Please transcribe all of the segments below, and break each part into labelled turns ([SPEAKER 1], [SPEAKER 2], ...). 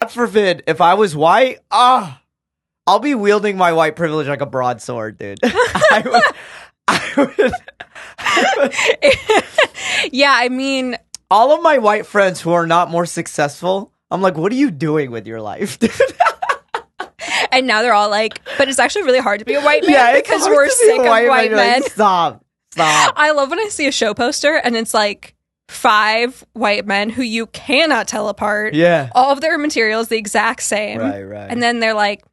[SPEAKER 1] God forbid, if I was white, ah, I'll be wielding my white privilege like a broadsword, dude. I would, I would,
[SPEAKER 2] yeah, I mean,
[SPEAKER 1] all of my white friends who are not more successful, I'm like, what are you doing with your life, dude?
[SPEAKER 2] and now they're all like, but it's actually really hard to be a white man
[SPEAKER 1] it's
[SPEAKER 2] because
[SPEAKER 1] hard
[SPEAKER 2] we're
[SPEAKER 1] to be
[SPEAKER 2] sick
[SPEAKER 1] white
[SPEAKER 2] of white
[SPEAKER 1] when you're like,
[SPEAKER 2] men.
[SPEAKER 1] stop, stop.
[SPEAKER 2] I love when I see a show poster and it's like five white men who you cannot tell apart.
[SPEAKER 1] Yeah.
[SPEAKER 2] All of their material is the exact same.
[SPEAKER 1] Right, right.
[SPEAKER 2] And then they're like,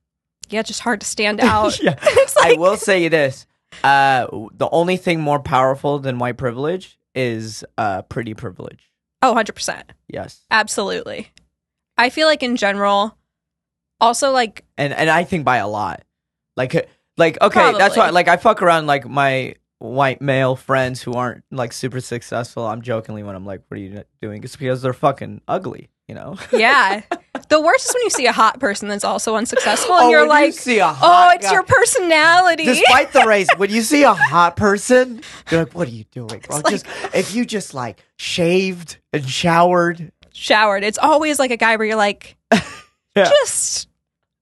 [SPEAKER 2] yeah, just hard to stand out.
[SPEAKER 1] Yeah.
[SPEAKER 2] It's like,
[SPEAKER 1] I will say you this. Uh, w- the only thing more powerful than white privilege is uh, pretty privilege.
[SPEAKER 2] oh, 100%.
[SPEAKER 1] Yes.
[SPEAKER 2] Absolutely. I feel like in general, also like,
[SPEAKER 1] and and I think by a lot. Like uh, like okay, that's
[SPEAKER 2] Probably.
[SPEAKER 1] why like I fuck around like my white male friends who aren't like super successful. I'm jokingly when I'm like, what are you doing? It's because they're fucking ugly, you know.
[SPEAKER 2] yeah. the worst is when you see a hot person that's also unsuccessful and
[SPEAKER 1] Oh,
[SPEAKER 2] you're
[SPEAKER 1] when you
[SPEAKER 2] like,
[SPEAKER 1] see a hot
[SPEAKER 2] oh, it's
[SPEAKER 1] guy-
[SPEAKER 2] your personality.
[SPEAKER 1] Despite the race, when you see a hot person, you're like, what are you doing? bro? just if you just like shaved and showered,
[SPEAKER 2] Showered. It's always like a guy where you're like,
[SPEAKER 1] Yeah.
[SPEAKER 2] just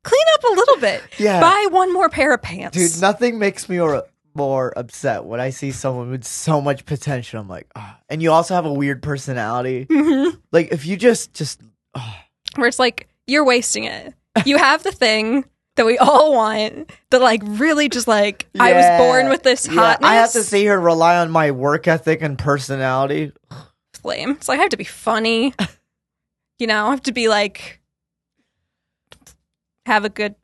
[SPEAKER 2] clean up a little bit.
[SPEAKER 1] Yeah.
[SPEAKER 2] Buy one more pair of pants.
[SPEAKER 1] dude, nothing makes me or more upset when I see someone with so much potential. I'm like, ah. and you also have a weird personality.
[SPEAKER 2] Mhm.
[SPEAKER 1] Like if you just just
[SPEAKER 2] Where it's like, you're wasting it. You have the thing that we all want that like really just like, I
[SPEAKER 1] Yeah.
[SPEAKER 2] was born with this
[SPEAKER 1] Yeah,
[SPEAKER 2] hotness.
[SPEAKER 1] I have to see her rely on my work ethic and personality.
[SPEAKER 2] lame. It's like I have to be funny. You know, I have to be like have a good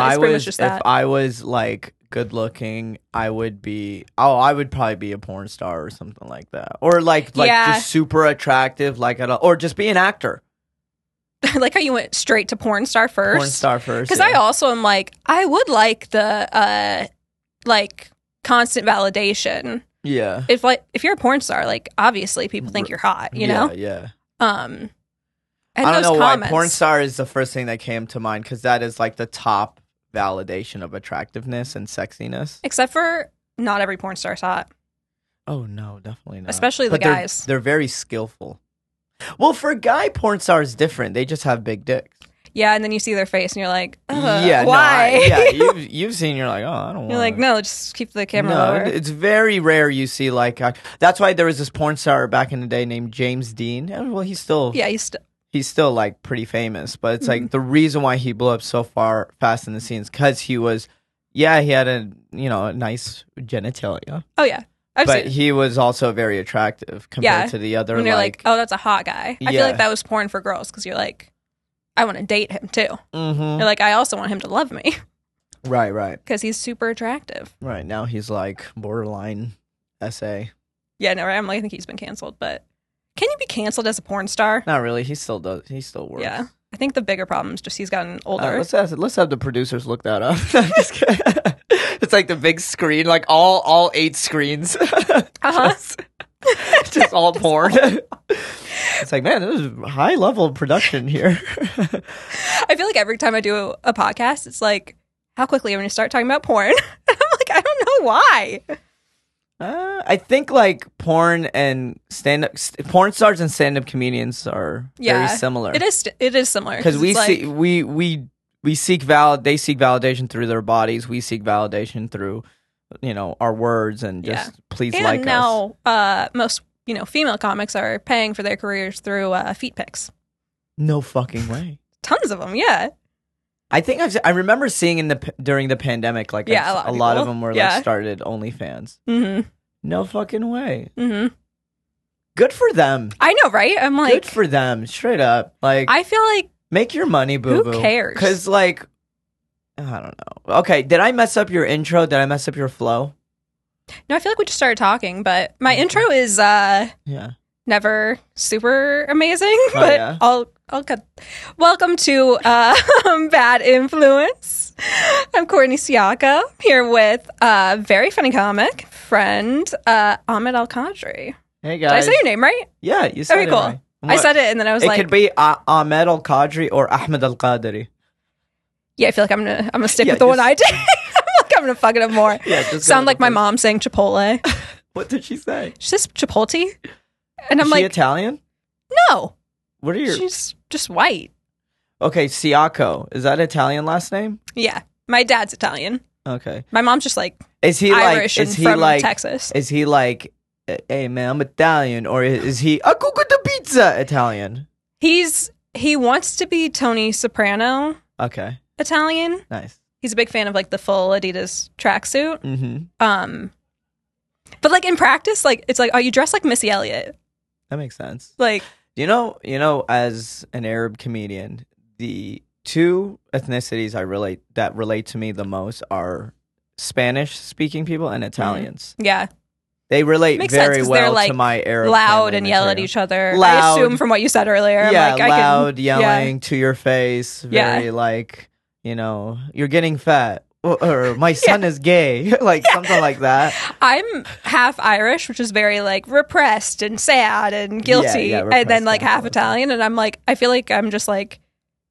[SPEAKER 1] if I
[SPEAKER 2] it's pretty
[SPEAKER 1] was,
[SPEAKER 2] much just
[SPEAKER 1] if
[SPEAKER 2] that.
[SPEAKER 1] I was like good looking, I would be. Oh, I would probably be a porn star or something like that, or like like
[SPEAKER 2] Yeah.
[SPEAKER 1] just super attractive, like at all, or just be an actor,
[SPEAKER 2] I like how you went straight to porn star first.
[SPEAKER 1] porn star first.
[SPEAKER 2] Because I
[SPEAKER 1] yeah.
[SPEAKER 2] also am like, I would like the uh like constant validation.
[SPEAKER 1] yeah,
[SPEAKER 2] If like if you're a porn star, like obviously people think you're hot, you know?
[SPEAKER 1] yeah, yeah.
[SPEAKER 2] Um and
[SPEAKER 1] I don't
[SPEAKER 2] those
[SPEAKER 1] know why
[SPEAKER 2] comments.
[SPEAKER 1] porn star is the first thing that came to mind because that is like the top validation of attractiveness and sexiness.
[SPEAKER 2] Except for not every porn star's hot.
[SPEAKER 1] Oh no, definitely not.
[SPEAKER 2] Especially the
[SPEAKER 1] But they're-
[SPEAKER 2] guys.
[SPEAKER 1] They're, very skillful. Well, for a guy, porn star is different. They just have big dicks.
[SPEAKER 2] Yeah, and then you see their face and you're like, Ugh,
[SPEAKER 1] yeah, no,
[SPEAKER 2] why?
[SPEAKER 1] I- yeah, you've, you've seen. You're like, oh, I don't.
[SPEAKER 2] You're
[SPEAKER 1] wanna-
[SPEAKER 2] like, no, just keep the camera
[SPEAKER 1] No,
[SPEAKER 2] lower.
[SPEAKER 1] it- it's very rare you see like. uh, that's why there was this porn star back in the day named James Dean. And, Well, he's still
[SPEAKER 2] yeah, Mm-hmm. you st-
[SPEAKER 1] he's still like pretty famous, but it's like the reason why he blew up so far fast in the scenes because he was, yeah, he had a you know a nice genitalia,
[SPEAKER 2] oh yeah, I've
[SPEAKER 1] but
[SPEAKER 2] seen.
[SPEAKER 1] he was also very attractive compared
[SPEAKER 2] Yeah.
[SPEAKER 1] to the other
[SPEAKER 2] when you're
[SPEAKER 1] like
[SPEAKER 2] like, oh, that's a hot guy. I feel
[SPEAKER 1] Yeah.
[SPEAKER 2] like that was porn for girls because you're like, I want to date him too.
[SPEAKER 1] mhm.
[SPEAKER 2] You're like, I also want him to love me
[SPEAKER 1] right, right.
[SPEAKER 2] because he's super attractive.
[SPEAKER 1] Right now he's like borderline SA.
[SPEAKER 2] Yeah, no, right? I'm like, I think he's been canceled, but can you be canceled as a porn star?
[SPEAKER 1] Not really. He still does. He still works.
[SPEAKER 2] Yeah, I think the bigger problem is just he's gotten
[SPEAKER 1] Uh,
[SPEAKER 2] older.
[SPEAKER 1] let's have, let's have the producers look that up. Just kidding. it's like the big screen, like all all eight screens,
[SPEAKER 2] uh-huh.
[SPEAKER 1] just all porn. it's like, man, this is high level production here.
[SPEAKER 2] I feel like every time I do a podcast, it's like, how quickly are we going to start talking about porn? I'm like, I don't know why.
[SPEAKER 1] uh, I think like porn and stand up, st- porn stars and stand up comedians are
[SPEAKER 2] Yeah,
[SPEAKER 1] very similar.
[SPEAKER 2] It is st- it is similar
[SPEAKER 1] because we
[SPEAKER 2] it's like-
[SPEAKER 1] see we we we seek valid they seek validation through their bodies we seek validation through you know our words and just please
[SPEAKER 2] and
[SPEAKER 1] like us
[SPEAKER 2] now uh, most you know female comics are paying for their careers through uh, feet pics
[SPEAKER 1] no fucking way
[SPEAKER 2] tons of them yeah
[SPEAKER 1] i think I've, i remember seeing in the p- during the pandemic like
[SPEAKER 2] Yeah,
[SPEAKER 1] I've-
[SPEAKER 2] a lot
[SPEAKER 1] of
[SPEAKER 2] of people.
[SPEAKER 1] them were
[SPEAKER 2] Yeah.
[SPEAKER 1] like started onlyfans
[SPEAKER 2] mm-hmm
[SPEAKER 1] no fucking way
[SPEAKER 2] mm-hmm
[SPEAKER 1] good for them
[SPEAKER 2] i know right i'm like
[SPEAKER 1] good for them straight up like
[SPEAKER 2] i feel like
[SPEAKER 1] make your money boo boo
[SPEAKER 2] cares?
[SPEAKER 1] because like i don't know okay did i mess up your intro did i mess up your flow
[SPEAKER 2] no i feel like we just started talking but my intro is uh
[SPEAKER 1] yeah
[SPEAKER 2] never super amazing
[SPEAKER 1] Oh,
[SPEAKER 2] but
[SPEAKER 1] yeah?
[SPEAKER 2] i'll i'll cut welcome to uh bad influence i'm courtney siaka here with uh very funny comic friend uh ahmed al qadri
[SPEAKER 1] hey
[SPEAKER 2] did i
[SPEAKER 1] guys
[SPEAKER 2] say your name right
[SPEAKER 1] yeah you said
[SPEAKER 2] Very
[SPEAKER 1] it
[SPEAKER 2] cool.
[SPEAKER 1] right.
[SPEAKER 2] I
[SPEAKER 1] What?
[SPEAKER 2] said it, and then I was
[SPEAKER 1] It
[SPEAKER 2] like,
[SPEAKER 1] could be uh, Ahmed Al Qadri or Ahmed Al Qadri.
[SPEAKER 2] "Yeah, I feel like I'm gonna, I'm gonna stick
[SPEAKER 1] Yeah,
[SPEAKER 2] with the one
[SPEAKER 1] just-
[SPEAKER 2] I did. I'm like, I'm gonna fuck it up more."
[SPEAKER 1] Yeah, just
[SPEAKER 2] Sound like my mom saying Chipotle.
[SPEAKER 1] What did she say?
[SPEAKER 2] She's just Chipotle, and
[SPEAKER 1] Is
[SPEAKER 2] I'm
[SPEAKER 1] she
[SPEAKER 2] like,
[SPEAKER 1] Italian?
[SPEAKER 2] "No,
[SPEAKER 1] What are your?
[SPEAKER 2] she's just white."
[SPEAKER 1] Okay, Siaco. Is that Italian last name?
[SPEAKER 2] Yeah. My dad's Italian.
[SPEAKER 1] Okay.
[SPEAKER 2] My mom's just like
[SPEAKER 1] Is he
[SPEAKER 2] Irish
[SPEAKER 1] like?
[SPEAKER 2] and
[SPEAKER 1] Is he
[SPEAKER 2] from
[SPEAKER 1] like?
[SPEAKER 2] Texas.
[SPEAKER 1] Is he like? Hey man, I'm Italian, or is he a cucca de pizza Italian?
[SPEAKER 2] He's he wants to be Tony Soprano
[SPEAKER 1] Okay,
[SPEAKER 2] Italian.
[SPEAKER 1] nice.
[SPEAKER 2] He's a big fan of like the full Adidas tracksuit.
[SPEAKER 1] Mm-hmm.
[SPEAKER 2] Um but like in practice, like it's like, oh, you dress like Missy Elliott.
[SPEAKER 1] That makes sense.
[SPEAKER 2] Like
[SPEAKER 1] You know, you know, as an Arab comedian, the two ethnicities I relate that relate to me the most are Spanish speaking people and
[SPEAKER 2] Mm-hmm.
[SPEAKER 1] Italians.
[SPEAKER 2] yeah,
[SPEAKER 1] They relate
[SPEAKER 2] Makes sense
[SPEAKER 1] very
[SPEAKER 2] 'cause they're,
[SPEAKER 1] well
[SPEAKER 2] like,
[SPEAKER 1] to my Arab
[SPEAKER 2] loud
[SPEAKER 1] family
[SPEAKER 2] and yell at
[SPEAKER 1] material.
[SPEAKER 2] each other. I
[SPEAKER 1] Loud.
[SPEAKER 2] assume from what you said earlier.
[SPEAKER 1] Yeah,
[SPEAKER 2] like,
[SPEAKER 1] loud
[SPEAKER 2] I can, yeah.
[SPEAKER 1] yelling to your face,
[SPEAKER 2] Yeah.
[SPEAKER 1] very like you know, you're getting fat, or, or my son is gay, like something like that.
[SPEAKER 2] I'm half Irish, which is very like repressed and sad and guilty,
[SPEAKER 1] yeah,
[SPEAKER 2] and then
[SPEAKER 1] repressed
[SPEAKER 2] like
[SPEAKER 1] and
[SPEAKER 2] half
[SPEAKER 1] guilty.
[SPEAKER 2] Italian, and I'm like, I feel like I'm just like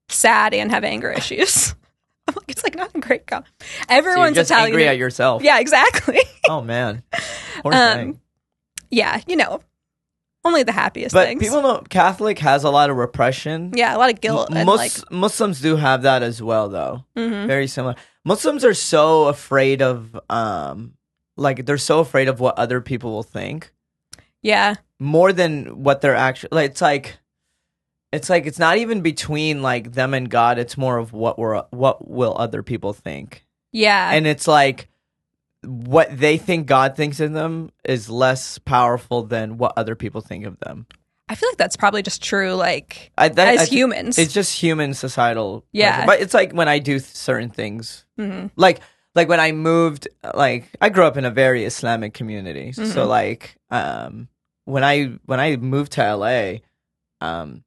[SPEAKER 2] sad and have anger issues. I'm like, it's like not a great com.
[SPEAKER 1] So
[SPEAKER 2] Everyone's
[SPEAKER 1] you're just
[SPEAKER 2] Italian.
[SPEAKER 1] angry at yourself.
[SPEAKER 2] yeah, exactly.
[SPEAKER 1] Oh man. Poor
[SPEAKER 2] Um,
[SPEAKER 1] thing.
[SPEAKER 2] yeah, you know, only the happiest
[SPEAKER 1] But
[SPEAKER 2] things.
[SPEAKER 1] people know Catholic has a lot of repression.
[SPEAKER 2] yeah, a lot of guilt and
[SPEAKER 1] Mus-
[SPEAKER 2] like,
[SPEAKER 1] Muslims do have that as well, though.
[SPEAKER 2] mhm.
[SPEAKER 1] Very similar. Muslims are so afraid of, um, like they're so afraid of what other people will think
[SPEAKER 2] yeah,
[SPEAKER 1] more than what they're actually. Like, it's like, it's like it's not even between like them and God. It's more of what we're what will other people think,
[SPEAKER 2] yeah,
[SPEAKER 1] and it's like what they think God thinks of them is less powerful than what other people think of them.
[SPEAKER 2] I feel like that's probably just true. Like
[SPEAKER 1] I, that,
[SPEAKER 2] as
[SPEAKER 1] I-
[SPEAKER 2] humans,
[SPEAKER 1] it's just human societal.
[SPEAKER 2] Yeah.
[SPEAKER 1] pressure. but it's like when I do certain things
[SPEAKER 2] Mhm.
[SPEAKER 1] like like when I moved, like I grew up in a very Islamic community. So
[SPEAKER 2] Mhm.
[SPEAKER 1] like um when I when I moved to LA, um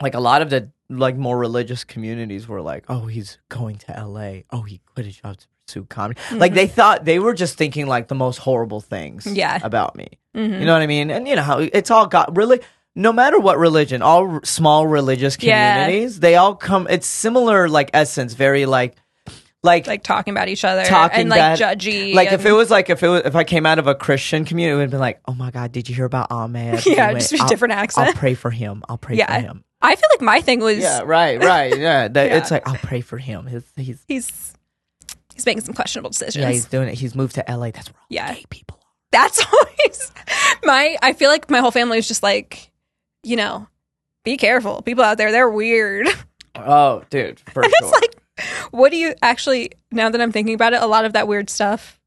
[SPEAKER 1] like a lot of the like more religious communities were like, Oh, he's going to LA. Oh, he quit his job to pursue comedy. Like
[SPEAKER 2] Mhm.
[SPEAKER 1] they thought they were just thinking like the most horrible things
[SPEAKER 2] Yeah.
[SPEAKER 1] about me.
[SPEAKER 2] Mhm.
[SPEAKER 1] You know what I mean? And you know how it's all got really no matter what religion, all r- small religious
[SPEAKER 2] Yeah.
[SPEAKER 1] communities, they all come it's similar like essence, very like like
[SPEAKER 2] like talking about each other
[SPEAKER 1] Talking
[SPEAKER 2] and like
[SPEAKER 1] bad-
[SPEAKER 2] judgy.
[SPEAKER 1] like if
[SPEAKER 2] and-
[SPEAKER 1] it was like if it was, if I came out of a Christian community, it would have been like, oh my God, did you hear about Ahmed?
[SPEAKER 2] yeah,
[SPEAKER 1] Wait,
[SPEAKER 2] just a
[SPEAKER 1] I'll,
[SPEAKER 2] different accent.
[SPEAKER 1] I'll pray for him. I'll pray
[SPEAKER 2] Yeah.
[SPEAKER 1] for him.
[SPEAKER 2] I feel like my thing was
[SPEAKER 1] Yeah, right, right. Yeah, that,
[SPEAKER 2] Yeah.
[SPEAKER 1] it's like I'll pray for him. He's, he's
[SPEAKER 2] he's he's making some questionable decisions.
[SPEAKER 1] yeah, he's doing it. He's moved to LA. That's where all the
[SPEAKER 2] Yeah.
[SPEAKER 1] gay people. are.
[SPEAKER 2] That's always my. I feel like my whole family was just like, you know, be careful. People out there, they're weird.
[SPEAKER 1] Oh, dude, for sure.
[SPEAKER 2] it's like, what do you actually? Now that I'm thinking about it, a lot of that weird stuff.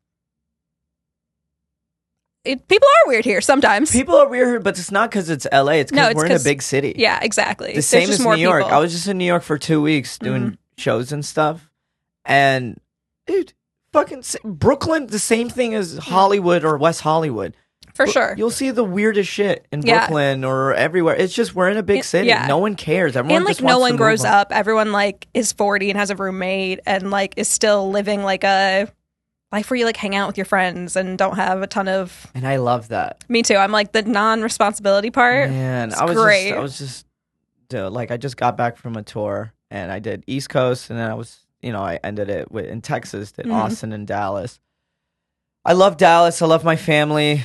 [SPEAKER 2] It, people are weird here sometimes.
[SPEAKER 1] people are weird, but it's not because it's LA. It's because
[SPEAKER 2] No, it's
[SPEAKER 1] we're in a
[SPEAKER 2] 'cause-
[SPEAKER 1] big city.
[SPEAKER 2] yeah, exactly.
[SPEAKER 1] the
[SPEAKER 2] There's
[SPEAKER 1] same
[SPEAKER 2] just
[SPEAKER 1] as
[SPEAKER 2] more
[SPEAKER 1] New York.
[SPEAKER 2] people. Mm-hmm.
[SPEAKER 1] I was just in New York for two weeks doing shows and stuff, and dude, fucking s- Brooklyn, the same thing
[SPEAKER 2] Mm.
[SPEAKER 1] as Hollywood or West Hollywood.
[SPEAKER 2] for
[SPEAKER 1] Well,
[SPEAKER 2] sure.
[SPEAKER 1] You'll see the weirdest shit in
[SPEAKER 2] Yeah.
[SPEAKER 1] Brooklyn or everywhere. It's just we're in a
[SPEAKER 2] Y-
[SPEAKER 1] big city.
[SPEAKER 2] yeah.
[SPEAKER 1] No one cares. Everyone
[SPEAKER 2] and like
[SPEAKER 1] just
[SPEAKER 2] no
[SPEAKER 1] wants
[SPEAKER 2] one
[SPEAKER 1] to
[SPEAKER 2] grows
[SPEAKER 1] move on.
[SPEAKER 2] up everyone like is 40 and has a roommate and like is still living like a life where you like hang out with your friends and don't have a ton of
[SPEAKER 1] And I love that.
[SPEAKER 2] me too i'm like the non-responsibility part
[SPEAKER 1] Man,
[SPEAKER 2] It's
[SPEAKER 1] I was
[SPEAKER 2] great.
[SPEAKER 1] just I was just dude, like I just got back from a tour and I did East Coast and then I was you know I ended it with, in Texas, did
[SPEAKER 2] Mhm.
[SPEAKER 1] Austin and Dallas. I love Dallas. I love my family,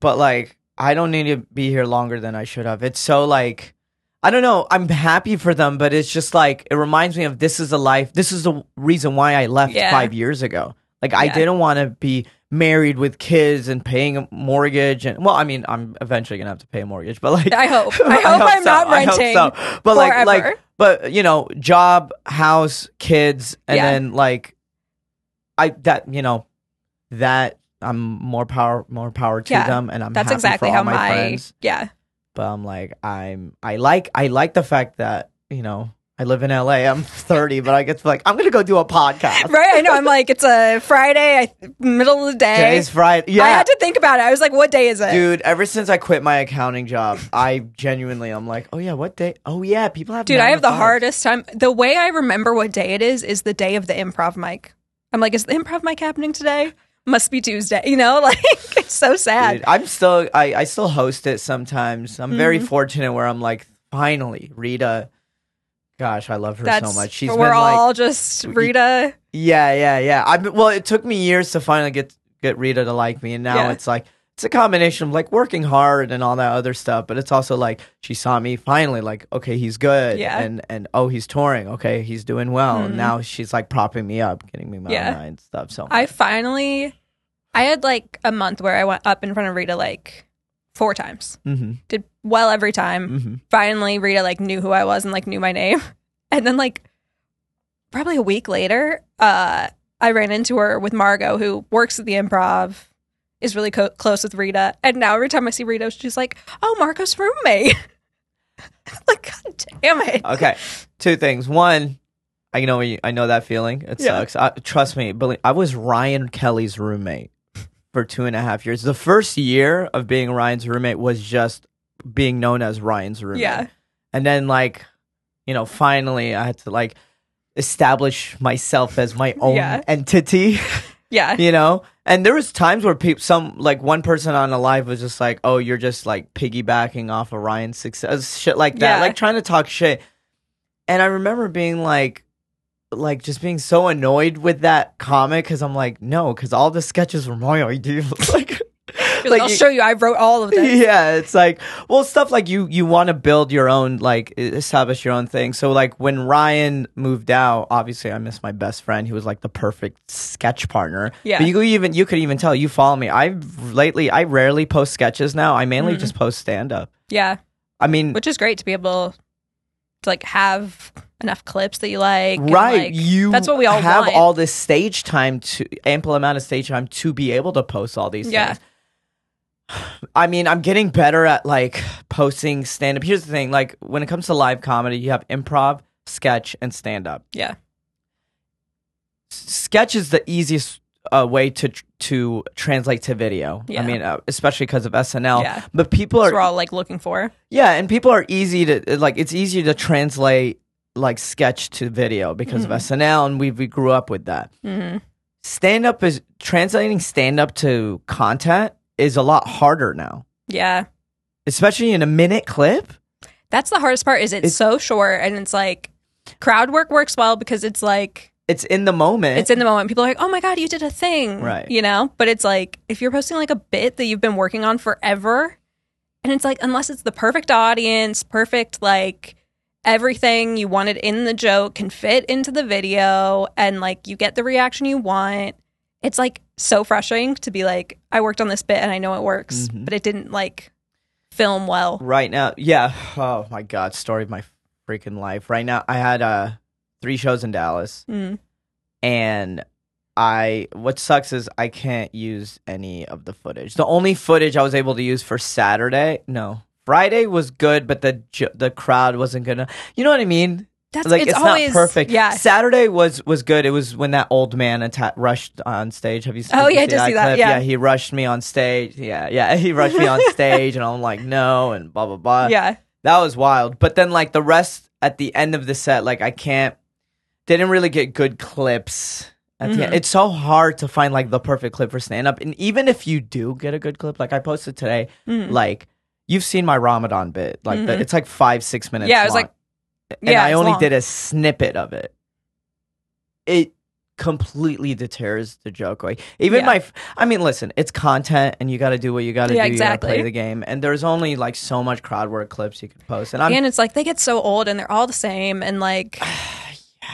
[SPEAKER 1] but like I don't need to be here longer than I should have. It's so like I don't know. I'm happy for them, but it's just like it reminds me of this is the life. This is the reason why I left
[SPEAKER 2] Yeah.
[SPEAKER 1] five years ago. Like I
[SPEAKER 2] Yeah.
[SPEAKER 1] didn't want to be married with kids and paying a mortgage and well, I mean, I'm eventually gonna have to pay a mortgage, but like
[SPEAKER 2] i hope i hope, i'm
[SPEAKER 1] so,
[SPEAKER 2] not
[SPEAKER 1] I hope
[SPEAKER 2] renting
[SPEAKER 1] so. But like
[SPEAKER 2] forever.
[SPEAKER 1] like but you know, job, house, kids, and
[SPEAKER 2] Yeah.
[SPEAKER 1] then like I that you know that I'm more power more power to
[SPEAKER 2] Yeah.
[SPEAKER 1] them and I'm
[SPEAKER 2] that's
[SPEAKER 1] happy
[SPEAKER 2] exactly
[SPEAKER 1] for all
[SPEAKER 2] how
[SPEAKER 1] my,
[SPEAKER 2] my
[SPEAKER 1] friends
[SPEAKER 2] yeah
[SPEAKER 1] but I'm like I'm I like I like the fact that you know I live in LA. I'm 30, but I get to like I'm gonna go do a podcast.
[SPEAKER 2] right i know i'm like it's a friday I, middle of the day
[SPEAKER 1] Today's Friday.
[SPEAKER 2] i
[SPEAKER 1] Yeah,
[SPEAKER 2] had to think about it i was like what day is it
[SPEAKER 1] dude. Ever since I quit my accounting job, I genuinely I'm like, oh yeah, what day? Oh yeah, people have.
[SPEAKER 2] Dude,
[SPEAKER 1] nine
[SPEAKER 2] I
[SPEAKER 1] to
[SPEAKER 2] have the
[SPEAKER 1] five.
[SPEAKER 2] hardest time. The way I remember what day it is is the day of the improv mic. I'm like, is the improv mic happening today? Must be Tuesday. You know, like it's so sad.
[SPEAKER 1] Dude, I'm still I I still host it sometimes. I'm very
[SPEAKER 2] Mm-hmm.
[SPEAKER 1] fortunate where I'm like finally Rita. Gosh, I love her
[SPEAKER 2] That's
[SPEAKER 1] so much. She's
[SPEAKER 2] we're
[SPEAKER 1] been like
[SPEAKER 2] all just Rita.
[SPEAKER 1] Yeah, yeah, yeah. I well, it took me years to finally get get Rita to like me, and now
[SPEAKER 2] Yeah.
[SPEAKER 1] it's like it's a combination of like working hard and all that other stuff, but it's also like she saw me finally, like, okay, he's good.
[SPEAKER 2] Yeah.
[SPEAKER 1] And and oh he's touring. Okay, he's doing well.
[SPEAKER 2] Mhm.
[SPEAKER 1] And now she's like propping me up, getting me my
[SPEAKER 2] Yeah.
[SPEAKER 1] and stuff. So
[SPEAKER 2] I finally, I had like a month where I went up in front of Rita like four times.
[SPEAKER 1] hmm
[SPEAKER 2] Did well every time.
[SPEAKER 1] hmm
[SPEAKER 2] Finally, Rita like knew who I was and like knew my name. And then like probably a week later, uh, I ran into her with Margot, who works at the Improv, is really co- close with Rita. And now every time I see Rita, she's like, "Oh, Margot's roommate." like, god damn it.
[SPEAKER 1] Okay. Two things. One, I know you- I know that feeling. It
[SPEAKER 2] Yeah.
[SPEAKER 1] sucks. I, trust me, believe, I was Ryan Kelly's roommate for two and a half years. The first year of being Ryan's roommate was just being known as Ryan's roommate.
[SPEAKER 2] Yeah.
[SPEAKER 1] And then like, you know, finally I had to like establish myself as my own
[SPEAKER 2] Yeah.
[SPEAKER 1] entity.
[SPEAKER 2] Yeah.
[SPEAKER 1] you know and there was times where people some like one person on a live was just like oh you're just like piggybacking off of ryan's success shit like that
[SPEAKER 2] Yeah.
[SPEAKER 1] like trying to talk shit and i remember being like like just being so annoyed with that comic because i'm like no because all the sketches were my idea like
[SPEAKER 2] You're like, I'll
[SPEAKER 1] you-
[SPEAKER 2] show you. I wrote all of this.
[SPEAKER 1] yeah, it's like well, stuff like you you want to build your own like e, establish your own thing. So like when Ryan moved out, obviously I miss my best friend. He was like the perfect sketch partner.
[SPEAKER 2] Yeah.
[SPEAKER 1] but you could even you could even tell you follow me. I lately I rarely post sketches now. I mainly just post stand up.
[SPEAKER 2] Yeah.
[SPEAKER 1] I mean,
[SPEAKER 2] which is great to be able to like have enough clips that you like and,
[SPEAKER 1] right?
[SPEAKER 2] like,
[SPEAKER 1] you
[SPEAKER 2] that's what we all
[SPEAKER 1] have
[SPEAKER 2] want.
[SPEAKER 1] all this stage time to ample amount of stage time to be able to post all these
[SPEAKER 2] Yeah.
[SPEAKER 1] things. I mean, I'm getting better at like posting stand up. Here's the thing like, when it comes to live comedy, you have improv, sketch, and stand up.
[SPEAKER 2] yeah
[SPEAKER 1] Sketch is the easiest uh, way to tr- to translate to video.
[SPEAKER 2] Yeah.
[SPEAKER 1] I mean, uh, especially because of SNL.
[SPEAKER 2] Yeah.
[SPEAKER 1] But people
[SPEAKER 2] that's what
[SPEAKER 1] are,
[SPEAKER 2] we're all like looking for
[SPEAKER 1] yeah, and people are easy to, like, it's easy to translate like sketch to video because of SNL, and we, we grew up with that.
[SPEAKER 2] hmm
[SPEAKER 1] Stand up is translating stand up to content is a lot harder now,
[SPEAKER 2] yeah
[SPEAKER 1] especially in a minute clip.
[SPEAKER 2] that's the hardest part is it's,
[SPEAKER 1] It's-
[SPEAKER 2] so short and it's like crowd work works well because it's like
[SPEAKER 1] it's in the moment.
[SPEAKER 2] it's in the moment people are like oh my god you did a thing
[SPEAKER 1] Right.
[SPEAKER 2] you know but it's like if you're posting like a bit that you've been working on forever and it's like unless it's the perfect audience perfect like everything you wanted in the joke can fit into the video and like you get the reaction you want it's like so frustrating to be like i worked on this bit and i know it works
[SPEAKER 1] Mhm.
[SPEAKER 2] but it didn't like film well
[SPEAKER 1] right now. Yeah. Oh my god, story of my freaking life. Right now, I had uh three shows in Dallas,
[SPEAKER 2] Mm.
[SPEAKER 1] and I what sucks is I can't use any of the footage. The only footage I was able to use for Saturday, no. Friday was good, but the ju- the crowd wasn't gonna. You know what I mean?
[SPEAKER 2] that's
[SPEAKER 1] like
[SPEAKER 2] it's,
[SPEAKER 1] it's,
[SPEAKER 2] always
[SPEAKER 1] not perfect.
[SPEAKER 2] yeah
[SPEAKER 1] Saturday was was good. It was when that old man atta- rushed on stage. Have you seen?
[SPEAKER 2] Oh,
[SPEAKER 1] did you
[SPEAKER 2] yeah, I did see that,
[SPEAKER 1] clip?
[SPEAKER 2] yeah.
[SPEAKER 1] he rushed me on stage. Yeah, yeah, he rushed me on stage, and I'm like, no, and blah blah blah.
[SPEAKER 2] yeah
[SPEAKER 1] that was wild. But then like the rest at the end of the set, like I can't. Didn't really get good clips. At the
[SPEAKER 2] Mhm.
[SPEAKER 1] end. It's so hard to find like the perfect clip for stand up, and even if you do get a good clip, like I posted today,
[SPEAKER 2] Mm.
[SPEAKER 1] like you've seen my Ramadan bit, like the,
[SPEAKER 2] Mhm.
[SPEAKER 1] it's like five six minutes.
[SPEAKER 2] Yeah, it was,
[SPEAKER 1] long
[SPEAKER 2] like,
[SPEAKER 1] and
[SPEAKER 2] yeah
[SPEAKER 1] I
[SPEAKER 2] it's
[SPEAKER 1] only
[SPEAKER 2] long.
[SPEAKER 1] did a snippet of it. It completely deters the joke away. Even
[SPEAKER 2] Yeah.
[SPEAKER 1] my, f- I mean, listen, it's content, and you got to do what you got to
[SPEAKER 2] Yeah,
[SPEAKER 1] do. You got to
[SPEAKER 2] exactly.
[SPEAKER 1] play the game, and there's only like so much crowd work clips you can post, and I'm
[SPEAKER 2] and it's like they get so old and they're all the same and like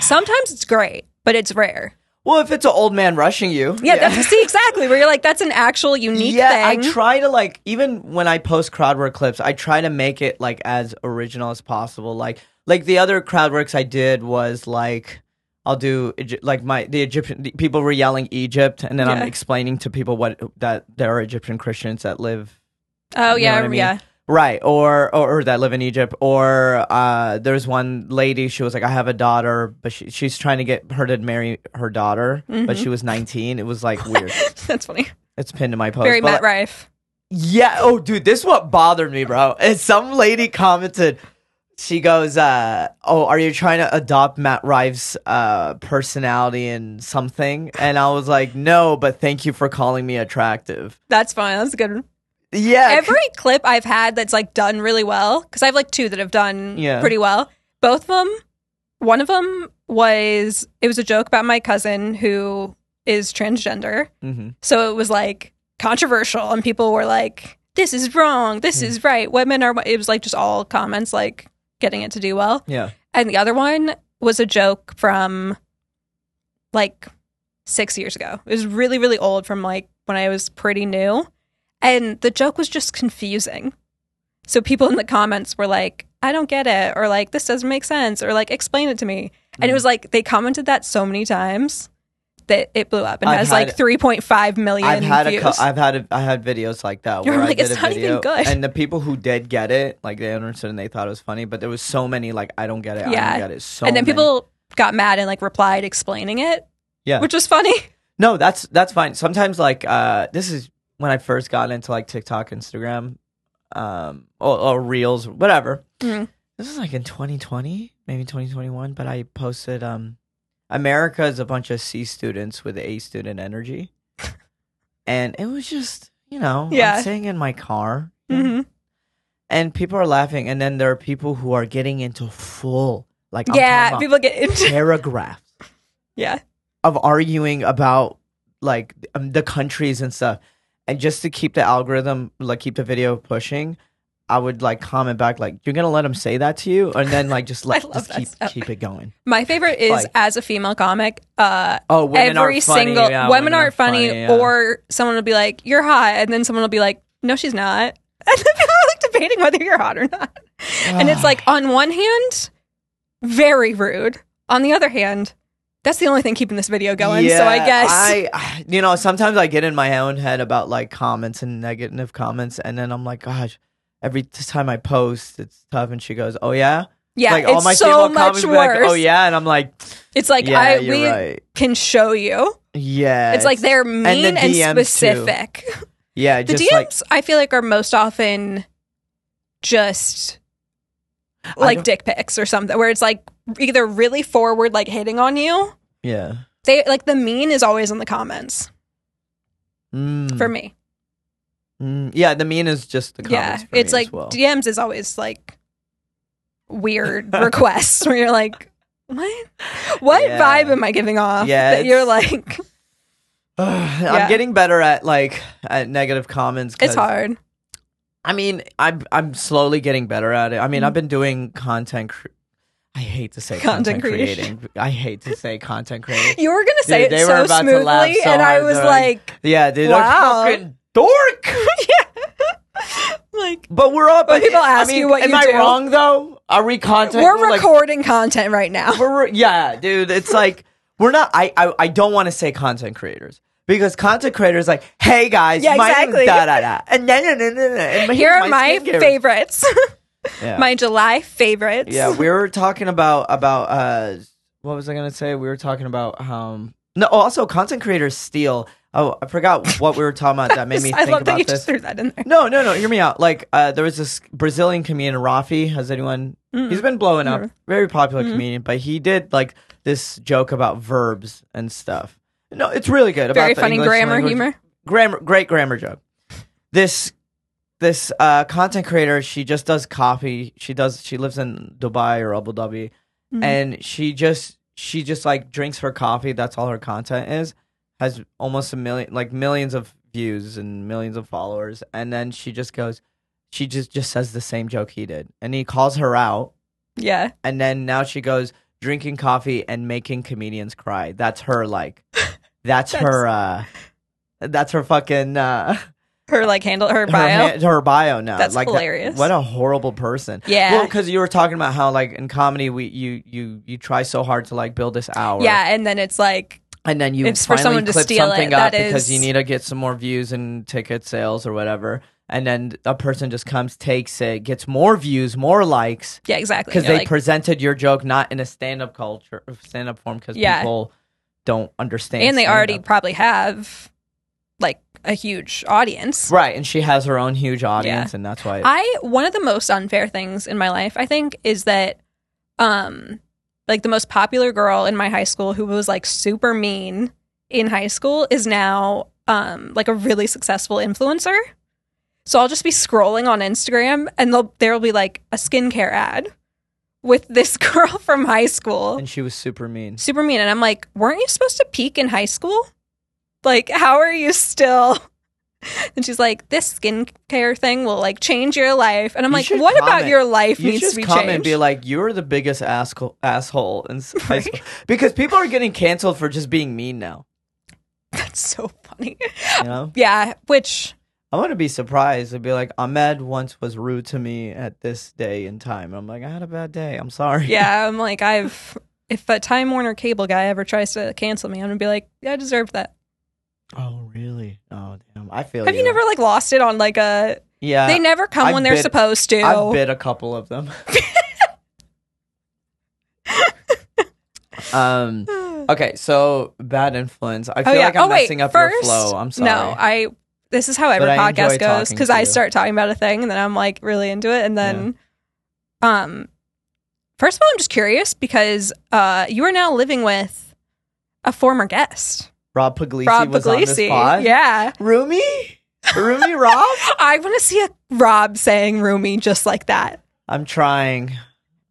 [SPEAKER 2] sometimes it's great but it's rare
[SPEAKER 1] well, if it's an old man rushing you,
[SPEAKER 2] yeah, That's, see exactly where you're like that's an actual unique
[SPEAKER 1] yeah,
[SPEAKER 2] thing
[SPEAKER 1] I try to like even when I post crowd work clips, I try to make it like as original as possible. Like like the other crowd works I did was like I'll do Egy- like my the Egyptian the people were yelling Egypt, and then
[SPEAKER 2] Yeah.
[SPEAKER 1] I'm explaining to people what that there are Egyptian Christians that live you know
[SPEAKER 2] oh yeah
[SPEAKER 1] what I mean?
[SPEAKER 2] yeah
[SPEAKER 1] Right, or, or or that live in Egypt, or uh, there's one lady. She was like, "I have a daughter, but she, she's trying to get her to marry her daughter,
[SPEAKER 2] Mm-hmm.
[SPEAKER 1] but she was 19." It was like weird.
[SPEAKER 2] that's funny
[SPEAKER 1] it's pinned to my post.
[SPEAKER 2] very
[SPEAKER 1] but,
[SPEAKER 2] Matt Rife
[SPEAKER 1] yeah. Oh, dude, this is what bothered me, bro. Is some lady commented. She goes, uh, "Oh, are you trying to adopt Matt Rives' uh, personality and something?" And I was like, "No, but thank you for calling me attractive."
[SPEAKER 2] that's fine that's a good one.
[SPEAKER 1] Yeah. c-
[SPEAKER 2] every clip I've had that's like done really well because I have like two that have done
[SPEAKER 1] Yeah.
[SPEAKER 2] pretty well both of them one of them was it was a joke about my cousin who is transgender
[SPEAKER 1] Mhm.
[SPEAKER 2] So it was like controversial, and people were like, "This is wrong. This is right. Women are." It was like just all comments like getting it to do well.
[SPEAKER 1] Yeah.
[SPEAKER 2] And the other one was a joke from like six years ago. It was really, really old from like when I was pretty new. And the joke was just confusing. So people in the comments were like, I don't get it. Or like, this doesn't make sense. Or like, explain it to me.
[SPEAKER 1] Mm.
[SPEAKER 2] And it was like, they commented that so many times that it blew up and
[SPEAKER 1] I've
[SPEAKER 2] has
[SPEAKER 1] had-
[SPEAKER 2] like 3.5 million
[SPEAKER 1] I've had
[SPEAKER 2] views.
[SPEAKER 1] a, cou- I've had, a, I had videos like that
[SPEAKER 2] You're
[SPEAKER 1] where I
[SPEAKER 2] like,
[SPEAKER 1] did
[SPEAKER 2] "It's
[SPEAKER 1] a
[SPEAKER 2] not even
[SPEAKER 1] video,
[SPEAKER 2] good."
[SPEAKER 1] and the people who did get it, like they understood and they thought it was funny, but there was so many like, I don't get it, I
[SPEAKER 2] Yeah.
[SPEAKER 1] don't get it. So
[SPEAKER 2] and then
[SPEAKER 1] many.
[SPEAKER 2] people got mad and like replied explaining it,
[SPEAKER 1] yeah,
[SPEAKER 2] which was funny.
[SPEAKER 1] No, that's that's fine. Sometimes like uh this is when I first got into like TikTok, Instagram, um or, or Reels, whatever.
[SPEAKER 2] Mhm.
[SPEAKER 1] This is like in 2020, maybe 2021, but I posted um America is a bunch of C students with A student energy. and it was just, you know,
[SPEAKER 2] Yeah.
[SPEAKER 1] I'm sitting in my car
[SPEAKER 2] hmm
[SPEAKER 1] and people are laughing and then there are people who are getting into full like I'm
[SPEAKER 2] Yeah.
[SPEAKER 1] talking
[SPEAKER 2] People get into
[SPEAKER 1] about paragraphs
[SPEAKER 2] Yeah.
[SPEAKER 1] of arguing about like um, the countries and stuff and just to keep the algorithm like keep the video pushing i would like comment back like you're gonna let him say that to you and then like just let
[SPEAKER 2] love
[SPEAKER 1] just
[SPEAKER 2] that
[SPEAKER 1] keep
[SPEAKER 2] stuff.
[SPEAKER 1] keep it going
[SPEAKER 2] My favorite is
[SPEAKER 1] Like-
[SPEAKER 2] as a female comic, uh,
[SPEAKER 1] oh women
[SPEAKER 2] every
[SPEAKER 1] are funny.
[SPEAKER 2] single
[SPEAKER 1] Yeah,
[SPEAKER 2] women, aren't funny,
[SPEAKER 1] yeah.
[SPEAKER 2] or someone will be like, "You're hot," and then someone will be like, "No, she's not," and then people are like debating whether you're hot or not. and it's like, on one hand, very rude. On the other hand, that's the only thing keeping this video going. so I
[SPEAKER 1] Yeah,
[SPEAKER 2] guess
[SPEAKER 1] I, you know, sometimes I get in my own head about like comments and negative comments, and then I'm like, gosh, every time I post, it's tough. And she goes, oh yeah,
[SPEAKER 2] yeah,
[SPEAKER 1] like
[SPEAKER 2] it's
[SPEAKER 1] all my
[SPEAKER 2] so
[SPEAKER 1] female
[SPEAKER 2] much
[SPEAKER 1] comments,
[SPEAKER 2] worse.
[SPEAKER 1] be like, oh yeah, and I'm like,
[SPEAKER 2] It's like
[SPEAKER 1] yeah,
[SPEAKER 2] I
[SPEAKER 1] you're
[SPEAKER 2] we
[SPEAKER 1] right.
[SPEAKER 2] can show you.
[SPEAKER 1] Yeah,
[SPEAKER 2] It's like they're mean
[SPEAKER 1] the
[SPEAKER 2] and,
[SPEAKER 1] DMs too.
[SPEAKER 2] specific.
[SPEAKER 1] yeah,
[SPEAKER 2] The
[SPEAKER 1] just
[SPEAKER 2] DMs,
[SPEAKER 1] like
[SPEAKER 2] I feel like, are most often just like
[SPEAKER 1] don't-
[SPEAKER 2] dick pics or something, where it's like either really forward, like hitting on you.
[SPEAKER 1] yeah.
[SPEAKER 2] They like the mean is always in the comments
[SPEAKER 1] Mm,
[SPEAKER 2] for me.
[SPEAKER 1] mm, yeah, the mean is just the
[SPEAKER 2] yeah,
[SPEAKER 1] comments. for
[SPEAKER 2] it's
[SPEAKER 1] me as
[SPEAKER 2] like
[SPEAKER 1] well.
[SPEAKER 2] DMs is always like weird requests where you're like, what? What
[SPEAKER 1] Yeah.
[SPEAKER 2] vibe am I giving off?
[SPEAKER 1] Yeah,
[SPEAKER 2] that you're
[SPEAKER 1] it's-
[SPEAKER 2] like,
[SPEAKER 1] Ugh,
[SPEAKER 2] yeah.
[SPEAKER 1] I'm getting better at like at negative comments. 'cause-
[SPEAKER 2] it's hard.
[SPEAKER 1] I mean, I'm I'm slowly getting better at it. I
[SPEAKER 2] Mm-hmm.
[SPEAKER 1] mean, I've been doing content. Cre- I hate to say content,
[SPEAKER 2] Content creation.
[SPEAKER 1] creating. I hate to say content creating.
[SPEAKER 2] You were gonna say
[SPEAKER 1] Dude,
[SPEAKER 2] it
[SPEAKER 1] they
[SPEAKER 2] so
[SPEAKER 1] were about to
[SPEAKER 2] smoothly,
[SPEAKER 1] laugh so
[SPEAKER 2] and I
[SPEAKER 1] hard,
[SPEAKER 2] was
[SPEAKER 1] they're
[SPEAKER 2] like,
[SPEAKER 1] like- Yeah, dude,
[SPEAKER 2] Wow.
[SPEAKER 1] I'm fucking dork.
[SPEAKER 2] like
[SPEAKER 1] But we're all.
[SPEAKER 2] When
[SPEAKER 1] But
[SPEAKER 2] people
[SPEAKER 1] I
[SPEAKER 2] ask
[SPEAKER 1] mean,
[SPEAKER 2] you what
[SPEAKER 1] am
[SPEAKER 2] you
[SPEAKER 1] I
[SPEAKER 2] do-
[SPEAKER 1] wrong though? Are we content?
[SPEAKER 2] we're
[SPEAKER 1] like,
[SPEAKER 2] recording content right now.
[SPEAKER 1] We're- yeah, dude. It's like we're not. I I, I don't want to say content creators because content creators like, hey guys,
[SPEAKER 2] Yeah,
[SPEAKER 1] my name's
[SPEAKER 2] exactly.
[SPEAKER 1] Da, da, da, and then and then- and then- and
[SPEAKER 2] Here
[SPEAKER 1] here's
[SPEAKER 2] are my
[SPEAKER 1] skincare."
[SPEAKER 2] favorites,
[SPEAKER 1] Yeah.
[SPEAKER 2] my July favorites.
[SPEAKER 1] yeah, we were talking about about uh, what was I gonna say? We were talking about um. No, also content creators steal. Oh, I forgot what we were talking about. That made me
[SPEAKER 2] I
[SPEAKER 1] think
[SPEAKER 2] love that
[SPEAKER 1] about
[SPEAKER 2] you
[SPEAKER 1] this.
[SPEAKER 2] just threw that in there.
[SPEAKER 1] No, no, no. Hear me out. Like, uh, there was this Brazilian comedian, Rafi. Has anyone?
[SPEAKER 2] Mm-hmm.
[SPEAKER 1] He's been blowing up. Very popular comedian, but he did like this joke about verbs and stuff. No, it's really good.
[SPEAKER 2] Very
[SPEAKER 1] about the
[SPEAKER 2] funny
[SPEAKER 1] English
[SPEAKER 2] grammar
[SPEAKER 1] language.
[SPEAKER 2] humor.
[SPEAKER 1] Grammar, great grammar joke. This, this uh, content creator, she just does coffee. She does. She lives in Dubai or Abu Dhabi, and she just she just like drinks her coffee. That's all her content is. Has almost a million, like millions of views and millions of followers. And then she just goes, she just just says the same joke he did, and he calls her out.
[SPEAKER 2] Yeah,
[SPEAKER 1] And then now she goes drinking coffee and making comedians cry. That's her like, that's, her uh, that's her fucking uh,
[SPEAKER 2] her like handle her
[SPEAKER 1] her
[SPEAKER 2] bio.
[SPEAKER 1] hand- her bio now.
[SPEAKER 2] That's
[SPEAKER 1] like, that-
[SPEAKER 2] hilarious.
[SPEAKER 1] what a horrible person.
[SPEAKER 2] Yeah.
[SPEAKER 1] Well, because you were talking about how like in comedy we you you you try so hard to like build this hour.
[SPEAKER 2] yeah, and then it's like
[SPEAKER 1] And then you
[SPEAKER 2] It's for
[SPEAKER 1] finally
[SPEAKER 2] someone to
[SPEAKER 1] clip
[SPEAKER 2] steal
[SPEAKER 1] something
[SPEAKER 2] it.
[SPEAKER 1] up
[SPEAKER 2] That
[SPEAKER 1] because you
[SPEAKER 2] is-
[SPEAKER 1] need to get some more views and ticket sales or whatever. And then a person just comes, takes it, gets more views, more likes
[SPEAKER 2] yeah, exactly.
[SPEAKER 1] because
[SPEAKER 2] You're
[SPEAKER 1] they
[SPEAKER 2] like,
[SPEAKER 1] presented your joke not in a stand-up culture, stand-up form because
[SPEAKER 2] Yeah.
[SPEAKER 1] people don't understand.
[SPEAKER 2] and they already
[SPEAKER 1] stand-up.
[SPEAKER 2] probably have like a huge audience.
[SPEAKER 1] right. And she has her own huge audience, and that's why.
[SPEAKER 2] I one of the most unfair things in my life, I think, is that um like the most popular girl in my high school who was like super mean in high school is now um like a really successful influencer. So I'll just be scrolling on Instagram and they'll there'll be like a skincare ad with this girl from high school.
[SPEAKER 1] and she was super mean.
[SPEAKER 2] Super mean and I'm like, "Weren't you supposed to peak in high school? Like how are you still And she's like, this skincare thing will like change your life. And I'm
[SPEAKER 1] You
[SPEAKER 2] like,
[SPEAKER 1] should
[SPEAKER 2] what about
[SPEAKER 1] comment.
[SPEAKER 2] your life
[SPEAKER 1] You
[SPEAKER 2] needs
[SPEAKER 1] just
[SPEAKER 2] to be
[SPEAKER 1] come
[SPEAKER 2] changed?
[SPEAKER 1] and be like, "You're the biggest asshole, asshole," and because people are getting canceled for just being mean now.
[SPEAKER 2] That's so funny.
[SPEAKER 1] You know,
[SPEAKER 2] yeah, which
[SPEAKER 1] I want to be surprised and be like, "Ahmed once was rude to me at this day and time." I'm like, "I had a bad day. I'm sorry."
[SPEAKER 2] yeah, I'm like, I've if a Time Warner cable guy ever tries to cancel me, I'm gonna be like, yeah, I deserve that.
[SPEAKER 1] Oh really? Oh damn. I feel.
[SPEAKER 2] Have you never like lost it on like a?
[SPEAKER 1] Yeah.
[SPEAKER 2] they never come
[SPEAKER 1] I've
[SPEAKER 2] when they're
[SPEAKER 1] been-
[SPEAKER 2] supposed to.
[SPEAKER 1] I've bit a couple of them. um. Okay, so bad influence. I feel
[SPEAKER 2] oh yeah.
[SPEAKER 1] like I'm
[SPEAKER 2] oh wait.
[SPEAKER 1] messing up
[SPEAKER 2] first,
[SPEAKER 1] your flow. I'm sorry.
[SPEAKER 2] No, I. This is how every
[SPEAKER 1] But I enjoy
[SPEAKER 2] podcast goes
[SPEAKER 1] talking
[SPEAKER 2] because
[SPEAKER 1] to
[SPEAKER 2] I
[SPEAKER 1] you.
[SPEAKER 2] start talking about a thing and then I'm like really into it and then, um, first of all, I'm just curious because uh, you are now living with a former guest,
[SPEAKER 1] Rob Puglisi
[SPEAKER 2] Rob
[SPEAKER 1] was on this
[SPEAKER 2] Puglisi.
[SPEAKER 1] pod.
[SPEAKER 2] Yeah.
[SPEAKER 1] Roomy? Roomy Rob?
[SPEAKER 2] I want to see a Rob saying "roomie" just like that.
[SPEAKER 1] I'm trying.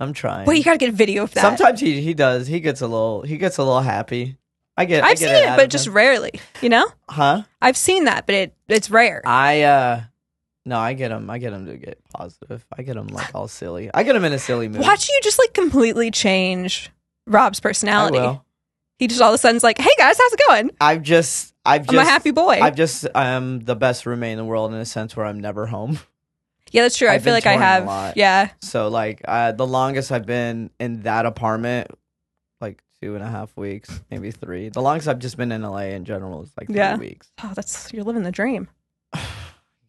[SPEAKER 1] I'm trying.
[SPEAKER 2] Wait, you got to get a video of that.
[SPEAKER 1] Sometimes he, he does. He gets a little he gets a little happy. I get I
[SPEAKER 2] I've
[SPEAKER 1] get
[SPEAKER 2] seen it,
[SPEAKER 1] out
[SPEAKER 2] but
[SPEAKER 1] of
[SPEAKER 2] just
[SPEAKER 1] him.
[SPEAKER 2] rarely. You know,
[SPEAKER 1] Huh?
[SPEAKER 2] I've seen that, but it it's rare.
[SPEAKER 1] I uh no, I get him. I get him to get positive. I get him like all silly. I get him in a silly mood.
[SPEAKER 2] Watch you just like completely change Rob's
[SPEAKER 1] I
[SPEAKER 2] personality.
[SPEAKER 1] will.
[SPEAKER 2] He just all of a sudden's like, "Hey guys, how's it going?
[SPEAKER 1] I've just I've just
[SPEAKER 2] I'm a happy boy."
[SPEAKER 1] I've just I'm the best roommate in the world in a sense where I'm never home.
[SPEAKER 2] yeah, that's true. i
[SPEAKER 1] I've
[SPEAKER 2] feel
[SPEAKER 1] been
[SPEAKER 2] like I
[SPEAKER 1] torn a
[SPEAKER 2] have.
[SPEAKER 1] lot.
[SPEAKER 2] Yeah,
[SPEAKER 1] So like uh, the longest I've been in that apartment, like two and a half weeks, maybe three. The longest I've just been in LA in general is like three
[SPEAKER 2] Yeah.
[SPEAKER 1] weeks.
[SPEAKER 2] oh, that's you're living the dream.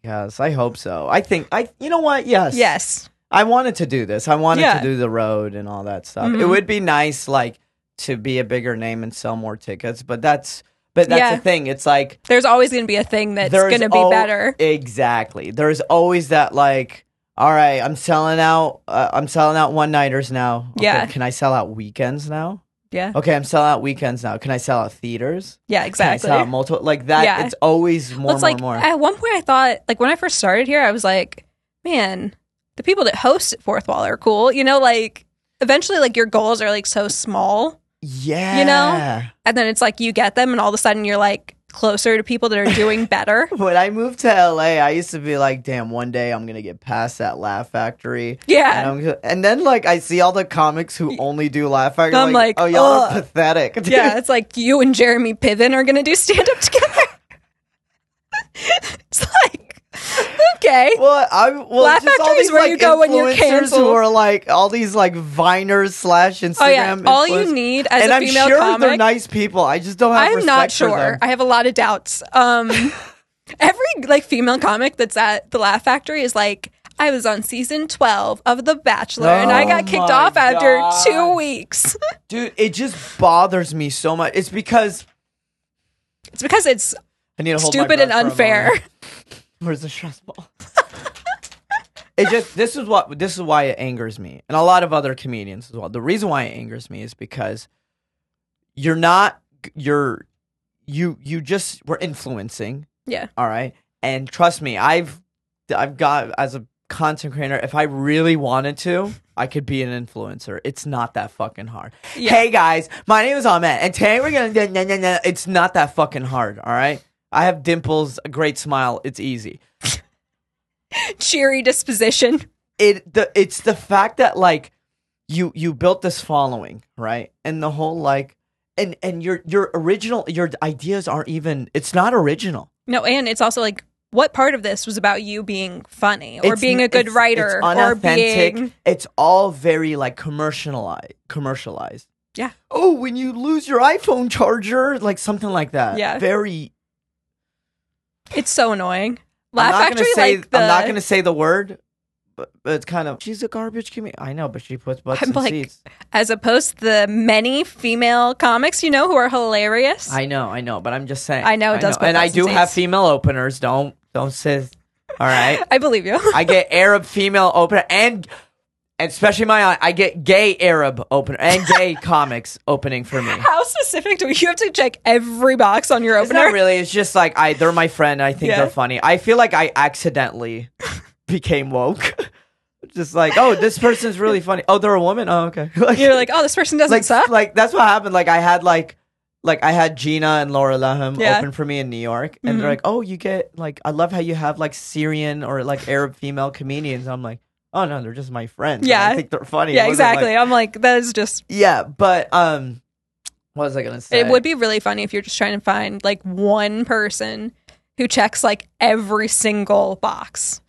[SPEAKER 1] Yes, I hope so. I think I. You know what? Yes.
[SPEAKER 2] Yes,
[SPEAKER 1] I wanted to do this. I wanted
[SPEAKER 2] Yeah.
[SPEAKER 1] to do the road and all that stuff. It
[SPEAKER 2] Mhm.
[SPEAKER 1] would be nice, like, to be a bigger name and sell more tickets. But that's. But that's
[SPEAKER 2] Yeah.
[SPEAKER 1] the thing. It's like
[SPEAKER 2] there's always going to be a thing that's
[SPEAKER 1] there's
[SPEAKER 2] going to be
[SPEAKER 1] al-
[SPEAKER 2] better.
[SPEAKER 1] Exactly. There's always that like, all right, I'm selling out. Uh, I'm selling out one nighters now. Okay,
[SPEAKER 2] Yeah.
[SPEAKER 1] Can I sell out weekends now?
[SPEAKER 2] Yeah,
[SPEAKER 1] Okay, I'm selling out weekends now. Can I sell out theaters?
[SPEAKER 2] yeah,
[SPEAKER 1] Oh, Can I sell
[SPEAKER 2] exactly.
[SPEAKER 1] out multiple like that?
[SPEAKER 2] Yeah.
[SPEAKER 1] It's always more,
[SPEAKER 2] Well, it's
[SPEAKER 1] more,
[SPEAKER 2] like
[SPEAKER 1] more.
[SPEAKER 2] at one point I thought like when I first started here, I was like, man, the people that host at Fourth Wall are cool. You know, like eventually like your goals are like so small.
[SPEAKER 1] yeah.
[SPEAKER 2] And then it's like you get them and all of a sudden you're like closer to people that are doing better.
[SPEAKER 1] When I moved to LA, I used to be like, damn, one day I'm gonna get past that Laugh Factory. And,
[SPEAKER 2] yeah.
[SPEAKER 1] I'm, go- and then like I see all the comics who only do Laugh Factory.
[SPEAKER 2] I'm like,
[SPEAKER 1] oh y'all
[SPEAKER 2] ugh.
[SPEAKER 1] are pathetic. dude.
[SPEAKER 2] Yeah. It's like you and Jeremy Piven are gonna do stand up together. it's like okay.
[SPEAKER 1] Well, I well,
[SPEAKER 2] Laugh
[SPEAKER 1] just all
[SPEAKER 2] Factory is
[SPEAKER 1] these
[SPEAKER 2] where
[SPEAKER 1] like
[SPEAKER 2] you go when you're
[SPEAKER 1] influencers who
[SPEAKER 2] canceled.
[SPEAKER 1] are like all these like Viners slash Instagram.
[SPEAKER 2] Oh yeah. All you
[SPEAKER 1] influencers.
[SPEAKER 2] need as
[SPEAKER 1] and
[SPEAKER 2] a
[SPEAKER 1] I'm
[SPEAKER 2] female
[SPEAKER 1] sure
[SPEAKER 2] comic
[SPEAKER 1] they're nice people. I just don't have.
[SPEAKER 2] I'm not
[SPEAKER 1] respect for
[SPEAKER 2] sure.
[SPEAKER 1] them.
[SPEAKER 2] I have a lot of doubts. Um, every like female comic that's at the Laugh Factory is like, I was on season 12 of The Bachelor and I
[SPEAKER 1] Oh
[SPEAKER 2] got kicked
[SPEAKER 1] my
[SPEAKER 2] off after
[SPEAKER 1] God.
[SPEAKER 2] two weeks.
[SPEAKER 1] Dude, it just bothers me so much. It's because
[SPEAKER 2] it's because it's
[SPEAKER 1] I need to hold my
[SPEAKER 2] stupid and
[SPEAKER 1] breath for a
[SPEAKER 2] unfair.
[SPEAKER 1] moment. Where's the stress ball? it just this is what this is why it angers me, and a lot of other comedians as well. The reason why it angers me is because you're not you're you you just were influencing.
[SPEAKER 2] Yeah.
[SPEAKER 1] All right, and trust me, I've I've got as a content creator. If I really wanted to, I could be an influencer. It's not that fucking hard.
[SPEAKER 2] Yeah.
[SPEAKER 1] Hey guys, my name is Ahmed, and today we're gonna. Nah, nah, nah, nah. It's not that fucking hard. All right. I have dimples, a great smile. It's easy.
[SPEAKER 2] cheery disposition.
[SPEAKER 1] It the it's the fact that like you you built this following right, and the whole like and and your your original your ideas aren't even. It's not original.
[SPEAKER 2] No, and it's also like, what part of this was about you being funny or
[SPEAKER 1] It's
[SPEAKER 2] being
[SPEAKER 1] n-
[SPEAKER 2] a good
[SPEAKER 1] it's-
[SPEAKER 2] writer
[SPEAKER 1] it's
[SPEAKER 2] or
[SPEAKER 1] unauthentic.
[SPEAKER 2] being.
[SPEAKER 1] It's all very like commercialized. Commercialized.
[SPEAKER 2] Yeah.
[SPEAKER 1] Oh, when you lose your iPhone charger, like something like that.
[SPEAKER 2] Yeah.
[SPEAKER 1] Very
[SPEAKER 2] It's so annoying.
[SPEAKER 1] I'm
[SPEAKER 2] Laugh
[SPEAKER 1] not
[SPEAKER 2] Factory,
[SPEAKER 1] gonna say
[SPEAKER 2] like the,
[SPEAKER 1] I'm not gonna say the word, but, but it's kind of she's a garbage comedian. I know, but she puts butts
[SPEAKER 2] I'm
[SPEAKER 1] in
[SPEAKER 2] like-
[SPEAKER 1] seats.
[SPEAKER 2] as opposed to the many female comics you know who are hilarious.
[SPEAKER 1] I know, I know, but I'm just saying.
[SPEAKER 2] I know it does put
[SPEAKER 1] and I
[SPEAKER 2] butts in
[SPEAKER 1] do have
[SPEAKER 2] seats.
[SPEAKER 1] female openers. Don't don't say. All right,
[SPEAKER 2] I believe you.
[SPEAKER 1] I get Arab female opener and. and Especially my, I get gay Arab opener and gay comics opening for me.
[SPEAKER 2] How specific do you have to check every box on your
[SPEAKER 1] It's not
[SPEAKER 2] opener?
[SPEAKER 1] really. It's just like I, they're my friend. I think
[SPEAKER 2] Yeah.
[SPEAKER 1] they're funny. I feel like I accidentally became woke. just like, oh, this person's really funny. Oh, they're a woman. Oh, okay.
[SPEAKER 2] You're like, oh, this person doesn't
[SPEAKER 1] like
[SPEAKER 2] suck.
[SPEAKER 1] like that's what happened like i had like like I had Gina and Laura Laham
[SPEAKER 2] Yeah. Mm-hmm.
[SPEAKER 1] open for me in New York, and they're like, "Oh, you get like I love how you have like Syrian or like Arab female comedians." I'm like, "Oh no, they're just my friends. Yeah,
[SPEAKER 2] Yeah.
[SPEAKER 1] I think they're funny."
[SPEAKER 2] yeah,
[SPEAKER 1] It wasn't like-
[SPEAKER 2] exactly. I'm like, that is just.
[SPEAKER 1] yeah, but um, what was I gonna say?
[SPEAKER 2] It would be really funny if you're just trying to find like one person who checks like every single box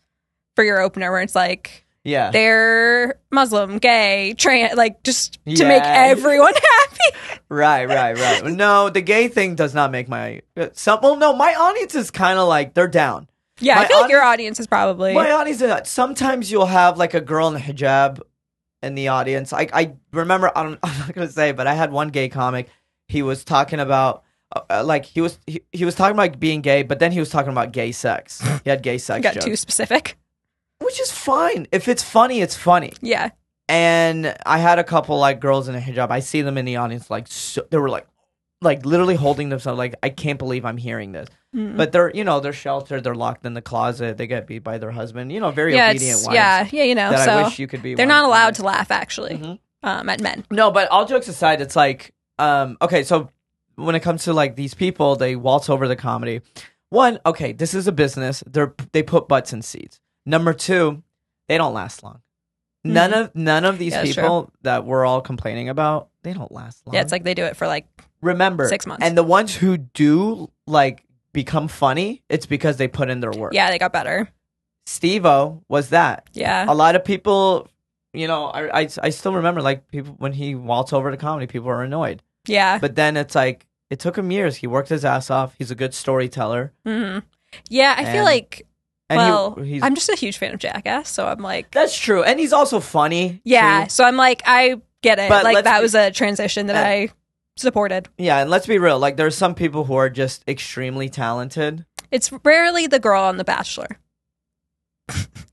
[SPEAKER 2] for your opener, where it's like
[SPEAKER 1] yeah.
[SPEAKER 2] they're Muslim, gay, trans, like just to make
[SPEAKER 1] Yeah.
[SPEAKER 2] everyone happy.
[SPEAKER 1] Right, right, right. No, the gay thing does not make my uh, some. Well, no, my audience is kind of like they're down.
[SPEAKER 2] Yeah, I
[SPEAKER 1] My
[SPEAKER 2] feel like your audience is probably
[SPEAKER 1] My audience is not. Sometimes you'll have like a girl in hijab in the audience. I I remember I don't, I'm not gonna say, but I had one gay comic. He was talking about uh, uh, like he was he, he was talking about being gay, but then he was talking about gay sex. He had gay sex
[SPEAKER 2] got
[SPEAKER 1] jokes,
[SPEAKER 2] too specific.
[SPEAKER 1] which is fine. If it's funny, it's funny.
[SPEAKER 2] Yeah,
[SPEAKER 1] and I had a couple like girls in a hijab. I see them in the audience, like so, they were like, like literally holding themselves, like I can't believe I'm hearing this. But they're you know they're sheltered, they're locked in the closet, they get beat by their husband, you know, very
[SPEAKER 2] yeah,
[SPEAKER 1] obedient
[SPEAKER 2] it's-
[SPEAKER 1] wives.
[SPEAKER 2] yeah, yeah. You know,
[SPEAKER 1] that
[SPEAKER 2] Oh, so
[SPEAKER 1] I wish you could be.
[SPEAKER 2] they're
[SPEAKER 1] one
[SPEAKER 2] not
[SPEAKER 1] of
[SPEAKER 2] allowed
[SPEAKER 1] them.
[SPEAKER 2] to laugh actually um, at men.
[SPEAKER 1] Mm-hmm. No, but all jokes aside, it's like, um, okay, so when it comes to like these people, they waltz over the comedy. One, okay, this is a business. They're they put butts in seats. Number two, they don't last long. None of none of these
[SPEAKER 2] Mm-hmm. Yeah, that's
[SPEAKER 1] people that we're all complaining about, they don't last long.
[SPEAKER 2] Yeah, it's like they do it for like
[SPEAKER 1] remember
[SPEAKER 2] six months.
[SPEAKER 1] And the ones who do like become funny, it's because they put in their work.
[SPEAKER 2] yeah, they got better.
[SPEAKER 1] Steve O was that
[SPEAKER 2] Yeah,
[SPEAKER 1] a lot of people you know I, I i still remember like people when he waltzed over to comedy people are annoyed
[SPEAKER 2] yeah,
[SPEAKER 1] but then it's like it took him years he worked his ass off he's a good storyteller
[SPEAKER 2] hmm yeah. I feel
[SPEAKER 1] And-
[SPEAKER 2] like
[SPEAKER 1] and he-
[SPEAKER 2] well,
[SPEAKER 1] he's
[SPEAKER 2] I'm just a huge fan of Jackass, so I'm like,
[SPEAKER 1] that's true and he's also funny
[SPEAKER 2] yeah.
[SPEAKER 1] too.
[SPEAKER 2] So I'm like, I get it.
[SPEAKER 1] But
[SPEAKER 2] like
[SPEAKER 1] let's
[SPEAKER 2] that
[SPEAKER 1] be-
[SPEAKER 2] was a transition that
[SPEAKER 1] Uh,
[SPEAKER 2] I supported.
[SPEAKER 1] yeah and let's be real like there's some people who are just extremely talented
[SPEAKER 2] It's rarely the girl on The Bachelor,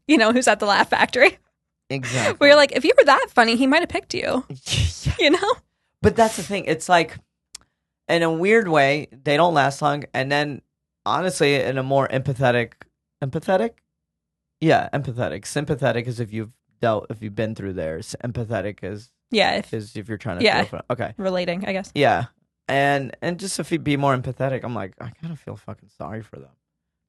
[SPEAKER 2] you know, who's at the Laugh Factory.
[SPEAKER 1] exactly
[SPEAKER 2] Where you're like, if you were that funny, he might have picked you. You know?
[SPEAKER 1] but that's the thing it's like in a weird way they don't last long and then honestly in a more empathetic empathetic yeah empathetic sympathetic is if you've dealt if you've been through there S- empathetic is
[SPEAKER 2] Yeah, if
[SPEAKER 1] is if you're trying to
[SPEAKER 2] Yeah.
[SPEAKER 1] feel for- okay
[SPEAKER 2] relating, I guess.
[SPEAKER 1] yeah and and just if you be more empathetic i'm like i kind of feel fucking sorry for them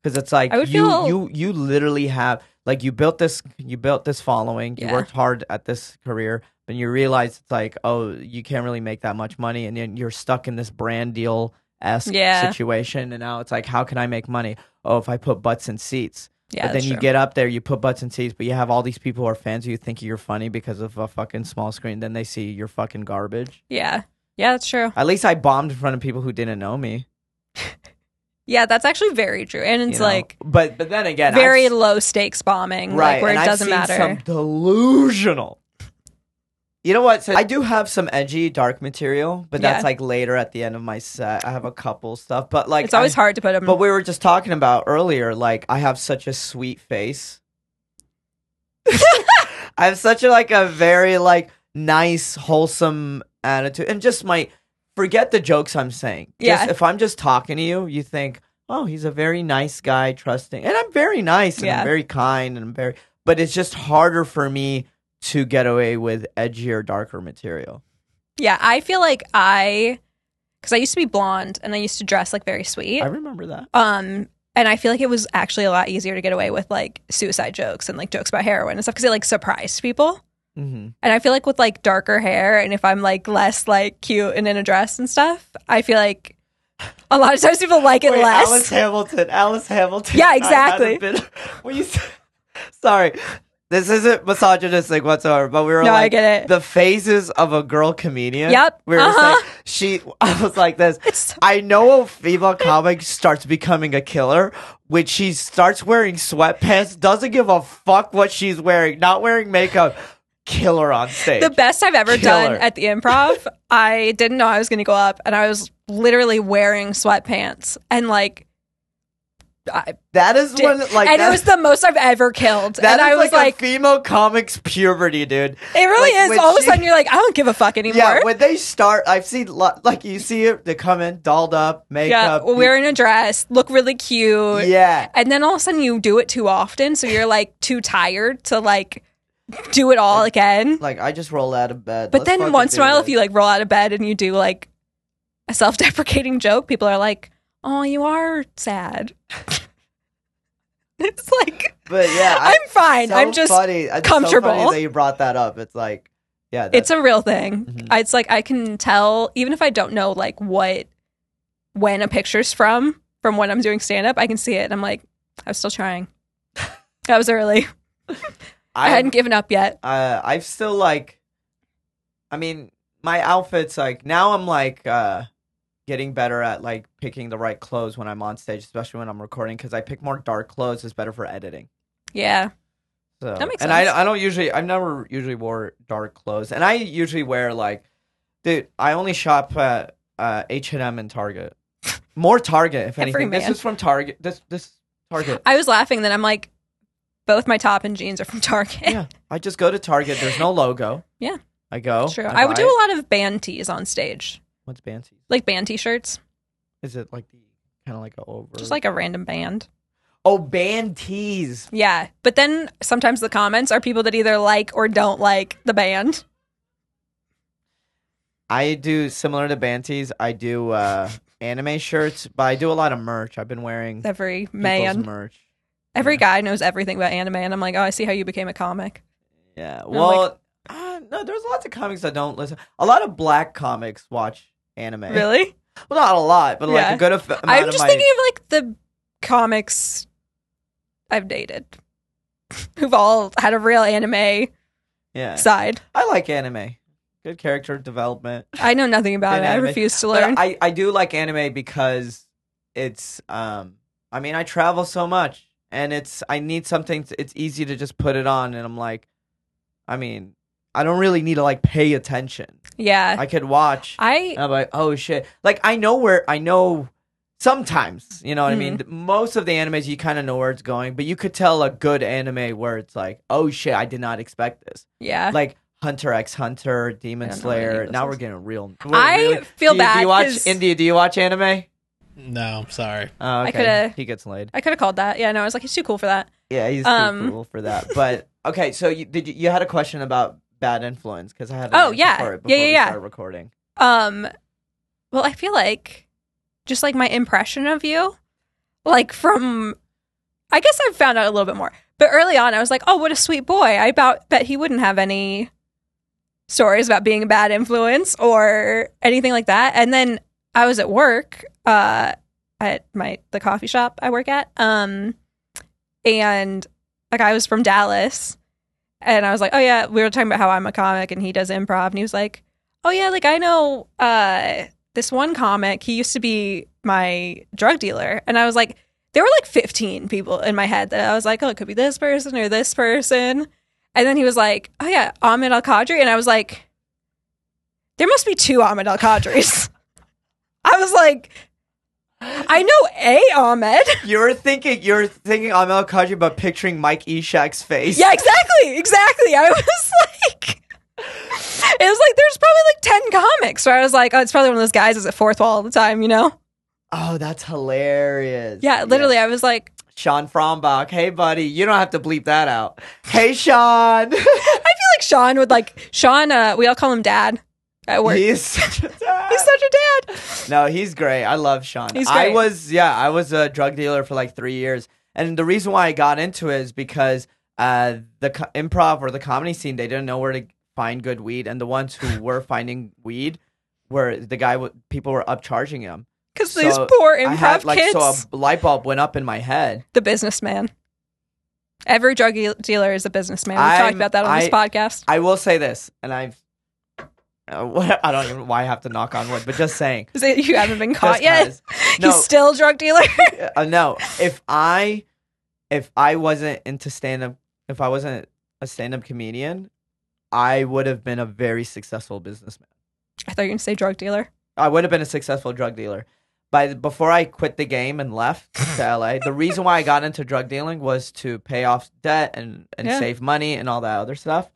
[SPEAKER 1] because it's like
[SPEAKER 2] I would
[SPEAKER 1] you
[SPEAKER 2] feel-
[SPEAKER 1] you you literally have like you built this you built this following
[SPEAKER 2] Yeah.
[SPEAKER 1] you worked hard at this career but you realize it's like oh you can't really make that much money and then you're stuck in this brand deal esque
[SPEAKER 2] Yeah.
[SPEAKER 1] situation and now it's like how can i make money oh if i put butts in seats
[SPEAKER 2] Yeah,
[SPEAKER 1] but then
[SPEAKER 2] that's
[SPEAKER 1] you
[SPEAKER 2] true.
[SPEAKER 1] get up there, you put butts in seats, but you have all these people who are fans who you think you're funny because of a fucking small screen. Then they see you're fucking garbage.
[SPEAKER 2] yeah. Yeah, that's true.
[SPEAKER 1] At least I bombed in front of people who didn't know me.
[SPEAKER 2] Yeah, that's actually very true. And
[SPEAKER 1] you
[SPEAKER 2] it's
[SPEAKER 1] know?
[SPEAKER 2] like
[SPEAKER 1] but but then again, I've
[SPEAKER 2] very
[SPEAKER 1] s-
[SPEAKER 2] low stakes bombing,
[SPEAKER 1] right
[SPEAKER 2] like where
[SPEAKER 1] and
[SPEAKER 2] it
[SPEAKER 1] I've
[SPEAKER 2] doesn't
[SPEAKER 1] seen
[SPEAKER 2] matter.
[SPEAKER 1] Some delusional. You know what? So I do have some edgy, dark material, but that's
[SPEAKER 2] Yeah.
[SPEAKER 1] like later at the end of my set. I have a couple stuff, but like
[SPEAKER 2] it's always
[SPEAKER 1] I-
[SPEAKER 2] hard to put them.
[SPEAKER 1] But we were just talking about earlier, like I have such a sweet face. I have such a like a very like nice, wholesome attitude, and just my forget the jokes I'm saying. Just-
[SPEAKER 2] Yeah.
[SPEAKER 1] if I'm just talking to you, you think, oh, he's a very nice guy, trusting, and I'm very nice and
[SPEAKER 2] Yeah.
[SPEAKER 1] I'm very kind and I'm very. But it's just harder for me to get away with edgier, darker material.
[SPEAKER 2] yeah, I feel like I, because I used to be blonde and I used to dress like very sweet.
[SPEAKER 1] I remember that.
[SPEAKER 2] Um, and I feel like it was actually a lot easier to get away with like suicide jokes and like jokes about heroin and stuff because it like surprised people.
[SPEAKER 1] hmm
[SPEAKER 2] And I feel like with like darker hair and if I'm like less like cute and in a dress and stuff, I feel like a lot of times people like it
[SPEAKER 1] Wait,
[SPEAKER 2] less.
[SPEAKER 1] Alice Hamilton. Alice Hamilton.
[SPEAKER 2] Yeah,
[SPEAKER 1] I had a
[SPEAKER 2] exactly.
[SPEAKER 1] bit- when you s- sorry, this isn't misogynistic whatsoever, but we were
[SPEAKER 2] No, I
[SPEAKER 1] like
[SPEAKER 2] get it.
[SPEAKER 1] the phases of a girl comedian.
[SPEAKER 2] Yep,
[SPEAKER 1] We were just
[SPEAKER 2] uh-huh.
[SPEAKER 1] like she. I was like this.
[SPEAKER 2] It's-
[SPEAKER 1] I know a female comic starts becoming a killer when she starts wearing sweatpants. Doesn't give a fuck what she's wearing. Not wearing makeup. Killer on stage.
[SPEAKER 2] the best I've ever done
[SPEAKER 1] Killer.
[SPEAKER 2] at the improv, I didn't know I was going to go up and I was literally wearing sweatpants and like, I,
[SPEAKER 1] that is
[SPEAKER 2] did-
[SPEAKER 1] when like
[SPEAKER 2] and
[SPEAKER 1] that-
[SPEAKER 2] it was the most I've ever killed.
[SPEAKER 1] that
[SPEAKER 2] And
[SPEAKER 1] is
[SPEAKER 2] I was
[SPEAKER 1] like,
[SPEAKER 2] like,
[SPEAKER 1] a female comics puberty, dude.
[SPEAKER 2] it really
[SPEAKER 1] like,
[SPEAKER 2] is.
[SPEAKER 1] when
[SPEAKER 2] All of a
[SPEAKER 1] she-
[SPEAKER 2] sudden, you're like, I don't give a fuck anymore.
[SPEAKER 1] Yeah, when they start, I've seen lo- like you see it. They come in dolled up,
[SPEAKER 2] yeah,
[SPEAKER 1] makeup.
[SPEAKER 2] wearing a dress, look really cute.
[SPEAKER 1] yeah,
[SPEAKER 2] And then all of a sudden you do it too often, so you're like too tired to like do it all again.
[SPEAKER 1] like I just roll out of bed.
[SPEAKER 2] But
[SPEAKER 1] Let's
[SPEAKER 2] then
[SPEAKER 1] fucking
[SPEAKER 2] once in
[SPEAKER 1] do
[SPEAKER 2] a while,
[SPEAKER 1] this.
[SPEAKER 2] if you like roll out of bed and you do like a self deprecating joke, people are like, oh, you are sad. it's like,
[SPEAKER 1] But yeah, I,
[SPEAKER 2] I'm fine.
[SPEAKER 1] so
[SPEAKER 2] I'm just,
[SPEAKER 1] funny. It's So
[SPEAKER 2] comfortable.
[SPEAKER 1] funny that you brought that up. It's like, yeah, that's,
[SPEAKER 2] it's a real thing.
[SPEAKER 1] Mhm.
[SPEAKER 2] I- It's like I can tell, even if I don't know like what, when a picture's from, from when I'm doing stand up, I can see it. And I'm like, I was still trying. That was early. I
[SPEAKER 1] I,
[SPEAKER 2] hadn't given up yet.
[SPEAKER 1] uh, I've still like, I mean, my outfits like now I'm like uh getting better at like picking the right clothes when I'm on stage, especially when I'm recording, because I pick more dark clothes is better for editing.
[SPEAKER 2] Yeah.
[SPEAKER 1] So
[SPEAKER 2] That makes
[SPEAKER 1] and
[SPEAKER 2] sense.
[SPEAKER 1] I I don't usually I've never usually wore dark clothes, and I usually wear like, dude, I only shop at uh H and M and Target. More Target, if
[SPEAKER 2] Every
[SPEAKER 1] anything. This
[SPEAKER 2] man.
[SPEAKER 1] is from Target. This this Target.
[SPEAKER 2] I was laughing that I'm like, both my top and jeans are from Target.
[SPEAKER 1] yeah, I just go to Target. There's no logo.
[SPEAKER 2] Yeah.
[SPEAKER 1] I go.
[SPEAKER 2] True. I would
[SPEAKER 1] buy
[SPEAKER 2] do
[SPEAKER 1] it.
[SPEAKER 2] a lot of band tees on stage,
[SPEAKER 1] What's Bansies?
[SPEAKER 2] like band t shirts,
[SPEAKER 1] Is it like the kind of like a over?
[SPEAKER 2] just like a random band.
[SPEAKER 1] oh, band tees.
[SPEAKER 2] Yeah. But then sometimes the comments are people that either like or don't like the band.
[SPEAKER 1] I do similar to band tees. I do uh anime shirts, but I do a lot of merch. I've been wearing
[SPEAKER 2] Every
[SPEAKER 1] people's
[SPEAKER 2] man,
[SPEAKER 1] merch.
[SPEAKER 2] every guy knows everything about anime. And I'm like, oh, I see how you became a comic.
[SPEAKER 1] Yeah.
[SPEAKER 2] like-
[SPEAKER 1] Well, uh, no, there's lots of comics that don't listen. A lot of black comics watch anime.
[SPEAKER 2] Really?
[SPEAKER 1] Well, not a lot, but like
[SPEAKER 2] Yeah.
[SPEAKER 1] a good af- amount
[SPEAKER 2] I'm
[SPEAKER 1] of
[SPEAKER 2] just
[SPEAKER 1] my-
[SPEAKER 2] thinking of like the comics I've dated who've all had a real anime
[SPEAKER 1] Yeah.
[SPEAKER 2] side.
[SPEAKER 1] I like anime. Good character development.
[SPEAKER 2] I know nothing about
[SPEAKER 1] Good
[SPEAKER 2] it. I
[SPEAKER 1] anime.
[SPEAKER 2] refuse to
[SPEAKER 1] But
[SPEAKER 2] learn.
[SPEAKER 1] I, I do like anime because it's um I mean I travel so much and it's I need something t- it's easy to just put it on and I'm like I mean I don't really need to like pay attention.
[SPEAKER 2] yeah.
[SPEAKER 1] I could watch
[SPEAKER 2] I
[SPEAKER 1] And I'm like, oh shit. Like I know where I know sometimes, you know what I mean?
[SPEAKER 2] Mm-hmm.
[SPEAKER 1] Most of the animes you kind of know where it's going, but you could tell a good anime where it's like, oh shit, I did not expect this.
[SPEAKER 2] yeah.
[SPEAKER 1] Like Hunter x Hunter, Demon
[SPEAKER 2] Uh. I don't know what any
[SPEAKER 1] Slayer.
[SPEAKER 2] of
[SPEAKER 1] Now
[SPEAKER 2] those
[SPEAKER 1] we're
[SPEAKER 2] is.
[SPEAKER 1] getting real.
[SPEAKER 2] I
[SPEAKER 1] we're really-
[SPEAKER 2] feel
[SPEAKER 1] do, you-
[SPEAKER 2] bad
[SPEAKER 1] Do you watch
[SPEAKER 2] 'cause-
[SPEAKER 1] India? Do you watch anime?
[SPEAKER 3] No, I'm sorry.
[SPEAKER 1] Oh, okay.
[SPEAKER 2] coulda-
[SPEAKER 1] he gets laid.
[SPEAKER 2] I could have called that. Yeah, no, I was like, he's too cool for that.
[SPEAKER 1] Yeah, he's
[SPEAKER 2] Um.
[SPEAKER 1] too cool for that. But okay, so you did you, you had a question about bad influence because I had an
[SPEAKER 2] Oh,
[SPEAKER 1] answer
[SPEAKER 2] yeah.
[SPEAKER 1] for it
[SPEAKER 2] Yeah,
[SPEAKER 1] before
[SPEAKER 2] yeah,
[SPEAKER 1] we
[SPEAKER 2] yeah.
[SPEAKER 1] started recording.
[SPEAKER 2] Um, well, I feel like just like my impression of you, like from, I guess I've found out a little bit more. But early on, I was like, oh, what a sweet boy. I about bet he wouldn't have any stories about being a bad influence or anything like that. And then I was at work, uh, at my the coffee shop I work at, um, and a guy was from Dallas, and I was like, oh yeah, we were talking about how I'm a comic and he does improv, and he was like, oh yeah like i know uh this one comic he used to be my drug dealer and i was like there were like 15 people in my head that i was like oh it could be this person or this person and then he was like oh yeah ahmed al-qadri and i was like there must be two ahmed al-qadris i was like i know a ahmed
[SPEAKER 1] You're thinking you're thinking Amel Kaji, but picturing Mike Eshak's face.
[SPEAKER 2] yeah exactly exactly i was like it was like there's probably like 10 comics where i was like oh it's probably one of those guys that's at fourth wall all the time you know
[SPEAKER 1] Oh, that's hilarious.
[SPEAKER 2] Yeah, literally, I was like,
[SPEAKER 1] Sean Frombach. Hey, buddy, you don't have to bleep that out. Hey, Sean.
[SPEAKER 2] I feel like Sean would like Sean. Uh, we all call him Dad at work.
[SPEAKER 1] He's such a dad.
[SPEAKER 2] He's such a dad.
[SPEAKER 1] No, he's great. I love Sean.
[SPEAKER 2] He's
[SPEAKER 1] I
[SPEAKER 2] great.
[SPEAKER 1] was yeah, I was a drug dealer for like three years, and the reason why I got into it is because uh, the co- improv or the comedy scene they didn't know where to find good weed, and the ones who were finding weed were the guy w- people were upcharging him.
[SPEAKER 2] Because
[SPEAKER 1] So
[SPEAKER 2] these poor improv
[SPEAKER 1] I had like
[SPEAKER 2] kids,
[SPEAKER 1] so um, a light bulb went up in my head.
[SPEAKER 2] the businessman. Every drug e- dealer is a businessman. We talked
[SPEAKER 1] I'm-
[SPEAKER 2] about that on this
[SPEAKER 1] I-
[SPEAKER 2] podcast.
[SPEAKER 1] I will say this, and I've uh, what, I don't even why I have to knock on wood, but just saying.
[SPEAKER 2] Is it, you haven't been caught
[SPEAKER 1] Just
[SPEAKER 2] yet.
[SPEAKER 1] 'cause. No,
[SPEAKER 2] He's still a drug dealer.
[SPEAKER 1] uh, no. If I if I wasn't into stand up, if I wasn't a stand up comedian, I would have been a very successful businessman.
[SPEAKER 2] I thought you were gonna say drug dealer.
[SPEAKER 1] I would have been a successful drug dealer. By the, before I quit the game and left to LA, the reason why I got into drug dealing was to pay off debt and and
[SPEAKER 2] Yeah.
[SPEAKER 1] save money and all that other stuff.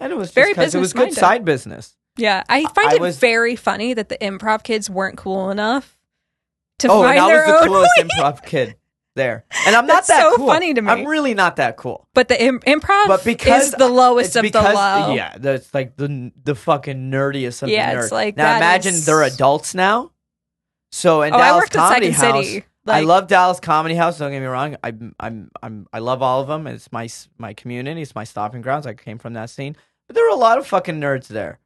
[SPEAKER 1] And it was very
[SPEAKER 2] Very
[SPEAKER 1] because it was good
[SPEAKER 2] business-minded.
[SPEAKER 1] side business.
[SPEAKER 2] Yeah, I find
[SPEAKER 1] I
[SPEAKER 2] it
[SPEAKER 1] was-
[SPEAKER 2] very funny that the improv kids weren't cool enough to
[SPEAKER 1] oh,
[SPEAKER 2] find
[SPEAKER 1] and I
[SPEAKER 2] their
[SPEAKER 1] was the
[SPEAKER 2] own.
[SPEAKER 1] coolest improv kid there. And I'm not
[SPEAKER 2] That's
[SPEAKER 1] that
[SPEAKER 2] so
[SPEAKER 1] cool.
[SPEAKER 2] funny to me.
[SPEAKER 1] I'm really not that cool.
[SPEAKER 2] but the Im- improv
[SPEAKER 1] but because
[SPEAKER 2] is the lowest
[SPEAKER 1] it's
[SPEAKER 2] of the
[SPEAKER 1] because-
[SPEAKER 2] low.
[SPEAKER 1] Yeah, that's like the the fucking nerdiest of
[SPEAKER 2] Yeah,
[SPEAKER 1] the nerds.
[SPEAKER 2] it's like
[SPEAKER 1] now
[SPEAKER 2] that
[SPEAKER 1] imagine
[SPEAKER 2] is-
[SPEAKER 1] they're adults now. So and
[SPEAKER 2] Oh, I
[SPEAKER 1] Dallas
[SPEAKER 2] worked at
[SPEAKER 1] Comedy
[SPEAKER 2] Second
[SPEAKER 1] House.
[SPEAKER 2] City,
[SPEAKER 1] I
[SPEAKER 2] like-
[SPEAKER 1] love Dallas Comedy House. Don't get me wrong. I I'm I'm I love all of them. It's my s- my community. It's my stopping grounds. I came from that scene, but there were a lot of fucking nerds there,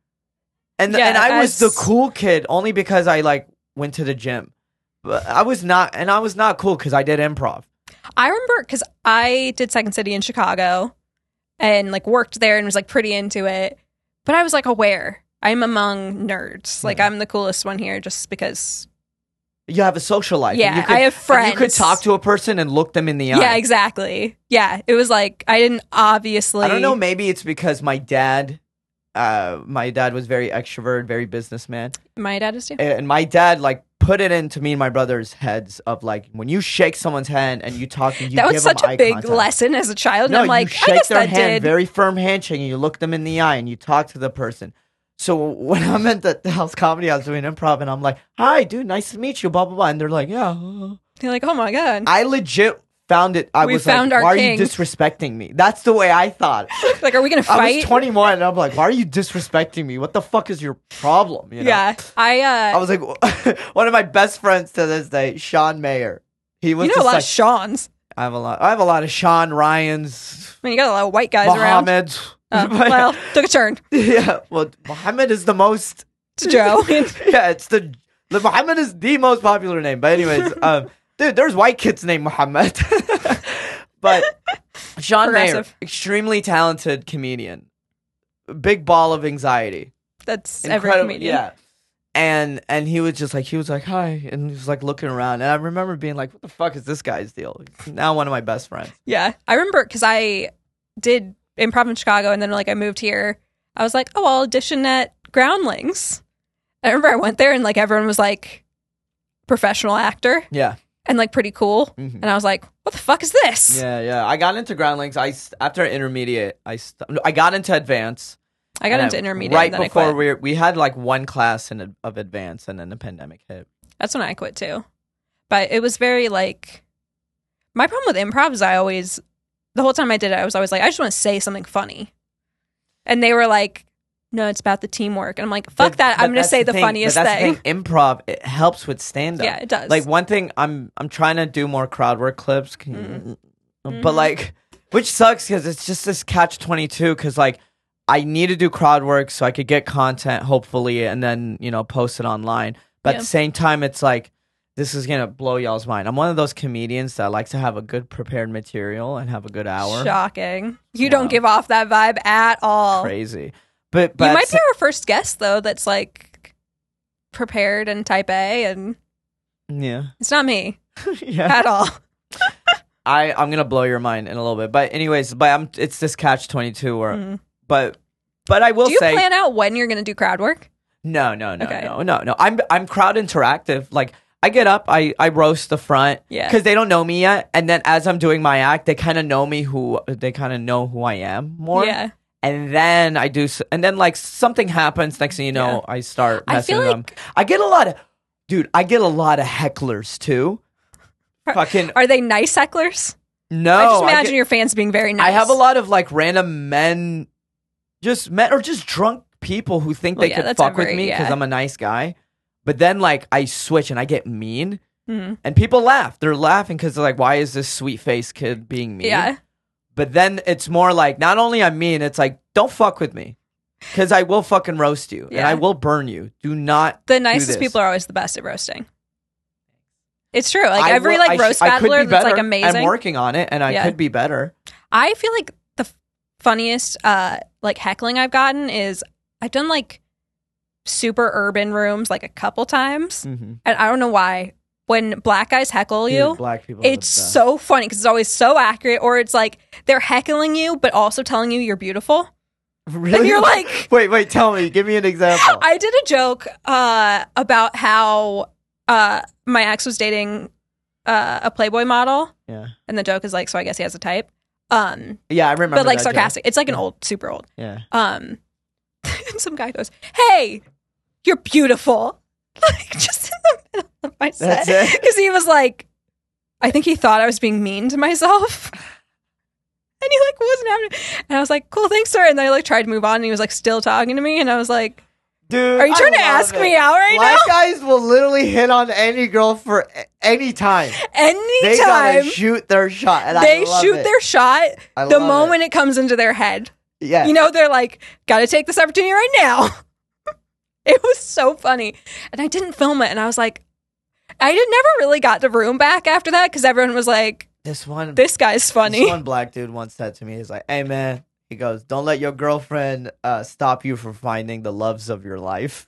[SPEAKER 1] and
[SPEAKER 2] Yeah,
[SPEAKER 1] and I was the
[SPEAKER 2] as-
[SPEAKER 1] cool kid only because I like went to the gym, but I was not and I was not cool because I did improv.
[SPEAKER 2] I remember because I did Second City in Chicago and like worked there and was like pretty into it. But I was like aware. I'm among nerds. Like
[SPEAKER 1] Yeah.
[SPEAKER 2] I'm the coolest one here just because.
[SPEAKER 1] You have a social life. and
[SPEAKER 2] Yeah,
[SPEAKER 1] you could,
[SPEAKER 2] I have
[SPEAKER 1] and You could
[SPEAKER 2] friends.
[SPEAKER 1] talk to a person and look them in the
[SPEAKER 2] Yeah.
[SPEAKER 1] eye.
[SPEAKER 2] exactly. Yeah. It was like I didn't obviously.
[SPEAKER 1] I don't know. Maybe it's because my dad, uh, my dad was very extrovert, very businessman.
[SPEAKER 2] My dad is too.
[SPEAKER 1] and my dad like put it into me and my brother's heads of like when you shake someone's hand and you talk, you
[SPEAKER 2] that
[SPEAKER 1] give
[SPEAKER 2] was such
[SPEAKER 1] them
[SPEAKER 2] a
[SPEAKER 1] eye
[SPEAKER 2] big
[SPEAKER 1] contact.
[SPEAKER 2] lesson as a child.
[SPEAKER 1] No,
[SPEAKER 2] and I'm like,
[SPEAKER 1] you
[SPEAKER 2] I
[SPEAKER 1] shake
[SPEAKER 2] guess
[SPEAKER 1] their
[SPEAKER 2] that
[SPEAKER 1] hand,
[SPEAKER 2] did.
[SPEAKER 1] very firm handshake, and you look them in the eye and you talk to the person. So when I'm at the the house comedy, I was doing improv, and I'm like, "Hi, dude, nice to meet you." Blah blah blah, and they're like, "Yeah."
[SPEAKER 2] You're like, oh my god,
[SPEAKER 1] I legit found it. I
[SPEAKER 2] We
[SPEAKER 1] was
[SPEAKER 2] found
[SPEAKER 1] like,
[SPEAKER 2] our
[SPEAKER 1] "Why
[SPEAKER 2] king."
[SPEAKER 1] are you disrespecting me?" That's the way I thought.
[SPEAKER 2] like, are we gonna
[SPEAKER 1] I
[SPEAKER 2] fight?
[SPEAKER 1] was 21, and I'm like, "Why are you disrespecting me? What the fuck is your problem?" You know?
[SPEAKER 2] Yeah, I.
[SPEAKER 1] I
[SPEAKER 2] uh
[SPEAKER 1] was like, one of my best friends to this day, Sean Mayer. He was
[SPEAKER 2] You know a
[SPEAKER 1] just
[SPEAKER 2] lot
[SPEAKER 1] like,
[SPEAKER 2] of Sean's.
[SPEAKER 1] I have a lot. I have a lot of Sean Ryan's,
[SPEAKER 2] I mean, you got a lot of white guys around.
[SPEAKER 1] Mohammed.
[SPEAKER 2] Uh, well, took a turn
[SPEAKER 1] yeah. Well, Mohammed is the most.
[SPEAKER 2] to Joe.
[SPEAKER 1] yeah, it's the, the Mohammed is the most popular name. But anyways, um, dude, there's white kids named Mohammed. but Sean Mayer,
[SPEAKER 2] Progressive.
[SPEAKER 1] extremely talented comedian, big ball of anxiety.
[SPEAKER 2] That's every
[SPEAKER 1] Incredible-
[SPEAKER 2] comedian.
[SPEAKER 1] Yeah. And and he was just like he was like hi and he was like looking around and I remember being like what the fuck is this guy's deal? He's now one of my best friends.
[SPEAKER 2] Yeah. I remember because I did improv in Chicago and then like I moved here. I was like, oh, I'll audition at Groundlings. I remember I went there and like everyone was like professional actor
[SPEAKER 1] Yeah.
[SPEAKER 2] and like pretty cool.
[SPEAKER 1] Mhm.
[SPEAKER 2] And I was like, what the fuck is this?
[SPEAKER 1] Yeah, yeah. I got into Groundlings. I st- after intermediate, I st- no, I got into advanced.
[SPEAKER 2] I got
[SPEAKER 1] and
[SPEAKER 2] into intermediate
[SPEAKER 1] right
[SPEAKER 2] and then
[SPEAKER 1] before
[SPEAKER 2] I quit.
[SPEAKER 1] we we had like one class in ad- of advanced and then the pandemic hit.
[SPEAKER 2] That's when I quit too. But it was very like my problem with improv is I always the whole time I did it, I was always like, I just want to say something funny. And they were like, No, it's about the teamwork. And I'm like, fuck
[SPEAKER 1] But-
[SPEAKER 2] that.
[SPEAKER 1] but
[SPEAKER 2] I'm gonna
[SPEAKER 1] that's
[SPEAKER 2] say the,
[SPEAKER 1] thing- but
[SPEAKER 2] funniest
[SPEAKER 1] that's the
[SPEAKER 2] thing.
[SPEAKER 1] Improv it helps with stand up.
[SPEAKER 2] Yeah, it does.
[SPEAKER 1] Like one thing I'm I'm trying to do more crowd work clips,
[SPEAKER 2] Mm-hmm.
[SPEAKER 1] can, but like which sucks because it's just this catch twenty two. Because like I need to do crowd work so I could get content hopefully, and then you know post it online. But
[SPEAKER 2] Yeah.
[SPEAKER 1] at the same time, it's like this is gonna blow y'all's mind. I'm one of those comedians that likes to have a good prepared material and have a good hour.
[SPEAKER 2] Shocking. You
[SPEAKER 1] Yeah.
[SPEAKER 2] don't give off that vibe at all.
[SPEAKER 1] Crazy, but but
[SPEAKER 2] You might
[SPEAKER 1] s-
[SPEAKER 2] be our first guest though that's like prepared and type A and
[SPEAKER 1] yeah
[SPEAKER 2] it's not me
[SPEAKER 1] yeah.
[SPEAKER 2] at all.
[SPEAKER 1] I I'm gonna blow your mind in a little bit, but anyways, but I'm it's this catch twenty two where,
[SPEAKER 2] Mm.
[SPEAKER 1] but but I will
[SPEAKER 2] Do you
[SPEAKER 1] say
[SPEAKER 2] plan out when you're gonna do crowd work?
[SPEAKER 1] no no no
[SPEAKER 2] Okay.
[SPEAKER 1] no no no I'm I'm crowd interactive like I get up I I roast the front
[SPEAKER 2] Yeah.
[SPEAKER 1] because they don't know me yet and then as I'm doing my act they kind of know me who they kind of know who I am more
[SPEAKER 2] yeah.
[SPEAKER 1] and then I do s- and then like something happens next thing you know I start
[SPEAKER 2] I
[SPEAKER 1] messing
[SPEAKER 2] feel
[SPEAKER 1] with them I get a lot of dude I get a lot of hecklers too fucking
[SPEAKER 2] Are they nice hecklers?
[SPEAKER 1] no
[SPEAKER 2] I just
[SPEAKER 1] I get-
[SPEAKER 2] imagine your fans being very nice.
[SPEAKER 1] I have a lot of like random men, just men or just drunk people who think
[SPEAKER 2] Well,
[SPEAKER 1] they
[SPEAKER 2] yeah,
[SPEAKER 1] could
[SPEAKER 2] that's
[SPEAKER 1] fuck
[SPEAKER 2] every-
[SPEAKER 1] with me because
[SPEAKER 2] yeah.
[SPEAKER 1] I'm a nice guy. But then like I switch and I get mean,
[SPEAKER 2] Mhm.
[SPEAKER 1] and people laugh. They're laughing because they're like, "Why is this sweet faced kid being mean?"
[SPEAKER 2] Yeah.
[SPEAKER 1] But then it's more like not only I'm mean, it's like don't fuck with me because I will fucking roast you and
[SPEAKER 2] Yeah.
[SPEAKER 1] I will burn you. Do not.
[SPEAKER 2] The nicest
[SPEAKER 1] this.
[SPEAKER 2] people are always the best at roasting. It's true. Like
[SPEAKER 1] I
[SPEAKER 2] every
[SPEAKER 1] will- I
[SPEAKER 2] like
[SPEAKER 1] sh-
[SPEAKER 2] roast
[SPEAKER 1] I could be
[SPEAKER 2] battler that's like
[SPEAKER 1] better.
[SPEAKER 2] amazing.
[SPEAKER 1] I'm working on it, and I
[SPEAKER 2] Yeah.
[SPEAKER 1] could be better.
[SPEAKER 2] I feel like the f- funniest uh like heckling I've gotten is I've done like super urban rooms like a couple times
[SPEAKER 1] Mm-hmm.
[SPEAKER 2] and I don't know why when black guys heckle you
[SPEAKER 1] black people. are the
[SPEAKER 2] it's
[SPEAKER 1] best.
[SPEAKER 2] so funny cuz it's always so accurate or it's like they're heckling you but also telling you you're beautiful.
[SPEAKER 1] Really?
[SPEAKER 2] and you're like-
[SPEAKER 1] wait, wait, tell me, give me an example.
[SPEAKER 2] I did a joke uh, about how uh, my ex was dating uh, a Playboy model,
[SPEAKER 1] yeah.
[SPEAKER 2] and the joke is like, so I guess he has a type. Um,
[SPEAKER 1] Yeah, I remember.
[SPEAKER 2] but like
[SPEAKER 1] that joke.
[SPEAKER 2] sarcastic. It's like an
[SPEAKER 1] Yeah.
[SPEAKER 2] old, super old.
[SPEAKER 1] Yeah.
[SPEAKER 2] Um, and some guy goes, "Hey, you're beautiful," like just in the middle of my set,
[SPEAKER 1] That's it?
[SPEAKER 2] because he was like, I think he thought I was being mean to myself. And he like wasn't having, it. and I was like, "Cool, thanks, sir." And then I like tried to move on, and he was like still talking to me, and I was like,
[SPEAKER 1] Dude,
[SPEAKER 2] Are you
[SPEAKER 1] I
[SPEAKER 2] trying to
[SPEAKER 1] love
[SPEAKER 2] ask
[SPEAKER 1] it.
[SPEAKER 2] me out right
[SPEAKER 1] Black
[SPEAKER 2] now?
[SPEAKER 1] guys will literally hit on any girl for a- any time. They gotta
[SPEAKER 2] Anytime
[SPEAKER 1] shoot their shot. And
[SPEAKER 2] they
[SPEAKER 1] I love
[SPEAKER 2] shoot
[SPEAKER 1] it.
[SPEAKER 2] their shot,
[SPEAKER 1] I
[SPEAKER 2] the
[SPEAKER 1] love
[SPEAKER 2] moment it. comes into their head,
[SPEAKER 1] yeah.
[SPEAKER 2] you know, they're like, gotta take this opportunity right now. it was so funny. And I didn't film it. And I was like, I did never really got the room back after that because everyone was like,
[SPEAKER 1] this one.
[SPEAKER 2] this guy's funny.
[SPEAKER 1] This one black dude once said to me, he's like, hey man, he goes, don't let your girlfriend uh, stop you from finding the loves of your life.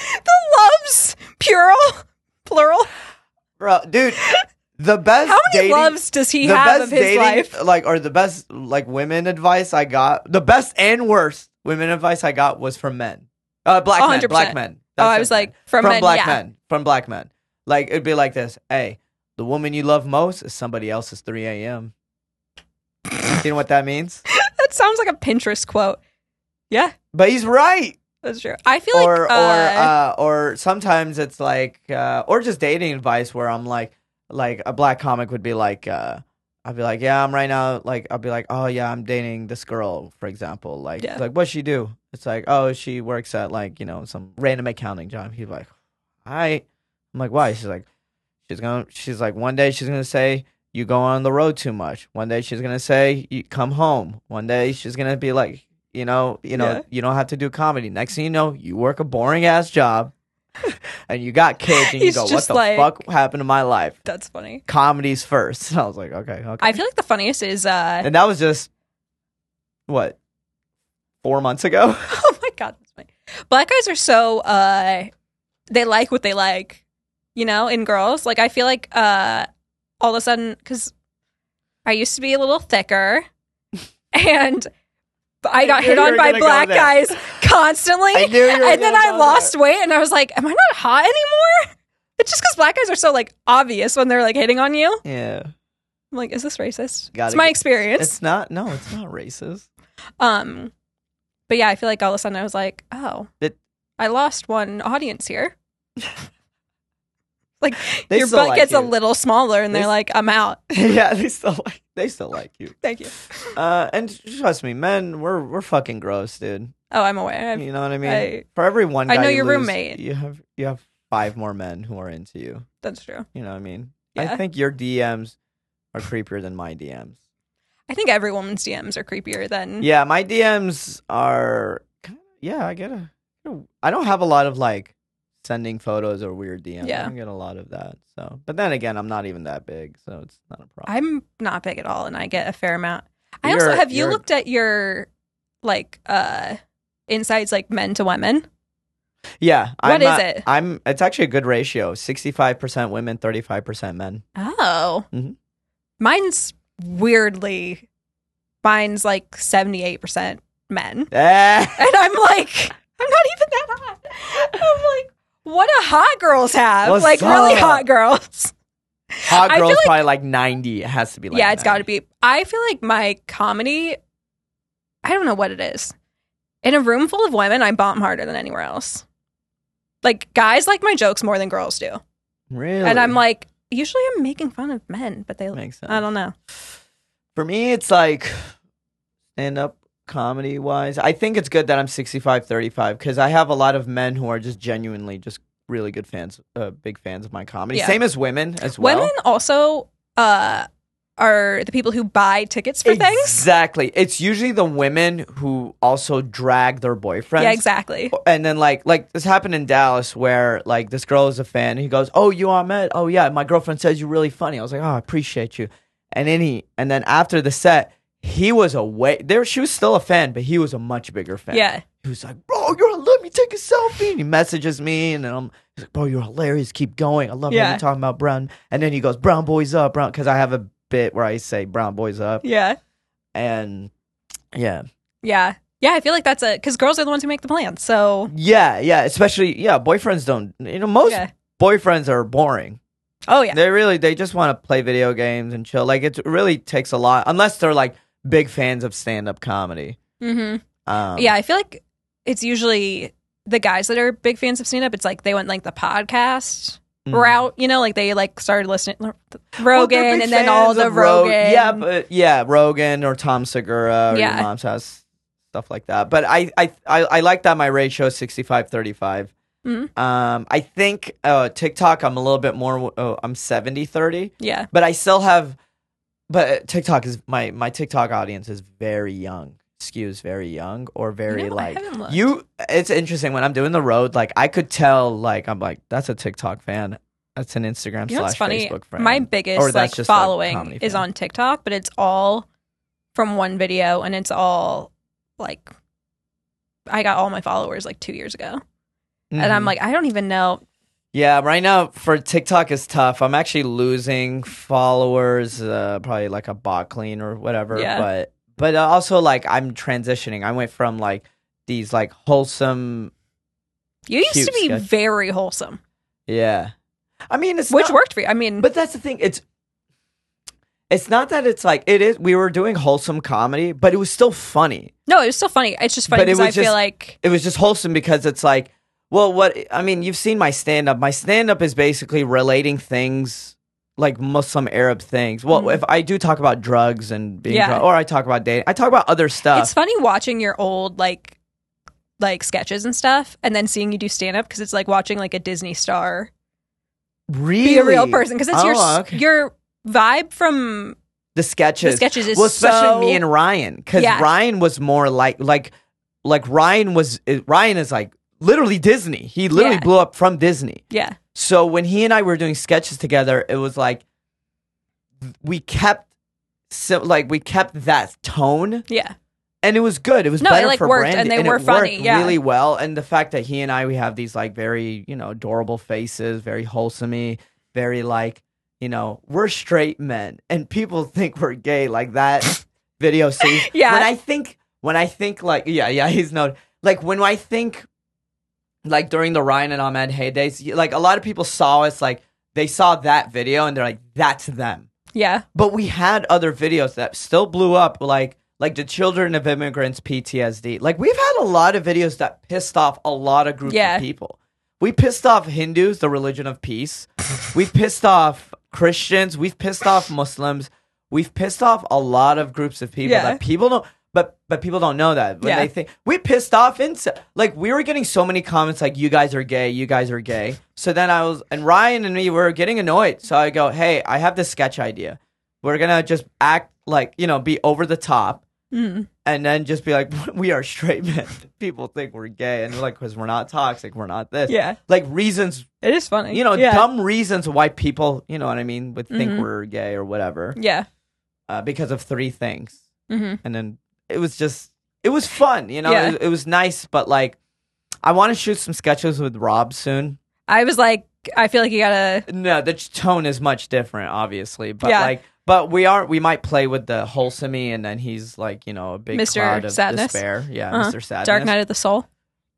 [SPEAKER 2] the loves, plural, plural.
[SPEAKER 1] Bro, dude, the best
[SPEAKER 2] How many
[SPEAKER 1] dating,
[SPEAKER 2] loves does he
[SPEAKER 1] the
[SPEAKER 2] have
[SPEAKER 1] best
[SPEAKER 2] of his
[SPEAKER 1] dating, Oh,
[SPEAKER 2] life?
[SPEAKER 1] like, or the best like women advice I got, the best and worst women advice I got was from men, uh, black men,
[SPEAKER 2] 100%.
[SPEAKER 1] black men.
[SPEAKER 2] Oh,
[SPEAKER 1] That's
[SPEAKER 2] I
[SPEAKER 1] it,
[SPEAKER 2] was
[SPEAKER 1] man.
[SPEAKER 2] like, from, men,
[SPEAKER 1] black
[SPEAKER 2] yeah.
[SPEAKER 1] men, from black men. Like it'd be like this: Hey, the woman you love most is somebody else's 3 a.m. you know what that means?
[SPEAKER 2] That sounds like a Pinterest quote. Yeah,
[SPEAKER 1] But he's right.
[SPEAKER 2] that's true. I feel like,
[SPEAKER 1] or
[SPEAKER 2] uh,
[SPEAKER 1] or uh, or sometimes it's like uh, or just dating advice where I'm like like a black comic would be like uh, I'd be like yeah I'm right now like I'll be like oh yeah I'm dating this girl for example like
[SPEAKER 2] Yeah.
[SPEAKER 1] it's like what's she do it's like oh she works at like you know some random accounting job he's like I I'm like why she's like she's gonna she's like one day she's gonna say you go on the road too much one day she's gonna say you come home one day she's gonna be like you know you know
[SPEAKER 2] Yeah.
[SPEAKER 1] you don't have to do comedy next thing you know you work a boring ass job and you got kids and you
[SPEAKER 2] He's
[SPEAKER 1] go what
[SPEAKER 2] just
[SPEAKER 1] the
[SPEAKER 2] like-
[SPEAKER 1] fuck happened to my life
[SPEAKER 2] that's funny.
[SPEAKER 1] comedy's first and i was like okay okay
[SPEAKER 2] I feel like the funniest is uh
[SPEAKER 1] and that was just what four months ago
[SPEAKER 2] oh my god, that's funny. Black guys are so uh they like what they like, you know, in girls. Like I feel like uh all of a sudden cuz I used to be a little thicker and I got
[SPEAKER 1] knew
[SPEAKER 2] hit
[SPEAKER 1] you
[SPEAKER 2] on
[SPEAKER 1] were
[SPEAKER 2] by
[SPEAKER 1] gonna go
[SPEAKER 2] black
[SPEAKER 1] there.
[SPEAKER 2] guys constantly.
[SPEAKER 1] I knew you were
[SPEAKER 2] and then
[SPEAKER 1] gonna
[SPEAKER 2] I
[SPEAKER 1] go
[SPEAKER 2] lost
[SPEAKER 1] there.
[SPEAKER 2] weight and I was like, am I not hot anymore? It's just cuz black guys are so like obvious when they're like hitting on you.
[SPEAKER 1] yeah
[SPEAKER 2] I'm like, is this racist?
[SPEAKER 1] Gotta
[SPEAKER 2] it's my
[SPEAKER 1] get-
[SPEAKER 2] experience.
[SPEAKER 1] it's not no it's not racist
[SPEAKER 2] Um, but yeah, I feel like all of a sudden I was like, oh,
[SPEAKER 1] That-
[SPEAKER 2] I lost one audience here. like
[SPEAKER 1] They
[SPEAKER 2] your
[SPEAKER 1] still
[SPEAKER 2] butt
[SPEAKER 1] like
[SPEAKER 2] gets a
[SPEAKER 1] you.
[SPEAKER 2] little smaller, and
[SPEAKER 1] They
[SPEAKER 2] they're
[SPEAKER 1] s-
[SPEAKER 2] like, I'm out.
[SPEAKER 1] yeah they still like they still like you
[SPEAKER 2] Thank you.
[SPEAKER 1] uh and trust me men we're we're fucking gross dude
[SPEAKER 2] Oh, I'm aware. I've,
[SPEAKER 1] you know what i mean
[SPEAKER 2] I-
[SPEAKER 1] for every one
[SPEAKER 2] I
[SPEAKER 1] guy
[SPEAKER 2] know
[SPEAKER 1] you
[SPEAKER 2] your
[SPEAKER 1] lose,
[SPEAKER 2] roommate.
[SPEAKER 1] you have you have five more men who are into you
[SPEAKER 2] that's true.
[SPEAKER 1] You know what I mean?
[SPEAKER 2] Yeah.
[SPEAKER 1] I think your DMs are creepier than my DMs.
[SPEAKER 2] I think every woman's DMs are creepier than.
[SPEAKER 1] Yeah, my DMs are kind of, yeah, I get a I don't have a lot of like sending photos or weird DMs. I
[SPEAKER 2] Yeah.
[SPEAKER 1] don't get a lot of that. So, but then again, I'm not even that big, so it's not a problem.
[SPEAKER 2] I'm not big at all, and I get a fair amount. I
[SPEAKER 1] You're-
[SPEAKER 2] also have you
[SPEAKER 1] you're-
[SPEAKER 2] looked at your like uh insights like men to women?
[SPEAKER 1] yeah,
[SPEAKER 2] What
[SPEAKER 1] I'm
[SPEAKER 2] is
[SPEAKER 1] not-
[SPEAKER 2] it?
[SPEAKER 1] I'm it's actually a good ratio. 65% women, 35% men.
[SPEAKER 2] Oh,
[SPEAKER 1] Mhm.
[SPEAKER 2] mine's weirdly, mine's like seventy eight percent men.
[SPEAKER 1] Eh.
[SPEAKER 2] And I'm like, I'm not even that hot. I'm like, what do hot girls have?
[SPEAKER 1] What's
[SPEAKER 2] like really
[SPEAKER 1] up?
[SPEAKER 2] hot girls.
[SPEAKER 1] Hot
[SPEAKER 2] I feel
[SPEAKER 1] girls
[SPEAKER 2] like-
[SPEAKER 1] probably like 90. It has to be like
[SPEAKER 2] yeah, it's got to
[SPEAKER 1] 90.
[SPEAKER 2] be. I feel like my comedy, I don't know what it is. In a room full of women, I bomb harder than anywhere else. Like guys like my jokes more than girls do.
[SPEAKER 1] Really?
[SPEAKER 2] And I'm like, usually I'm making fun of men, but they
[SPEAKER 1] makes sense.
[SPEAKER 2] I don't know.
[SPEAKER 1] For me, it's like stand up comedy wise. I think it's good that I'm 65 35 because I have a lot of men who are just genuinely just really good fans, uh, big fans of my comedy.
[SPEAKER 2] Yeah.
[SPEAKER 1] Same as women as well.
[SPEAKER 2] Women also uh are the people who buy tickets for things.
[SPEAKER 1] Exactly. It's usually the women who also drag their boyfriends.
[SPEAKER 2] Yeah, exactly.
[SPEAKER 1] And then like like this happened in Dallas where like this girl is a fan and he goes, "Oh, you Ahmed? Oh yeah, my girlfriend says you're really funny." I was like, "Oh, I appreciate you." And then he and then after the set, he was a way there. She was still a fan, but he was a much bigger fan.
[SPEAKER 2] Yeah.
[SPEAKER 1] he was like, "Bro, you're let me take a selfie." And he messages me and I'm he's like, "Bro, you're hilarious. Keep going. I love when
[SPEAKER 2] Yeah.
[SPEAKER 1] you talking about brown." And then he goes, "Brown boys up, brown," because I have a bit where I say "brown boys up,"
[SPEAKER 2] Yeah.
[SPEAKER 1] and yeah,
[SPEAKER 2] Yeah. Yeah, I feel like that's a because girls are the ones who make the plans. So
[SPEAKER 1] Yeah, yeah, especially yeah, boyfriends don't you know most
[SPEAKER 2] Yeah.
[SPEAKER 1] boyfriends are boring.
[SPEAKER 2] oh yeah,
[SPEAKER 1] They really they just want to play video games and chill. Like it really takes a lot unless they're like big fans of stand-up comedy.
[SPEAKER 2] hmm
[SPEAKER 1] Um
[SPEAKER 2] yeah. I feel like it's usually the guys that are big fans of stand up. It's like they went like the podcast
[SPEAKER 1] mm.
[SPEAKER 2] route, you know, like they like started listening
[SPEAKER 1] Well,
[SPEAKER 2] Rogan
[SPEAKER 1] they're big
[SPEAKER 2] and then all
[SPEAKER 1] fans
[SPEAKER 2] the
[SPEAKER 1] of Ro-
[SPEAKER 2] Rogan.
[SPEAKER 1] Yeah, but yeah, Rogan or Tom Segura or
[SPEAKER 2] Yeah.
[SPEAKER 1] your mom's house stuff like that. But I I I, I like that my ratio is 65 35.
[SPEAKER 2] Mhm.
[SPEAKER 1] Um, I think uh, TikTok, I'm a little bit more, oh, I'm 70 30,
[SPEAKER 2] Yeah.
[SPEAKER 1] but I still have, but uh, TikTok is my, my TikTok audience is very young, skews very young or very
[SPEAKER 2] know, I
[SPEAKER 1] like,
[SPEAKER 2] haven't looked.
[SPEAKER 1] you, it's interesting when I'm doing the road, like I could tell, like, I'm like, that's a TikTok fan. That's an Instagram
[SPEAKER 2] You know what's
[SPEAKER 1] slash
[SPEAKER 2] funny?
[SPEAKER 1] Facebook friend.
[SPEAKER 2] My
[SPEAKER 1] Or
[SPEAKER 2] biggest
[SPEAKER 1] that's
[SPEAKER 2] like
[SPEAKER 1] just, like,
[SPEAKER 2] following
[SPEAKER 1] comedy
[SPEAKER 2] is
[SPEAKER 1] fan.
[SPEAKER 2] on TikTok, but it's all from one video and it's all like I got all my followers like two years ago. And
[SPEAKER 1] Mhm.
[SPEAKER 2] I'm like, I don't even know.
[SPEAKER 1] Yeah, right now for TikTok is tough. I'm actually losing followers, uh, probably like a bot clean or whatever.
[SPEAKER 2] Yeah.
[SPEAKER 1] But but uh, also like I'm transitioning. I went from like these like wholesome,
[SPEAKER 2] You used
[SPEAKER 1] Cute
[SPEAKER 2] to be
[SPEAKER 1] sketch.
[SPEAKER 2] very wholesome.
[SPEAKER 1] yeah. I mean, it's
[SPEAKER 2] which
[SPEAKER 1] not-
[SPEAKER 2] worked for you. I mean
[SPEAKER 1] But that's the thing. It's it's not that it's like it is. We were doing wholesome comedy, but it was still funny.
[SPEAKER 2] no, it was still funny. It's just funny
[SPEAKER 1] But it
[SPEAKER 2] because I
[SPEAKER 1] was
[SPEAKER 2] feel
[SPEAKER 1] just-
[SPEAKER 2] like
[SPEAKER 1] it was just wholesome because it's like, well, what I mean, you've seen my stand up. My stand up is basically relating things like Muslim Arab things. Well,
[SPEAKER 2] Mhm.
[SPEAKER 1] if I do talk about drugs and being,
[SPEAKER 2] Yeah.
[SPEAKER 1] drunk, or I talk about dating, I talk about other stuff.
[SPEAKER 2] it's funny watching your old like like sketches and stuff and then seeing you do stand up because it's like watching like a Disney star
[SPEAKER 1] really,
[SPEAKER 2] be a real person because it's your
[SPEAKER 1] Oh,
[SPEAKER 2] s-
[SPEAKER 1] okay.
[SPEAKER 2] your vibe from
[SPEAKER 1] the sketches.
[SPEAKER 2] The sketches is
[SPEAKER 1] well, especially
[SPEAKER 2] so-
[SPEAKER 1] me and Ryan because
[SPEAKER 2] Yeah.
[SPEAKER 1] Ryan was more like like like Ryan was Ryan is like literally Disney. He literally
[SPEAKER 2] Yeah.
[SPEAKER 1] blew up from Disney.
[SPEAKER 2] yeah
[SPEAKER 1] So when he and I were doing sketches together, it was like we kept so like we kept that tone
[SPEAKER 2] yeah
[SPEAKER 1] and it was good. It was
[SPEAKER 2] No, it,
[SPEAKER 1] better
[SPEAKER 2] like,
[SPEAKER 1] for
[SPEAKER 2] worked,
[SPEAKER 1] branding
[SPEAKER 2] and they
[SPEAKER 1] it
[SPEAKER 2] were funny,
[SPEAKER 1] worked
[SPEAKER 2] yeah.
[SPEAKER 1] really well. And the fact that he and I we have these like very, you know, adorable faces, very wholesomey, very like, you know, we're straight men and people think we're gay like that video scene.
[SPEAKER 2] Yeah.
[SPEAKER 1] When I think when I think like yeah, yeah, he's known. Like when I think like during the Ryan and Ahmed heydays, like a lot of people saw us like they saw that video and they're like, that's them.
[SPEAKER 2] yeah
[SPEAKER 1] But we had other videos that still blew up, like like the children of immigrants PTSD. Like we've had a lot of videos that pissed off a lot of groups
[SPEAKER 2] Yeah.
[SPEAKER 1] of people. We pissed off Hindus, the religion of peace. we've pissed off Christians. We've pissed off Muslims. We've pissed off a lot of groups of people
[SPEAKER 2] Yeah.
[SPEAKER 1] that people don't. But but people don't know that when
[SPEAKER 2] Yeah.
[SPEAKER 1] they think we pissed off inse like we were getting so many comments like you guys are gay, you guys are gay. So then I was and Ryan and me were getting annoyed. So I go, hey, I have this sketch idea we're gonna just act like you know be over the top
[SPEAKER 2] Mm.
[SPEAKER 1] and then just be like we are straight men people think we're gay and we're like because we're not toxic we're not this
[SPEAKER 2] yeah
[SPEAKER 1] like reasons
[SPEAKER 2] it is funny
[SPEAKER 1] you know
[SPEAKER 2] yeah.
[SPEAKER 1] dumb reasons why people you know what i mean would think
[SPEAKER 2] Mhm.
[SPEAKER 1] we're gay or whatever
[SPEAKER 2] yeah
[SPEAKER 1] uh, because of three things
[SPEAKER 2] hmm
[SPEAKER 1] and then it was just it was fun you know
[SPEAKER 2] Yeah.
[SPEAKER 1] it, it was nice but like i want to shoot some sketches with rob soon
[SPEAKER 2] I was like I feel like you gotta
[SPEAKER 1] no the t- tone is much different obviously but
[SPEAKER 2] Yeah.
[SPEAKER 1] like but we are we might play with the wholesome and then he's like you know a big
[SPEAKER 2] Mr.
[SPEAKER 1] cloud of
[SPEAKER 2] Sadness.
[SPEAKER 1] despair yeah
[SPEAKER 2] Uh-huh.
[SPEAKER 1] mr sadness
[SPEAKER 2] Dark Knight of the Soul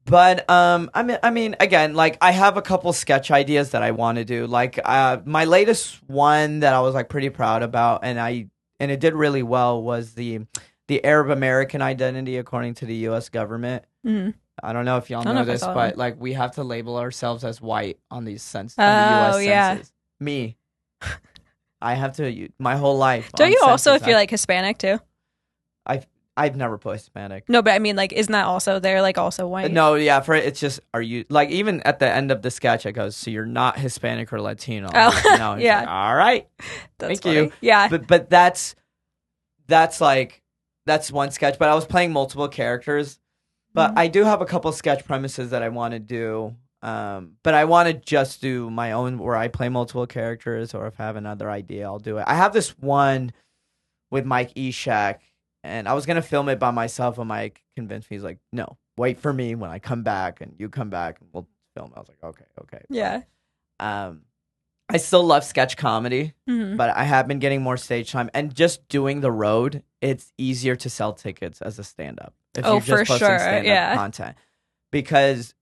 [SPEAKER 1] but um i mean i mean again like i have a couple sketch ideas that i want to do like uh my latest one that i was like pretty proud about and i and it did really well was the the arab american identity according to the us government
[SPEAKER 2] mm.
[SPEAKER 1] I don't know if y'all
[SPEAKER 2] I don't
[SPEAKER 1] know,
[SPEAKER 2] know if I
[SPEAKER 1] this,
[SPEAKER 2] saw
[SPEAKER 1] but
[SPEAKER 2] it.
[SPEAKER 1] like we have to label ourselves as white on these cens- on
[SPEAKER 2] Oh,
[SPEAKER 1] the U.S.
[SPEAKER 2] yeah.
[SPEAKER 1] census. Me, I have to you- my whole life.
[SPEAKER 2] Don't
[SPEAKER 1] on
[SPEAKER 2] you also
[SPEAKER 1] census,
[SPEAKER 2] if you're
[SPEAKER 1] I-
[SPEAKER 2] like Hispanic too
[SPEAKER 1] I've never put Hispanic.
[SPEAKER 2] No but I mean like isn't that also they're like also white
[SPEAKER 1] Uh, No, yeah, for it, it's just are you like even at the end of the sketch it goes, so you're not Hispanic or Latino. I'm
[SPEAKER 2] Oh,
[SPEAKER 1] like, no, He's
[SPEAKER 2] yeah.
[SPEAKER 1] like, all right,
[SPEAKER 2] That's
[SPEAKER 1] thank you.
[SPEAKER 2] funny. Yeah
[SPEAKER 1] but but that's that's like that's one sketch. But I was playing multiple characters, but
[SPEAKER 2] Mhm.
[SPEAKER 1] I do have a couple sketch premises that I want to do. Um, but I want to just do my own where I play multiple characters, or if I have another idea, I'll do it. I have this one with Mike Eshak, and I was gonna film it by myself, and Mike convinced me he's like, "No, wait for me when I come back, and you come back, and we'll film." I was like, "Okay, okay."
[SPEAKER 2] Yeah
[SPEAKER 1] Um, I still love sketch comedy
[SPEAKER 2] hmm
[SPEAKER 1] but I have been getting more stage time and just doing the road. It's easier to sell tickets as a stand up if
[SPEAKER 2] Oh,
[SPEAKER 1] you're just
[SPEAKER 2] for
[SPEAKER 1] posting
[SPEAKER 2] sure,
[SPEAKER 1] stand up
[SPEAKER 2] yeah.
[SPEAKER 1] content because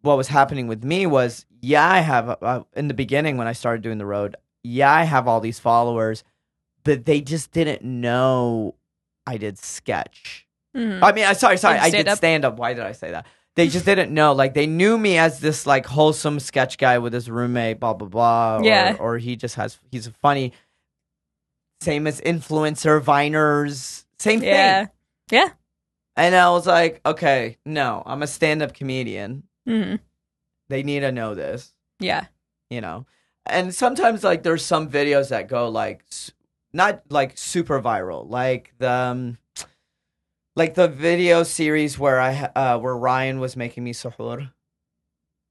[SPEAKER 1] what was happening with me was yeah, I have uh, in the beginning when I started doing the road, yeah, I have all these followers, but they just didn't know I did sketch.
[SPEAKER 2] hmm
[SPEAKER 1] I mean, I sorry, sorry,
[SPEAKER 2] Like
[SPEAKER 1] I did
[SPEAKER 2] stand-up?
[SPEAKER 1] stand up. Why did I say that? They just didn't know. Like they knew me as this like wholesome sketch guy with his roommate, blah blah blah. Or,
[SPEAKER 2] Yeah.
[SPEAKER 1] Or he just has he's funny. Same as influencer, viners, same
[SPEAKER 2] Yeah.
[SPEAKER 1] thing.
[SPEAKER 2] Yeah.
[SPEAKER 1] And I was like, okay, no, I'm a stand up comedian.
[SPEAKER 2] hmm
[SPEAKER 1] They need to know this,
[SPEAKER 2] Yeah.
[SPEAKER 1] you know? And sometimes, like, there's some videos that go, like, s- not like super viral, like the. Um, like the video series where I ha- uh, where Ryan was making me suhoor.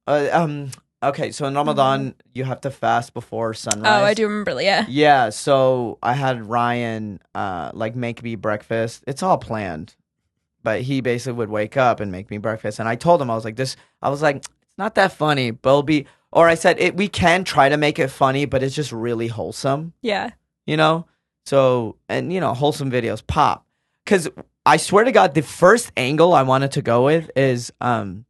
[SPEAKER 1] Uh, um. Okay, so in Ramadan you have to fast before sunrise.
[SPEAKER 2] Mm-hmm. Oh, I do remember. Yeah.
[SPEAKER 1] Yeah, so I had Ryan uh like make me breakfast. It's all planned. But he basically would wake up and make me breakfast and I told him I was like this I was like it's not that funny, but it'll be or I said it we can try to make it funny, but it's just really wholesome,
[SPEAKER 2] Yeah.
[SPEAKER 1] you know? So and you know, wholesome videos pop. Cuz I swear to god the first angle I wanted to go with is um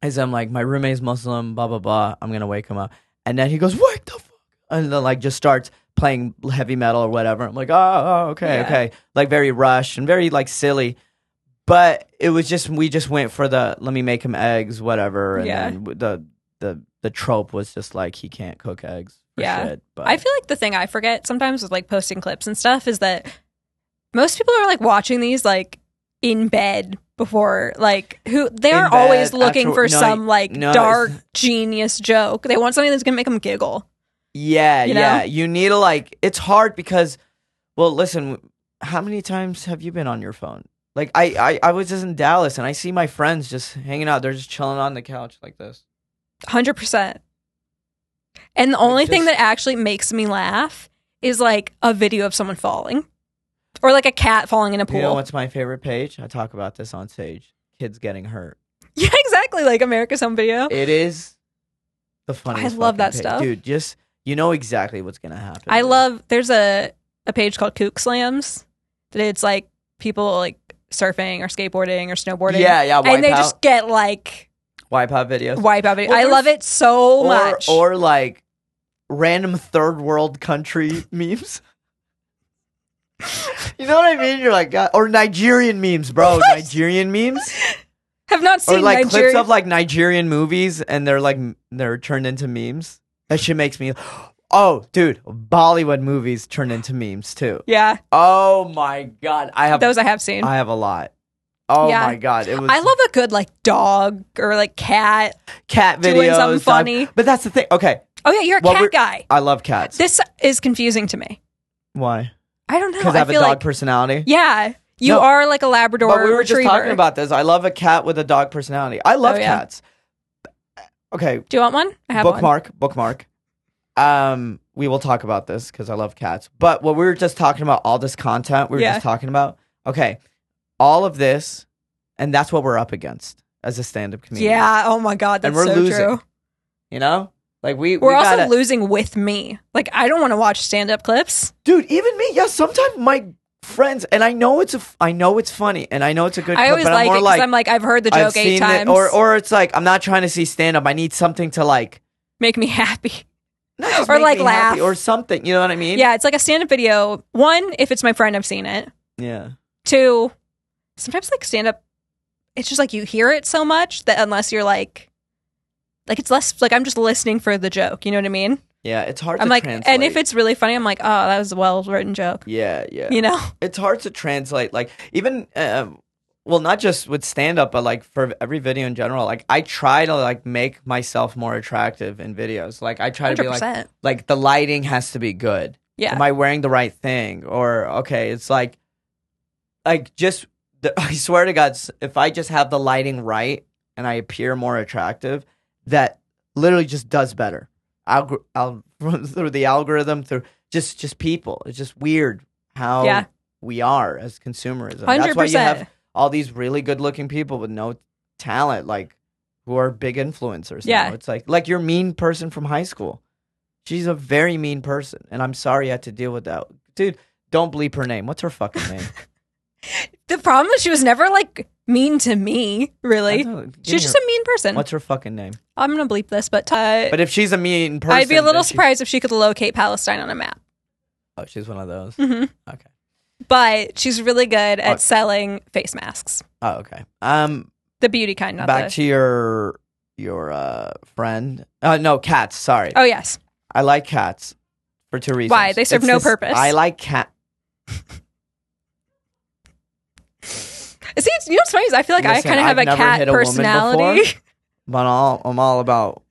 [SPEAKER 1] is I'm like my roommate's Muslim, blah blah blah. I'm going to wake him up. And then he goes, "Wake the fuck!" And then like just starts playing heavy metal or whatever. I'm like, "Oh, oh, okay,
[SPEAKER 2] Yeah.
[SPEAKER 1] okay." Like very rushed and very like silly. But it was just we just went for the let me make him eggs, whatever. And
[SPEAKER 2] Yeah.
[SPEAKER 1] then w- the the the trope was just like he can't cook eggs. For
[SPEAKER 2] Yeah.
[SPEAKER 1] shit, but
[SPEAKER 2] I feel like the thing I forget sometimes with like posting clips and stuff is that most people are like watching these like in bed before like who they
[SPEAKER 1] In
[SPEAKER 2] are always
[SPEAKER 1] bed,
[SPEAKER 2] looking
[SPEAKER 1] after-
[SPEAKER 2] for
[SPEAKER 1] no,
[SPEAKER 2] some like
[SPEAKER 1] no, it's-
[SPEAKER 2] dark genius joke. They want something that's gonna make them giggle.
[SPEAKER 1] yeah,
[SPEAKER 2] you
[SPEAKER 1] yeah.
[SPEAKER 2] know?
[SPEAKER 1] You need to like it's hard because well, listen, how many times have you been on your phone? Like I, I I was just in Dallas and I see my friends just hanging out. They're just chilling on the couch like this.
[SPEAKER 2] Hundred percent. And the only thing
[SPEAKER 1] just-
[SPEAKER 2] that actually makes me laugh is like a video of someone falling. Or like a cat falling in a pool.
[SPEAKER 1] You know what's my favorite page? I talk about this on stage. Kids getting hurt.
[SPEAKER 2] yeah, exactly. Like America's Home Video.
[SPEAKER 1] It is the funniest.
[SPEAKER 2] love
[SPEAKER 1] fucking
[SPEAKER 2] that
[SPEAKER 1] page.
[SPEAKER 2] stuff.
[SPEAKER 1] dude. Just you know exactly what's gonna happen.
[SPEAKER 2] I
[SPEAKER 1] dude.
[SPEAKER 2] love there's a a page called Kook Slams that it's like people like surfing or skateboarding or snowboarding.
[SPEAKER 1] Yeah, yeah. Wipe
[SPEAKER 2] and they
[SPEAKER 1] out,
[SPEAKER 2] just get like
[SPEAKER 1] wipe out videos.
[SPEAKER 2] wipe out. video.
[SPEAKER 1] Well,
[SPEAKER 2] I love
[SPEAKER 1] there's-
[SPEAKER 2] it so
[SPEAKER 1] or,
[SPEAKER 2] much.
[SPEAKER 1] or like random third world country memes. you know what I mean? You're like, God, or Nigerian memes, bro. Nigerian memes,
[SPEAKER 2] Have not
[SPEAKER 1] or
[SPEAKER 2] seen
[SPEAKER 1] like clips
[SPEAKER 2] Nigeria.
[SPEAKER 1] of like Nigerian movies, and they're like m- they're turned into memes. That shit makes me. Oh, dude, Bollywood movies turn into memes too.
[SPEAKER 2] yeah,
[SPEAKER 1] Oh my god, I have
[SPEAKER 2] those I have seen. I,
[SPEAKER 1] I have a lot. Oh
[SPEAKER 2] Yeah.
[SPEAKER 1] my god, it was
[SPEAKER 2] love a good like dog or like cat.
[SPEAKER 1] cat videos.
[SPEAKER 2] doing something
[SPEAKER 1] I've-
[SPEAKER 2] funny.
[SPEAKER 1] but that's the thing. Okay,
[SPEAKER 2] Oh yeah, you're a
[SPEAKER 1] Well, we're-
[SPEAKER 2] cat guy.
[SPEAKER 1] I love cats.
[SPEAKER 2] This is confusing to me.
[SPEAKER 1] Why?
[SPEAKER 2] I don't know.
[SPEAKER 1] Because I have a
[SPEAKER 2] feel
[SPEAKER 1] dog
[SPEAKER 2] like
[SPEAKER 1] personality.
[SPEAKER 2] yeah, you
[SPEAKER 1] No.
[SPEAKER 2] are like a Labrador
[SPEAKER 1] but we were
[SPEAKER 2] retriever.
[SPEAKER 1] just talking about this. I love a cat with a dog personality. I love
[SPEAKER 2] Oh, yeah.
[SPEAKER 1] cats. Okay,
[SPEAKER 2] Do you want one? I have one.
[SPEAKER 1] bookmark, bookmark. Um, we will talk about this because I love cats. But what we were just talking about, all this content we were
[SPEAKER 2] Yeah.
[SPEAKER 1] just talking about. Okay, all of this, and that's what we're up against as a stand-up comedian.
[SPEAKER 2] Yeah. Oh my god, that's
[SPEAKER 1] And we're
[SPEAKER 2] so
[SPEAKER 1] losing.
[SPEAKER 2] true.
[SPEAKER 1] you know, like we
[SPEAKER 2] We're
[SPEAKER 1] we
[SPEAKER 2] also
[SPEAKER 1] gotta-
[SPEAKER 2] losing with me. Like I don't want to watch stand up clips.
[SPEAKER 1] dude even me yeah sometimes my friends and i know it's a f- i know it's funny and i know it's a good
[SPEAKER 2] I
[SPEAKER 1] clip,
[SPEAKER 2] always
[SPEAKER 1] but i'm
[SPEAKER 2] like it
[SPEAKER 1] more
[SPEAKER 2] because
[SPEAKER 1] like
[SPEAKER 2] I'm like I've heard the joke
[SPEAKER 1] I've
[SPEAKER 2] eight
[SPEAKER 1] seen
[SPEAKER 2] times.
[SPEAKER 1] it, or or it's like I'm not trying to see stand up. I need something to like,
[SPEAKER 2] make me happy.
[SPEAKER 1] not just
[SPEAKER 2] Or,
[SPEAKER 1] make
[SPEAKER 2] like,
[SPEAKER 1] me happy
[SPEAKER 2] laugh.
[SPEAKER 1] or something. You know what I mean?
[SPEAKER 2] Yeah, it's like a stand up video. One, if it's my friend, I've seen it.
[SPEAKER 1] yeah.
[SPEAKER 2] Two, sometimes like stand up, it's just like you hear it so much that unless you're like, like it's less like I'm just listening for the joke. You know what I mean?
[SPEAKER 1] Yeah, It's hard.
[SPEAKER 2] I'm
[SPEAKER 1] to
[SPEAKER 2] like,
[SPEAKER 1] translate.
[SPEAKER 2] and if it's really funny, I'm like, oh, that was a well written joke.
[SPEAKER 1] yeah, yeah,
[SPEAKER 2] You know?
[SPEAKER 1] it's hard to translate. Like even, um, well, not just with stand up, but like for every video in general. Like I try to like make myself more attractive in videos. Like I try to
[SPEAKER 2] Hundred
[SPEAKER 1] be like,
[SPEAKER 2] percent.
[SPEAKER 1] like the lighting has to be good.
[SPEAKER 2] Yeah.
[SPEAKER 1] am i wearing the right thing or okay it's like like just the, i swear to god s- if i just have the lighting right and i appear more attractive that literally just does better Algor- al- through the algorithm through just just people it's just weird how
[SPEAKER 2] Yeah.
[SPEAKER 1] we are as consumerism
[SPEAKER 2] Hundred
[SPEAKER 1] that's why you have
[SPEAKER 2] percent.
[SPEAKER 1] all these really good looking people with no talent like who are big influencers
[SPEAKER 2] Yeah.
[SPEAKER 1] now. it's like like your mean person from high school She's a very mean person, and I'm sorry I had to deal with that. Dude, don't bleep her name. What's her fucking name?
[SPEAKER 2] The problem is she was never like mean to me.
[SPEAKER 1] I
[SPEAKER 2] Really,
[SPEAKER 1] don't- give
[SPEAKER 2] she's
[SPEAKER 1] me
[SPEAKER 2] just
[SPEAKER 1] her-
[SPEAKER 2] a mean person.
[SPEAKER 1] What's her fucking name?
[SPEAKER 2] I'm gonna bleep this, but uh,
[SPEAKER 1] But if she's a mean person,
[SPEAKER 2] I'd be a
[SPEAKER 1] then
[SPEAKER 2] little
[SPEAKER 1] she-
[SPEAKER 2] surprised if she could locate Palestine on a map.
[SPEAKER 1] oh, she's one of those.
[SPEAKER 2] hmm
[SPEAKER 1] Okay.
[SPEAKER 2] But she's really good at
[SPEAKER 1] Oh.
[SPEAKER 2] selling face masks,
[SPEAKER 1] Oh, okay. Um,
[SPEAKER 2] the beauty kind, not
[SPEAKER 1] back
[SPEAKER 2] the.
[SPEAKER 1] to your your uh friend. Uh, no, cats. Sorry,
[SPEAKER 2] oh yes,
[SPEAKER 1] I like cats for two reasons.
[SPEAKER 2] Why? They serve no purpose.
[SPEAKER 1] I like cat.
[SPEAKER 2] See, it's, you know what's funny is I feel like I
[SPEAKER 1] Listen,
[SPEAKER 2] kind of have
[SPEAKER 1] I've
[SPEAKER 2] a
[SPEAKER 1] never
[SPEAKER 2] cat
[SPEAKER 1] hit a woman before.
[SPEAKER 2] personality,
[SPEAKER 1] But all, I'm all about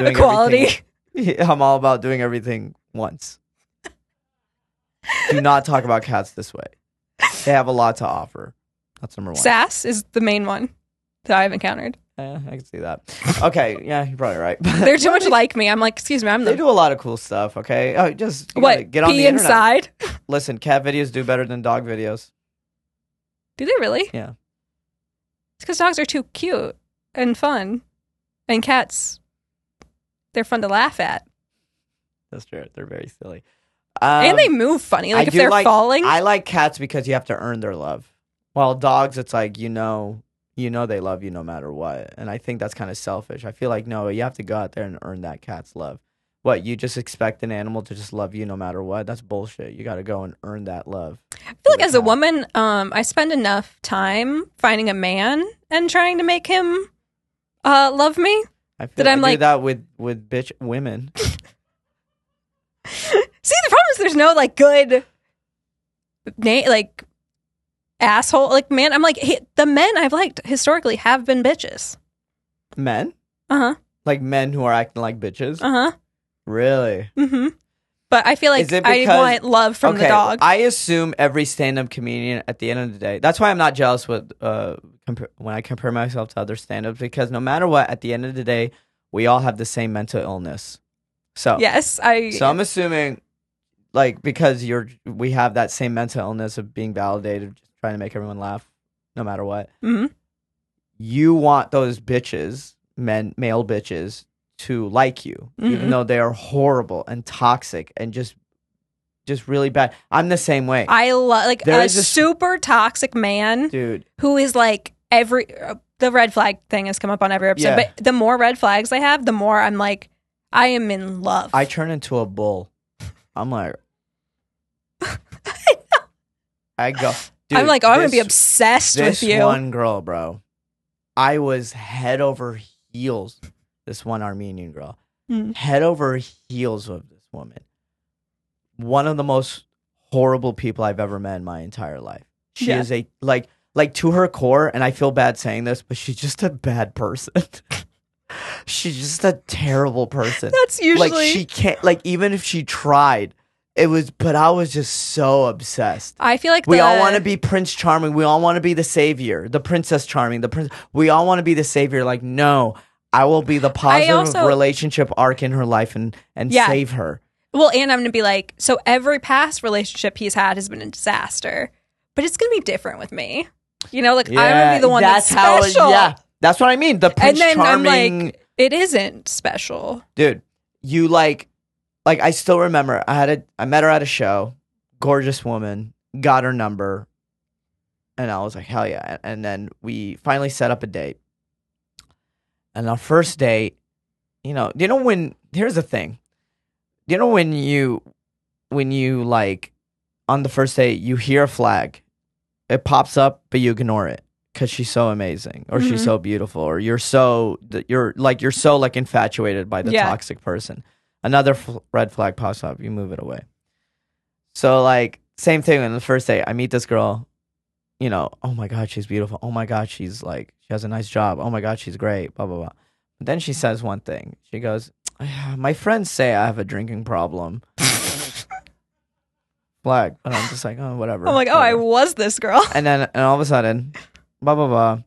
[SPEAKER 1] doing
[SPEAKER 2] equality.
[SPEAKER 1] everything- I'm all about doing everything once. Do not talk about cats this way. They have a lot to offer. That's number one.
[SPEAKER 2] Sass is the main one that I've encountered.
[SPEAKER 1] Eh, I can see that. Okay, yeah, you're probably right.
[SPEAKER 2] They're too much like me. I'm like, excuse me, I'm
[SPEAKER 1] they
[SPEAKER 2] the
[SPEAKER 1] do a lot of cool stuff. Okay, oh, just you gotta
[SPEAKER 2] what?
[SPEAKER 1] get on
[SPEAKER 2] pee
[SPEAKER 1] the internet.
[SPEAKER 2] inside?
[SPEAKER 1] Listen, cat videos do better than dog videos.
[SPEAKER 2] Do they really?
[SPEAKER 1] Yeah.
[SPEAKER 2] It's because dogs are too cute and fun, and cats, they're fun to laugh at,
[SPEAKER 1] That's true. They're very silly. Um,
[SPEAKER 2] and they move funny.
[SPEAKER 1] I
[SPEAKER 2] Like if
[SPEAKER 1] do
[SPEAKER 2] they're
[SPEAKER 1] like-
[SPEAKER 2] falling,
[SPEAKER 1] I like cats because you have to earn their love. While dogs, it's like you know, you know they love you no matter what, and I think that's kind of selfish. I feel like no, you have to go out there and earn that cat's love. What you just expect an animal to just love you no matter what? That's bullshit. You got to go and earn that love.
[SPEAKER 2] I feel like
[SPEAKER 1] the
[SPEAKER 2] as a
[SPEAKER 1] cat.
[SPEAKER 2] woman, um, I spend enough time finding a man and trying to make him uh, love me.
[SPEAKER 1] I feel
[SPEAKER 2] That
[SPEAKER 1] I
[SPEAKER 2] I'm
[SPEAKER 1] do
[SPEAKER 2] like-
[SPEAKER 1] that with with bitch women.
[SPEAKER 2] See, the problem is there's no like good, na- like asshole, like man. I'm like he- the men I've liked historically have been bitches.
[SPEAKER 1] men
[SPEAKER 2] Uh huh.
[SPEAKER 1] like men who are acting like bitches.
[SPEAKER 2] Uh huh.
[SPEAKER 1] Really?
[SPEAKER 2] Mm-hmm. But I feel like
[SPEAKER 1] Is it
[SPEAKER 2] I
[SPEAKER 1] because-
[SPEAKER 2] want love from the dog.
[SPEAKER 1] I assume every stand-up comedian at the end of the day. That's why I'm not jealous with uh, compa- when I compare myself to other stand-ups because no matter what, at the end of the day, we all have the same mental illness. So
[SPEAKER 2] yes, I.
[SPEAKER 1] so I'm assuming, like, because you're we have that same mental illness of being validated, just trying to make everyone laugh, no matter what.
[SPEAKER 2] Mhm.
[SPEAKER 1] You want those bitches, men, male bitches, to like you, even
[SPEAKER 2] Mhm.
[SPEAKER 1] though they are horrible and toxic and just, just really bad. I'm the same way,
[SPEAKER 2] I love like
[SPEAKER 1] There
[SPEAKER 2] a
[SPEAKER 1] is this-
[SPEAKER 2] super toxic man
[SPEAKER 1] dude.
[SPEAKER 2] who is like every uh, the red flag thing has come up on every episode.
[SPEAKER 1] Yeah.
[SPEAKER 2] But the more red flags I have, the more I'm like, I am in love.
[SPEAKER 1] I turn into a bull. I'm like, I go. Dude,
[SPEAKER 2] I'm like, oh, I'm gonna be
[SPEAKER 1] this-
[SPEAKER 2] obsessed
[SPEAKER 1] this
[SPEAKER 2] with you.
[SPEAKER 1] one girl, bro. I was head over heels. This one Armenian girl,
[SPEAKER 2] Mm.
[SPEAKER 1] head over heels with this woman. One of the most horrible people I've ever met in my entire life. She
[SPEAKER 2] Yeah.
[SPEAKER 1] is a like like to her core, and I feel bad saying this, but she's just a bad person. she's just a terrible person
[SPEAKER 2] That's usually
[SPEAKER 1] like she can't like even if she tried it was but i was just so obsessed
[SPEAKER 2] I feel like
[SPEAKER 1] we all
[SPEAKER 2] the-
[SPEAKER 1] want to be prince charming we all want to be the savior the princess charming the prince we all want to be the savior like no i will be the positive
[SPEAKER 2] also-
[SPEAKER 1] relationship arc in her life and and
[SPEAKER 2] Yeah.
[SPEAKER 1] save her
[SPEAKER 2] Well, and I'm gonna be like, so every past relationship he's had has been a disaster, but it's gonna be different with me. You know, like I'm gonna be the one that's, special.
[SPEAKER 1] how yeah that's what i mean the
[SPEAKER 2] and
[SPEAKER 1] prince
[SPEAKER 2] then
[SPEAKER 1] charming
[SPEAKER 2] I'm like, it isn't special.
[SPEAKER 1] dude you like like i still remember i had a i met her at a show gorgeous woman got her number and i was like hell yeah and, and then we finally set up a date and our first date you know you know when here's the thing you know when you when you like on the first date you hear a flag it pops up but you ignore it because she's so amazing or she's
[SPEAKER 2] Mhm.
[SPEAKER 1] so beautiful or you're so that you're like you're so like infatuated by the
[SPEAKER 2] Yeah.
[SPEAKER 1] toxic person another f- red flag pops up you move it away so like same thing on the first date i meet this girl you know oh my god she's beautiful oh my god she's like she has a nice job oh my god she's great blah blah blah but then she says one thing she goes "Ah, my friends say i have a drinking problem flag and i'm just like oh whatever
[SPEAKER 2] I'm like, oh, I
[SPEAKER 1] whatever
[SPEAKER 2] was this girl.
[SPEAKER 1] and then and all of a sudden, blah blah blah,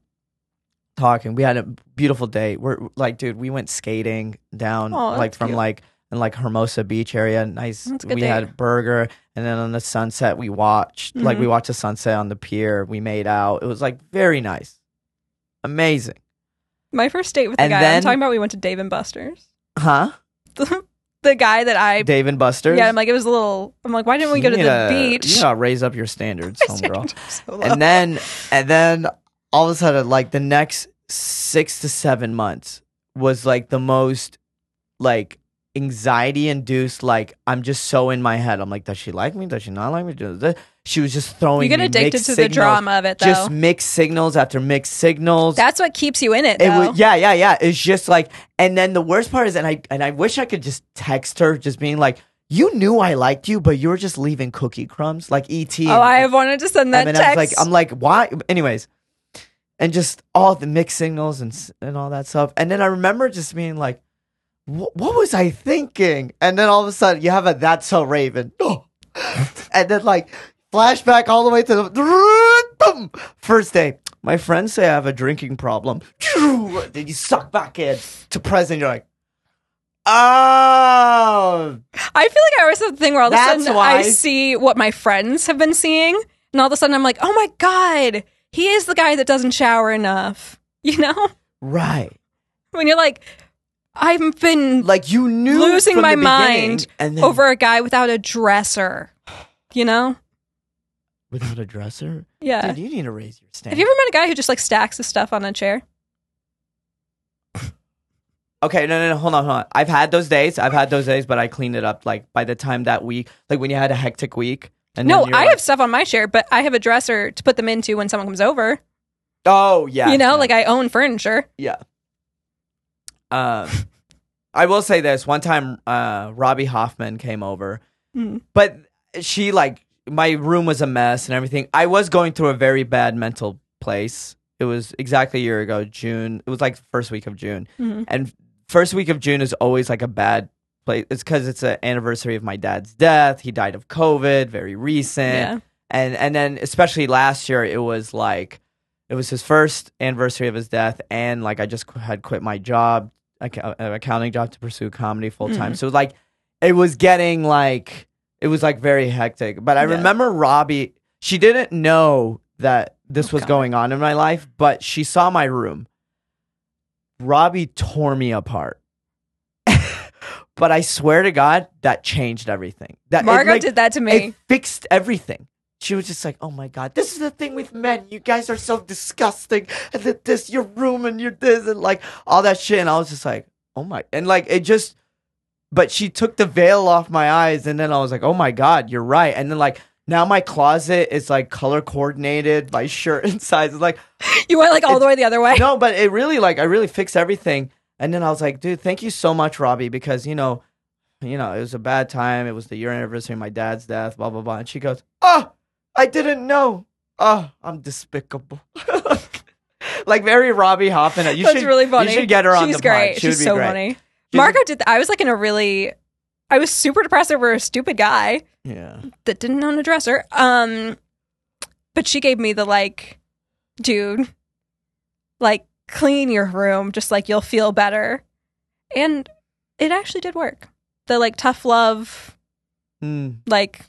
[SPEAKER 1] talking. We had a beautiful day. We're like, dude, we went skating down
[SPEAKER 2] Aw,
[SPEAKER 1] like
[SPEAKER 2] that's
[SPEAKER 1] from
[SPEAKER 2] cute.
[SPEAKER 1] like in like Hermosa Beach area. Nice.
[SPEAKER 2] That's a good
[SPEAKER 1] We
[SPEAKER 2] date.
[SPEAKER 1] had a burger, and then on the sunset we watched like
[SPEAKER 2] Mm-hmm.
[SPEAKER 1] we watched the sunset on the pier. We made out. It was like very nice, amazing,
[SPEAKER 2] My first date with the
[SPEAKER 1] And
[SPEAKER 2] guy I'm
[SPEAKER 1] then-
[SPEAKER 2] talking about, we went to Dave and Buster's.
[SPEAKER 1] huh?
[SPEAKER 2] The, the guy that I,
[SPEAKER 1] Dave and Buster's.
[SPEAKER 2] yeah, I'm like, it was a little. I'm like, why didn't we
[SPEAKER 1] You
[SPEAKER 2] go to
[SPEAKER 1] need to-
[SPEAKER 2] the beach?
[SPEAKER 1] You gotta raise up your standards,
[SPEAKER 2] My
[SPEAKER 1] homegirl.
[SPEAKER 2] standards are so low.
[SPEAKER 1] and then and then all of a sudden like the next six to seven months was like the most like anxiety induced like i'm just so in my head i'm like does she like me does she not like me Does this-" she was just throwing
[SPEAKER 2] you get
[SPEAKER 1] me
[SPEAKER 2] addicted
[SPEAKER 1] mixed
[SPEAKER 2] to the
[SPEAKER 1] signals,
[SPEAKER 2] drama of it, though.
[SPEAKER 1] just mixed signals after mixed signals
[SPEAKER 2] That's what keeps you in it,
[SPEAKER 1] it
[SPEAKER 2] though.
[SPEAKER 1] was yeah yeah yeah it's just like and then the worst part is and i and i wish i could just text her just being like you knew I liked you, but you were just leaving cookie crumbs like E ET.
[SPEAKER 2] Oh, I have wanted to send that
[SPEAKER 1] and then
[SPEAKER 2] text.
[SPEAKER 1] I was like, I'm like, why? Anyways, and just all the mixed signals and s- and all that stuff. And then I remember just being like, "Wh- what was I thinking? And then all of a sudden, you have a that's so Raven, and then like flashback all the way to the first day. My friends say I have a drinking problem. Then you suck back in to present. You're like, oh,
[SPEAKER 2] I feel like I always have the thing where all of a
[SPEAKER 1] That's
[SPEAKER 2] sudden
[SPEAKER 1] why.
[SPEAKER 2] I see what my friends have been seeing, and all of a sudden I'm like, oh my god, he is the guy that doesn't shower enough. You know,
[SPEAKER 1] right.
[SPEAKER 2] when you're like, I've been
[SPEAKER 1] Like you knew
[SPEAKER 2] Losing
[SPEAKER 1] from
[SPEAKER 2] my
[SPEAKER 1] the beginning,
[SPEAKER 2] mind
[SPEAKER 1] and then
[SPEAKER 2] over a guy without a dresser. You know,
[SPEAKER 1] without a dresser.
[SPEAKER 2] yeah.
[SPEAKER 1] Dude, you need to raise your standard.
[SPEAKER 2] have you ever met a guy who just like stacks his stuff on a chair?
[SPEAKER 1] okay, no, no, no, hold on, hold on. I've had those days. I've had those days, but I cleaned it up. Like by the time that week, like when you had a hectic week, and
[SPEAKER 2] No,
[SPEAKER 1] then you're
[SPEAKER 2] I
[SPEAKER 1] like,
[SPEAKER 2] have stuff on my chair, but I have a dresser to put them into when someone comes over.
[SPEAKER 1] Oh yeah,
[SPEAKER 2] you know,
[SPEAKER 1] yeah.
[SPEAKER 2] like I own furniture.
[SPEAKER 1] Yeah. Um, I will say this: one time, uh, Robbie Hoffman came over,
[SPEAKER 2] Mm.
[SPEAKER 1] but she like my room was a mess and everything. I was going through a very bad mental place. It was exactly a year ago, June. It was like the first week of June,
[SPEAKER 2] Mhm.
[SPEAKER 1] and first week of June is always like a bad place. It's because it's an anniversary of my dad's death. He died of COVID, very recent
[SPEAKER 2] Yeah.
[SPEAKER 1] and and then especially last year it was like it was his first anniversary of his death and like i just qu- had quit my job ac- uh, accounting job to pursue comedy full
[SPEAKER 2] Mm-hmm.
[SPEAKER 1] time so like it was getting like it was like very hectic but i
[SPEAKER 2] Yeah.
[SPEAKER 1] remember robbie she didn't know that this
[SPEAKER 2] Oh,
[SPEAKER 1] was
[SPEAKER 2] God.
[SPEAKER 1] going on in my life but she saw my room robbie tore me apart but i swear to god that changed everything that it,
[SPEAKER 2] Margo
[SPEAKER 1] like,
[SPEAKER 2] did that to
[SPEAKER 1] it
[SPEAKER 2] me.
[SPEAKER 1] fixed everything. She was just like, "Oh my god, this is the thing with men. You guys are so disgusting. And that this, your room, and your this, and like all that shit." And I was just like, "Oh my," and like it just. But she took the veil off my eyes, and then I was like, "Oh my god, you're right." And then like now my closet is like color coordinated. My shirt and size is like
[SPEAKER 2] you went like all the way the other way.
[SPEAKER 1] no, but it really like I really fixed everything. And then I was like, dude, thank you so much, Robbie, because you know, you know, it was a bad time. It was the year anniversary of my dad's death, blah blah blah. And she goes, Oh, I didn't know. Oh, I'm despicable. like very Robbie Hoffman. You
[SPEAKER 2] That's
[SPEAKER 1] should
[SPEAKER 2] really funny.
[SPEAKER 1] You should get her on
[SPEAKER 2] She's
[SPEAKER 1] the
[SPEAKER 2] great.
[SPEAKER 1] pod. She
[SPEAKER 2] She's
[SPEAKER 1] would be
[SPEAKER 2] so
[SPEAKER 1] great.
[SPEAKER 2] funny.
[SPEAKER 1] She's-
[SPEAKER 2] Margo did. Th- I was like in a really. I was super depressed over a stupid guy
[SPEAKER 1] Yeah.
[SPEAKER 2] that didn't own a dresser. Um, but she gave me the like, dude, like clean your room, just like you'll feel better, and it actually did work. The like tough love
[SPEAKER 1] Mm.
[SPEAKER 2] like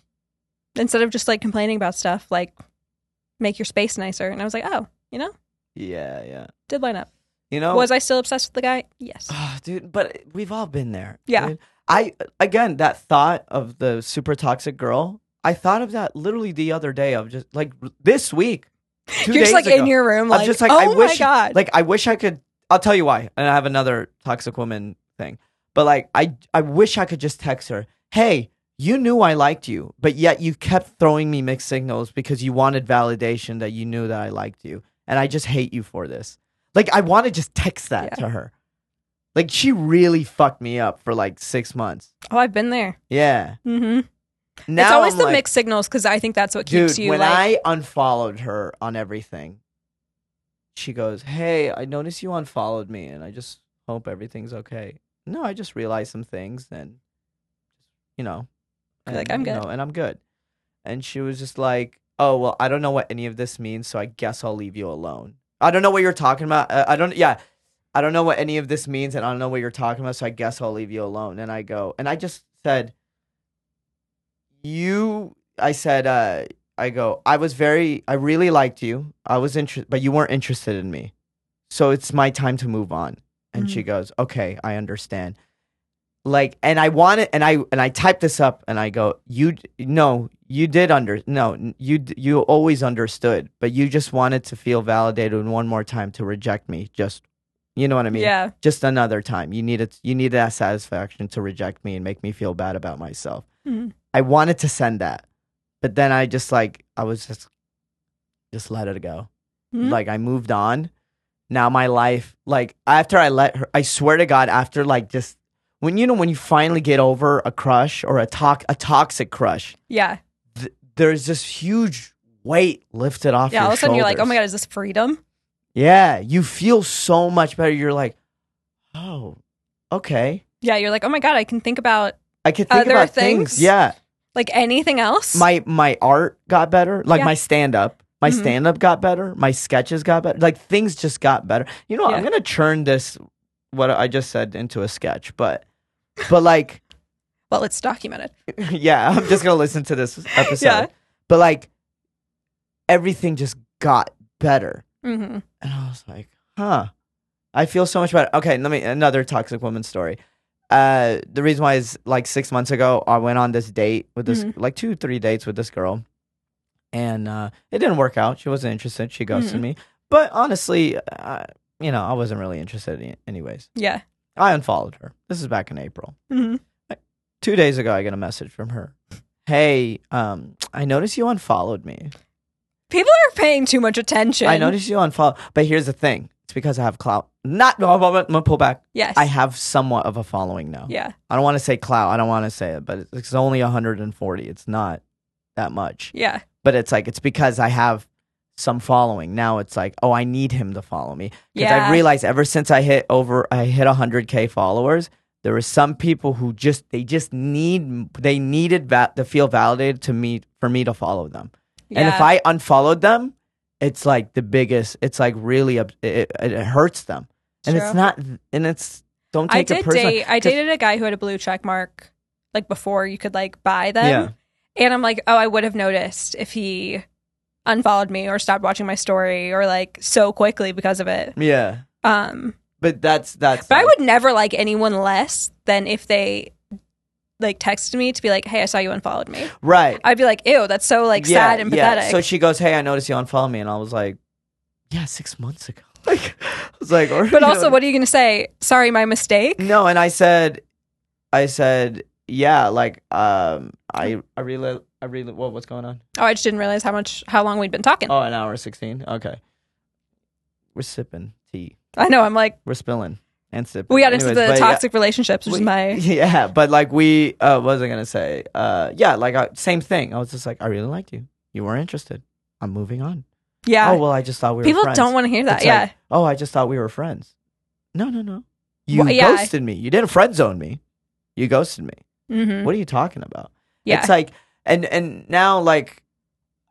[SPEAKER 2] instead of just like complaining about stuff like make your space nicer and i was like oh you know
[SPEAKER 1] Yeah, yeah.
[SPEAKER 2] did line up
[SPEAKER 1] You know
[SPEAKER 2] was i still obsessed with the guy yes
[SPEAKER 1] Oh, dude, but we've all been there.
[SPEAKER 2] Yeah.
[SPEAKER 1] dude. I again that thought of the super toxic girl. I thought of that literally the other day of just like this week. 2
[SPEAKER 2] you're just
[SPEAKER 1] days
[SPEAKER 2] like
[SPEAKER 1] ago.
[SPEAKER 2] in your room like,
[SPEAKER 1] I'm just like
[SPEAKER 2] oh
[SPEAKER 1] I
[SPEAKER 2] my
[SPEAKER 1] wish
[SPEAKER 2] god
[SPEAKER 1] like I wish I could I'll tell you why. And I have another toxic woman thing. But like I I wish I could just text her, "Hey, you knew I liked you, but yet you kept throwing me mixed signals because you wanted validation that you knew that I liked you, and I just hate you for this." Like I want to just text that
[SPEAKER 2] Yeah.
[SPEAKER 1] to her. Like she really fucked me up for like 6 months.
[SPEAKER 2] oh i've been there
[SPEAKER 1] Yeah.
[SPEAKER 2] hmm
[SPEAKER 1] Now
[SPEAKER 2] it's always
[SPEAKER 1] I'm
[SPEAKER 2] the
[SPEAKER 1] like,
[SPEAKER 2] mixed signals because i think that's what keeps
[SPEAKER 1] Dude,
[SPEAKER 2] you
[SPEAKER 1] when
[SPEAKER 2] like
[SPEAKER 1] I unfollowed her on everything, she goes, "Hey, I noticed you unfollowed me, and I just hope everything's okay." No, I just realized some things, and you know,
[SPEAKER 2] You're like,
[SPEAKER 1] and,
[SPEAKER 2] "I'm
[SPEAKER 1] you
[SPEAKER 2] good."
[SPEAKER 1] know, and I'm good. And she was just like, "Oh well, I don't know what any of this means, so I guess I'll leave you alone. I don't know what you're talking about. Uh, I don't, yeah." I don't know what any of this means, and I don't know what you're talking about, so I guess I'll leave you alone. And I go, and I just said, You, I said, uh, I go, I was very, I really liked you. I was interested, but you weren't interested in me. So it's my time to move on. And she goes, Okay, I understand. Like, and I want it, and I, and I typed this up, and I go, You, d- no, you did under, no, n- you, d- you always understood, but you just wanted to feel validated one more time to reject me. Just, you know what I mean?
[SPEAKER 2] yeah
[SPEAKER 1] just another time. You needed you needed that satisfaction to reject me and make me feel bad about myself.
[SPEAKER 2] Mhm.
[SPEAKER 1] I wanted to send that, but then I just like I was just just let it go.
[SPEAKER 2] Mhm.
[SPEAKER 1] Like I moved on. Now my life, like after I let her, I swear to God, after like just when you know when you finally get over a crush or a to- a toxic crush,
[SPEAKER 2] Yeah.
[SPEAKER 1] th- there's this huge weight lifted off.
[SPEAKER 2] Yeah.
[SPEAKER 1] your
[SPEAKER 2] All of a sudden you're like, oh my
[SPEAKER 1] shoulders.
[SPEAKER 2] God, is this freedom?
[SPEAKER 1] Yeah, you feel so much better. You're like, oh, okay,
[SPEAKER 2] Yeah. You're like, oh my God, I can think about
[SPEAKER 1] I can think
[SPEAKER 2] Other
[SPEAKER 1] about
[SPEAKER 2] things?
[SPEAKER 1] Yeah,
[SPEAKER 2] like anything else.
[SPEAKER 1] my my art got better like
[SPEAKER 2] Yeah.
[SPEAKER 1] my stand up my
[SPEAKER 2] Mhm.
[SPEAKER 1] stand up got better my sketches got better like things just got better you know what? i'm
[SPEAKER 2] Yeah.
[SPEAKER 1] gonna turn this what i just said into a sketch but but like
[SPEAKER 2] well, it's documented.
[SPEAKER 1] yeah i'm just gonna listen to this episode
[SPEAKER 2] Yeah.
[SPEAKER 1] but like everything just got better
[SPEAKER 2] hmm
[SPEAKER 1] and i was like huh i feel so much better okay let me another toxic woman story uh the reason why is like six months ago i went on this date with this like two three dates with this girl and uh, it didn't work out. She wasn't interested. She ghosted
[SPEAKER 2] Mhm.
[SPEAKER 1] me. But honestly, uh, you know, I wasn't really interested. In, anyways,
[SPEAKER 2] Yeah.
[SPEAKER 1] I unfollowed her. This is back in April.
[SPEAKER 2] hmm
[SPEAKER 1] Two days ago, I get a message from her. Hey, um, I noticed you unfollowed me.
[SPEAKER 2] People are paying too much attention.
[SPEAKER 1] I noticed you unfollowed. But here's the thing: it's because I have clout. Not. No, I'm gonna pull back.
[SPEAKER 2] Yes.
[SPEAKER 1] I have somewhat of a following now.
[SPEAKER 2] yeah.
[SPEAKER 1] I don't want to say clout. I don't want to say it, but it's only 140. It's not that much.
[SPEAKER 2] Yeah.
[SPEAKER 1] but it's like it's because I have some following. Now it's like, oh, I need him to follow me because
[SPEAKER 2] Yeah.
[SPEAKER 1] I realized ever since I hit over, I hit 100k followers. There were some people who just they just need they needed va- to feel validated to me for me to follow them. And if
[SPEAKER 2] Yeah.
[SPEAKER 1] I unfollowed them, it's like the biggest. It's like really up- it, it, it hurts them, and it's
[SPEAKER 2] True.
[SPEAKER 1] not. And it's don't
[SPEAKER 2] I
[SPEAKER 1] take it
[SPEAKER 2] did
[SPEAKER 1] personally.
[SPEAKER 2] date. I
[SPEAKER 1] 'cause-
[SPEAKER 2] dated a guy who had a blue check mark, like before you could like buy them.
[SPEAKER 1] Yeah.
[SPEAKER 2] And I'm like, oh, I would have noticed if he unfollowed me or stopped watching my story or like so quickly because of it.
[SPEAKER 1] Yeah,
[SPEAKER 2] Um,
[SPEAKER 1] but that's that's.
[SPEAKER 2] but I
[SPEAKER 1] like-
[SPEAKER 2] would never like anyone less than if they like texted me to be like, hey, I saw you unfollowed me.
[SPEAKER 1] right.
[SPEAKER 2] I'd be like, ew, that's so like
[SPEAKER 1] Yeah,
[SPEAKER 2] sad and
[SPEAKER 1] yeah.
[SPEAKER 2] pathetic.
[SPEAKER 1] So she goes, "Hey, I noticed you unfollow me," and I was like, "Yeah, six months ago." Like, I was like, or,
[SPEAKER 2] but also, what are you going to say? Sorry, my mistake.
[SPEAKER 1] No, and I said, I said, yeah, like, um, I, I really, I really, what, what's going on?
[SPEAKER 2] Oh, I just didn't realize how much how long we'd been talking.
[SPEAKER 1] Oh, an hour sixteen. Okay, we're sipping tea.
[SPEAKER 2] I know. I'm like,
[SPEAKER 1] We're spilling and sipping.
[SPEAKER 2] we got into
[SPEAKER 1] Anyways,
[SPEAKER 2] the
[SPEAKER 1] but yeah.
[SPEAKER 2] toxic relationships, which is
[SPEAKER 1] We-
[SPEAKER 2] my
[SPEAKER 1] yeah but like we uh what was i gonna say uh yeah like I, same thing i was just like i really liked you you were interested i'm moving on
[SPEAKER 2] yeah.
[SPEAKER 1] oh well i just thought we were
[SPEAKER 2] People
[SPEAKER 1] friends.
[SPEAKER 2] don't want to hear that.
[SPEAKER 1] It's
[SPEAKER 2] yeah.
[SPEAKER 1] like, oh, I just thought we were friends. No, no, no. You
[SPEAKER 2] Well, yeah, I-
[SPEAKER 1] ghosted me. You didn't friend zone me. You ghosted me.
[SPEAKER 2] mm-hmm.
[SPEAKER 1] What are you talking about?
[SPEAKER 2] Yeah.
[SPEAKER 1] It's like and and now like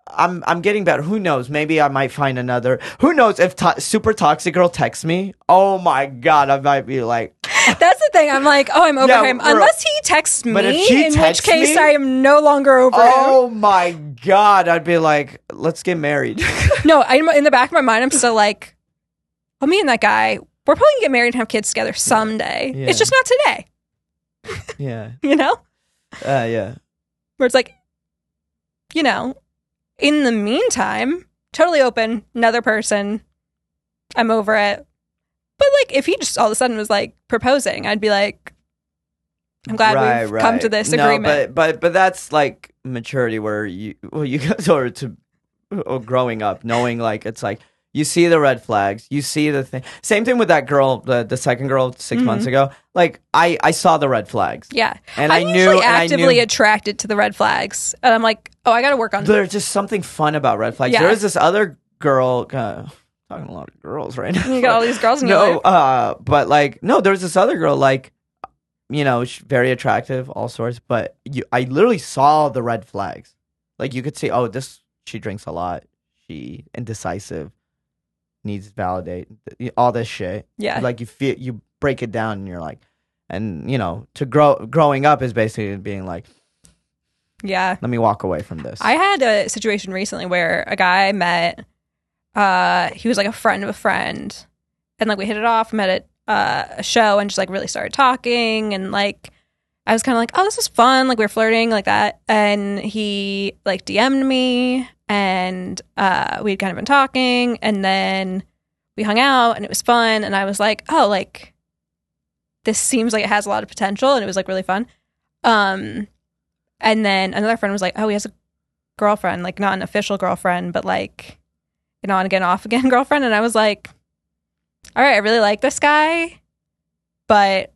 [SPEAKER 1] I'm I'm getting better. Who knows? Maybe I might find another. Who knows if to- super toxic girl texts me? Oh my god, I might be like,
[SPEAKER 2] That's the thing. I'm like, oh, I'm over
[SPEAKER 1] Yeah,
[SPEAKER 2] him.
[SPEAKER 1] we're-
[SPEAKER 2] Unless he texts me,
[SPEAKER 1] But if she
[SPEAKER 2] in
[SPEAKER 1] texts
[SPEAKER 2] which case
[SPEAKER 1] me-
[SPEAKER 2] I am no longer over
[SPEAKER 1] oh my god, I'd be like, let's get married.
[SPEAKER 2] him. No, I'm in the back of my mind. I'm still like, well, me and that guy, we're probably gonna get married and have kids together someday.
[SPEAKER 1] Yeah.
[SPEAKER 2] It's just not today,
[SPEAKER 1] yeah,
[SPEAKER 2] you know.
[SPEAKER 1] uh, yeah,
[SPEAKER 2] Where it's like, you know, in the meantime, totally open, another person. I'm over it. But like, if he just all of a sudden was like proposing, I'd be like, I'm glad we've come to this
[SPEAKER 1] No, but
[SPEAKER 2] agreement.
[SPEAKER 1] but but that's like maturity where you well you guys are to or growing up knowing like it's like you see the red flags, you see the thing. Same thing with that girl, the the second girl 6
[SPEAKER 2] Mhm.
[SPEAKER 1] months ago. Like I I saw the red flags
[SPEAKER 2] yeah.
[SPEAKER 1] and I
[SPEAKER 2] I'm
[SPEAKER 1] knew
[SPEAKER 2] usually
[SPEAKER 1] and I
[SPEAKER 2] actively
[SPEAKER 1] knew
[SPEAKER 2] attracted to the red flags, and I'm like, oh, I got to work on
[SPEAKER 1] there's just something fun about red flags.
[SPEAKER 2] Yeah.
[SPEAKER 1] There was this other girl uh, talking to a lot of girls right now.
[SPEAKER 2] You got all these girls in your
[SPEAKER 1] no,
[SPEAKER 2] life.
[SPEAKER 1] uh, but like, no, there was this other girl, like, you know, sh very attractive, all sorts. But you, I literally saw the red flags. Like, you could see, oh, this she drinks a lot, she indecisive, needs validate, all this shit.
[SPEAKER 2] Yeah,
[SPEAKER 1] Like, you feel you break it down, and you're like, and you know, to grow growing up is basically being like,
[SPEAKER 2] yeah.
[SPEAKER 1] let me walk away from this.
[SPEAKER 2] I had a situation recently where a guy I met. Uh, he was like a friend of a friend, and like we hit it off. Met at uh, a show and just like really started talking, and like I was kind of like, oh, this is fun. Like we were flirting like that, and he like DM'd me, and uh, we had kind of been talking, and then we hung out, and it was fun, and I was like, oh, like this seems like it has a lot of potential, and it was like really fun. Um, and then another friend was like, oh, he has a girlfriend, like not an official girlfriend, but like an on again, off again girlfriend. And I was like, all right, I really like this guy, but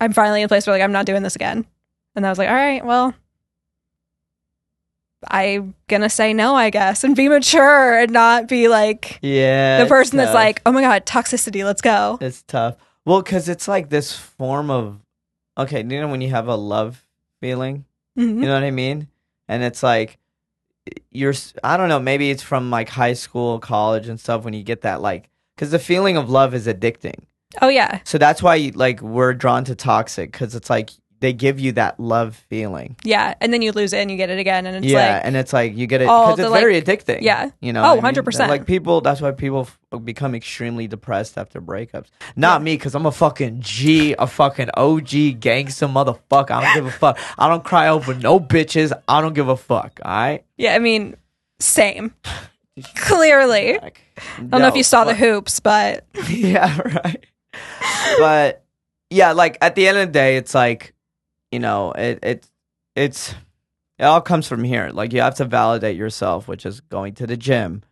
[SPEAKER 2] I'm finally in a place where like I'm not doing this again. And I was like, all right, well, I'm gonna say no, I guess, and be mature and not be like
[SPEAKER 1] Yeah.
[SPEAKER 2] the
[SPEAKER 1] it's
[SPEAKER 2] person that's
[SPEAKER 1] tough.
[SPEAKER 2] like, oh my god, toxicity, let's go.
[SPEAKER 1] it's tough. Well, because it's like this form of okay, you know when you have a love feeling,
[SPEAKER 2] Mhm.
[SPEAKER 1] you know what I mean? And it's like you're s- I don't know, maybe it's from like high school, college, and stuff when you get that like because the feeling of love is addicting.
[SPEAKER 2] Oh yeah,
[SPEAKER 1] So that's why like we're drawn to toxic because it's like they give you that love feeling.
[SPEAKER 2] yeah, and then you lose it and you get it again, and it's
[SPEAKER 1] yeah,
[SPEAKER 2] like,
[SPEAKER 1] and it's like you get it
[SPEAKER 2] all
[SPEAKER 1] because it's
[SPEAKER 2] the, like-
[SPEAKER 1] very addicting.
[SPEAKER 2] yeah.
[SPEAKER 1] you know.
[SPEAKER 2] Oh,
[SPEAKER 1] what I mean?
[SPEAKER 2] 100%.
[SPEAKER 1] Like people, that's why people f- become extremely depressed after breakups. Not me, because I'm a fucking G, a fucking OG gangster motherfucker. I don't give a fuck. I don't cry over no bitches. I don't give a fuck. All right.
[SPEAKER 2] yeah, I mean, same. Clearly, I
[SPEAKER 1] Like,
[SPEAKER 2] don't know if you saw the hoops, but
[SPEAKER 1] yeah, right. But yeah, like at the end of the day, it's like, you know, it it it's it all comes from here. Like you have to validate yourself, which is going to the gym,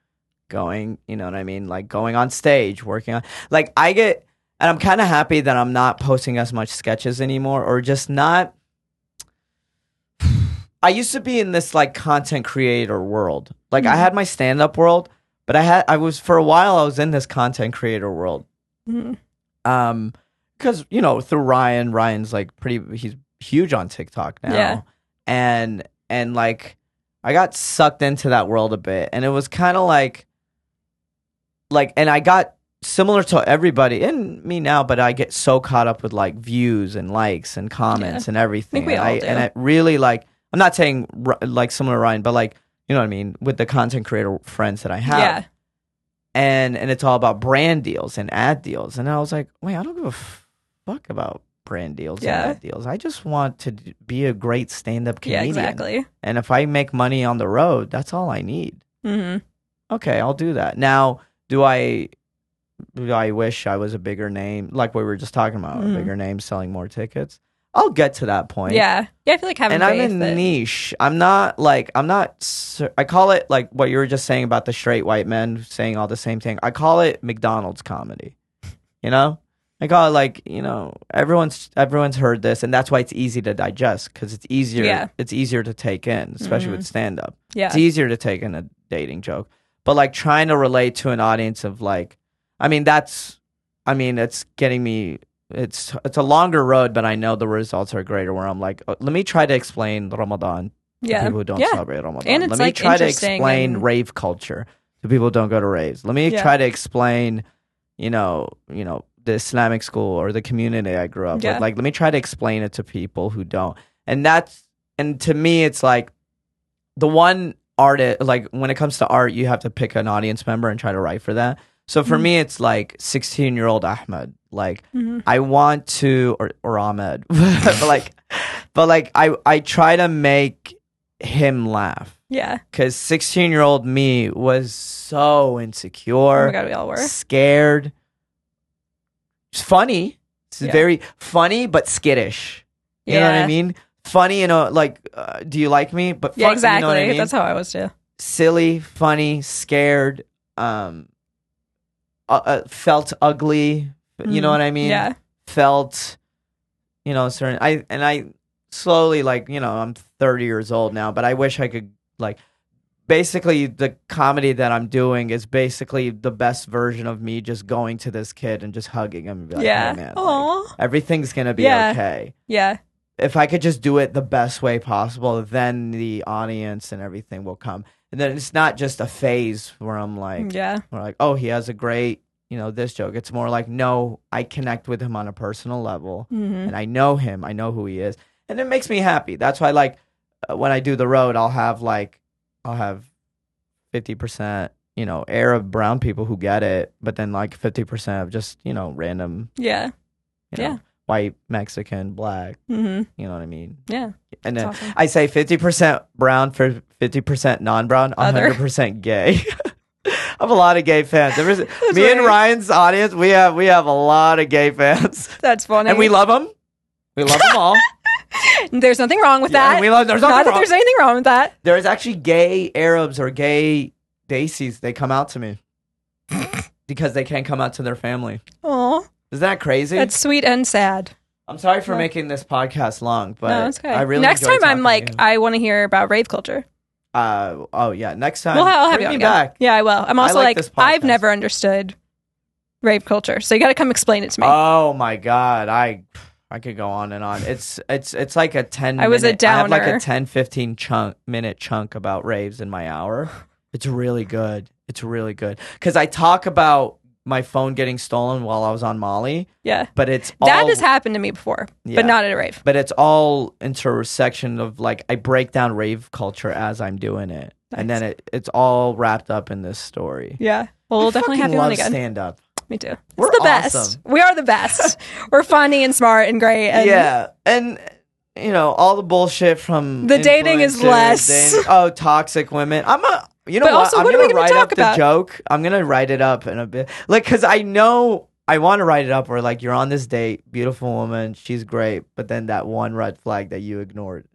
[SPEAKER 1] going, you know what I mean, like going on stage, working on. Like I get, and I'm kind of happy that I'm not posting as much sketches anymore, or just not. I used to be in this like content creator world. Like I had my stand up world, but I had I was for a while I was in this content creator world.
[SPEAKER 2] Mhm.
[SPEAKER 1] Um because you know through Ryan, Ryan's like pretty he's huge on TikTok now.
[SPEAKER 2] Yeah.
[SPEAKER 1] And and like I got sucked into that world a bit and it was kind of like like and I got similar to everybody and me now but I get so caught up with like views and likes and comments and everything.
[SPEAKER 2] we
[SPEAKER 1] and
[SPEAKER 2] all
[SPEAKER 1] I
[SPEAKER 2] do.
[SPEAKER 1] and it really like I'm not saying r- like similar to Ryan but like you know what I mean with the content creator friends that I have
[SPEAKER 2] yeah,
[SPEAKER 1] and and it's all about brand deals and ad deals. And I was like, wait, I don't give a fuck about brand deals
[SPEAKER 2] Yeah.
[SPEAKER 1] and ad deals. I just want to d- be a great stand-up
[SPEAKER 2] yeah,
[SPEAKER 1] comedian.
[SPEAKER 2] exactly.
[SPEAKER 1] And if I make money on the road, that's all I need.
[SPEAKER 2] hmm
[SPEAKER 1] Okay, I'll do that. Now, do I do I wish I was a bigger name, like we were just talking about,
[SPEAKER 2] Mhm.
[SPEAKER 1] a bigger name selling more tickets? I'll get to that point
[SPEAKER 2] Yeah, yeah, I feel like having
[SPEAKER 1] and I'm
[SPEAKER 2] faith
[SPEAKER 1] in
[SPEAKER 2] that-
[SPEAKER 1] niche. I'm not like I'm not. cer- I call it like what you were just saying about the straight white men saying all the same thing. I call it McDonald's comedy. You know, I call it like you know everyone's everyone's heard this, and that's why it's easy to digest because it's easier.
[SPEAKER 2] Yeah. Mm-hmm.
[SPEAKER 1] It's easier to take in, especially with stand up.
[SPEAKER 2] yeah,
[SPEAKER 1] It's easier to take in a dating joke, but like trying to relate to an audience of like, I mean that's, I mean it's getting me. It's it's a longer road, but I know the results are greater. Where I'm like, oh, let me try to explain Ramadan to
[SPEAKER 2] yeah,
[SPEAKER 1] people who don't
[SPEAKER 2] yeah.
[SPEAKER 1] celebrate Ramadan.
[SPEAKER 2] And it's,
[SPEAKER 1] let me
[SPEAKER 2] like,
[SPEAKER 1] try to
[SPEAKER 2] interesting
[SPEAKER 1] explain
[SPEAKER 2] and-
[SPEAKER 1] rave culture to people who don't go to raves. Let me
[SPEAKER 2] Yeah.
[SPEAKER 1] try to explain, you know, you know, the Islamic school or the community I grew up
[SPEAKER 2] Yeah.
[SPEAKER 1] with. Like, let me try to explain it to people who don't. And that's and to me, it's like the one artist. Like when it comes to art, you have to pick an audience member and try to write for that. So for
[SPEAKER 2] Mhm.
[SPEAKER 1] me, it's like 16 year old Ahmed. Like
[SPEAKER 2] Mhm.
[SPEAKER 1] I want to or, or Ahmed. but like but like I I try to make him laugh
[SPEAKER 2] yeah.
[SPEAKER 1] cuz 16-year-old me was so
[SPEAKER 2] Oh my
[SPEAKER 1] insecure,
[SPEAKER 2] god, we all were.
[SPEAKER 1] scared. It's funny. It's
[SPEAKER 2] Yeah.
[SPEAKER 1] very funny but skittish. You know what
[SPEAKER 2] Yeah.
[SPEAKER 1] I mean? Funny and uh, like uh, do you like me? But fun,
[SPEAKER 2] Yeah, exactly.
[SPEAKER 1] you know what I mean?
[SPEAKER 2] That's how I was too.
[SPEAKER 1] silly, funny, scared, um uh, uh, felt ugly, you know
[SPEAKER 2] Mhm.
[SPEAKER 1] what I mean?
[SPEAKER 2] Yeah,
[SPEAKER 1] felt you know certain i and i slowly like you know i'm 30 years old now but i wish i could like basically the comedy that i'm doing is basically the best version of me just going to this kid and just hugging him and be like,
[SPEAKER 2] yeah.
[SPEAKER 1] "Hey, man, like,
[SPEAKER 2] Oh,
[SPEAKER 1] everything's gonna be
[SPEAKER 2] Yeah.
[SPEAKER 1] okay
[SPEAKER 2] yeah.
[SPEAKER 1] if i could just do it the best way possible then the audience and everything will come and then it's not just a phase where i'm like
[SPEAKER 2] Mm, yeah.
[SPEAKER 1] we're like, oh, he has a great, you know, this joke. It's more like, no, I connect with him on a personal level
[SPEAKER 2] hmm
[SPEAKER 1] and I know him. I know who he is. And it makes me happy. That's why, like, uh, when I do the road, I'll have like, I'll have 50%, you know, Arab brown people who get it, but then like 50% of just, you know, random,
[SPEAKER 2] Yeah.
[SPEAKER 1] you know,
[SPEAKER 2] Yeah.
[SPEAKER 1] white, Mexican, black,
[SPEAKER 2] hmm
[SPEAKER 1] you know what I mean?
[SPEAKER 2] Yeah.
[SPEAKER 1] And
[SPEAKER 2] It's
[SPEAKER 1] then
[SPEAKER 2] awesome.
[SPEAKER 1] I say 50% brown for 50% non brown,
[SPEAKER 2] Other.
[SPEAKER 1] 100% gay. I have a lot of gay fans. There is, me and
[SPEAKER 2] right.
[SPEAKER 1] Ryan's audience, we have we have a lot of gay fans,
[SPEAKER 2] That's funny.
[SPEAKER 1] and we love them. We love them all.
[SPEAKER 2] There's nothing wrong with
[SPEAKER 1] Yeah,
[SPEAKER 2] that.
[SPEAKER 1] and we love. There's
[SPEAKER 2] Not
[SPEAKER 1] nothing
[SPEAKER 2] that
[SPEAKER 1] wrong.
[SPEAKER 2] there's anything wrong with that.
[SPEAKER 1] There's actually gay Arabs or gay Daisies. They come out to me because they can't come out to their family.
[SPEAKER 2] Oh,
[SPEAKER 1] Isn't that crazy?
[SPEAKER 2] that's sweet and sad.
[SPEAKER 1] I'm sorry for making this podcast long, but
[SPEAKER 2] no, it's good.
[SPEAKER 1] I really
[SPEAKER 2] Next
[SPEAKER 1] enjoy
[SPEAKER 2] time, I'm
[SPEAKER 1] talking
[SPEAKER 2] like,
[SPEAKER 1] to
[SPEAKER 2] I want to hear about rave culture.
[SPEAKER 1] you. uh, oh yeah, next time.
[SPEAKER 2] Well, I'll have
[SPEAKER 1] bring
[SPEAKER 2] you on
[SPEAKER 1] me
[SPEAKER 2] again.
[SPEAKER 1] back.
[SPEAKER 2] Yeah, I will. I'm
[SPEAKER 1] I
[SPEAKER 2] also
[SPEAKER 1] like
[SPEAKER 2] like,
[SPEAKER 1] this
[SPEAKER 2] I've
[SPEAKER 1] podcast.
[SPEAKER 2] never understood rave culture, so you got to come explain it to me.
[SPEAKER 1] Oh my god, I I could go on and on. It's it's it's like a 10
[SPEAKER 2] I was a
[SPEAKER 1] minute, I have like
[SPEAKER 2] downer.
[SPEAKER 1] a 10 15 chunk minute chunk about raves in my hour. It's really good. It's really good cuz I talk about my phone getting stolen while I was on Molly,
[SPEAKER 2] yeah,
[SPEAKER 1] but it's
[SPEAKER 2] that
[SPEAKER 1] all
[SPEAKER 2] has happened to me before,
[SPEAKER 1] Yeah.
[SPEAKER 2] but not at a rave.
[SPEAKER 1] but it's all intersection of like I break down rave culture as I'm doing it. And
[SPEAKER 2] Nice.
[SPEAKER 1] then it, it's all wrapped up in this story.
[SPEAKER 2] Yeah, well, we'll definitely have you on again.
[SPEAKER 1] stand up.
[SPEAKER 2] Me too.
[SPEAKER 1] We're
[SPEAKER 2] it's the best.
[SPEAKER 1] awesome.
[SPEAKER 2] We are the best. We're funny and smart and great. And
[SPEAKER 1] yeah, and you know all the bullshit from
[SPEAKER 2] The dating is
[SPEAKER 1] influencers,
[SPEAKER 2] less.
[SPEAKER 1] dating- oh, toxic women. I'm a. You know
[SPEAKER 2] But
[SPEAKER 1] what?
[SPEAKER 2] also,
[SPEAKER 1] I'm
[SPEAKER 2] what are we
[SPEAKER 1] gonna
[SPEAKER 2] gonna
[SPEAKER 1] write
[SPEAKER 2] talk
[SPEAKER 1] up
[SPEAKER 2] about?
[SPEAKER 1] the joke. I'm gonna write it up in a bit, like because I know I want to write it up. Where like you're on this date, beautiful woman, she's great, but then that one red flag that you ignored.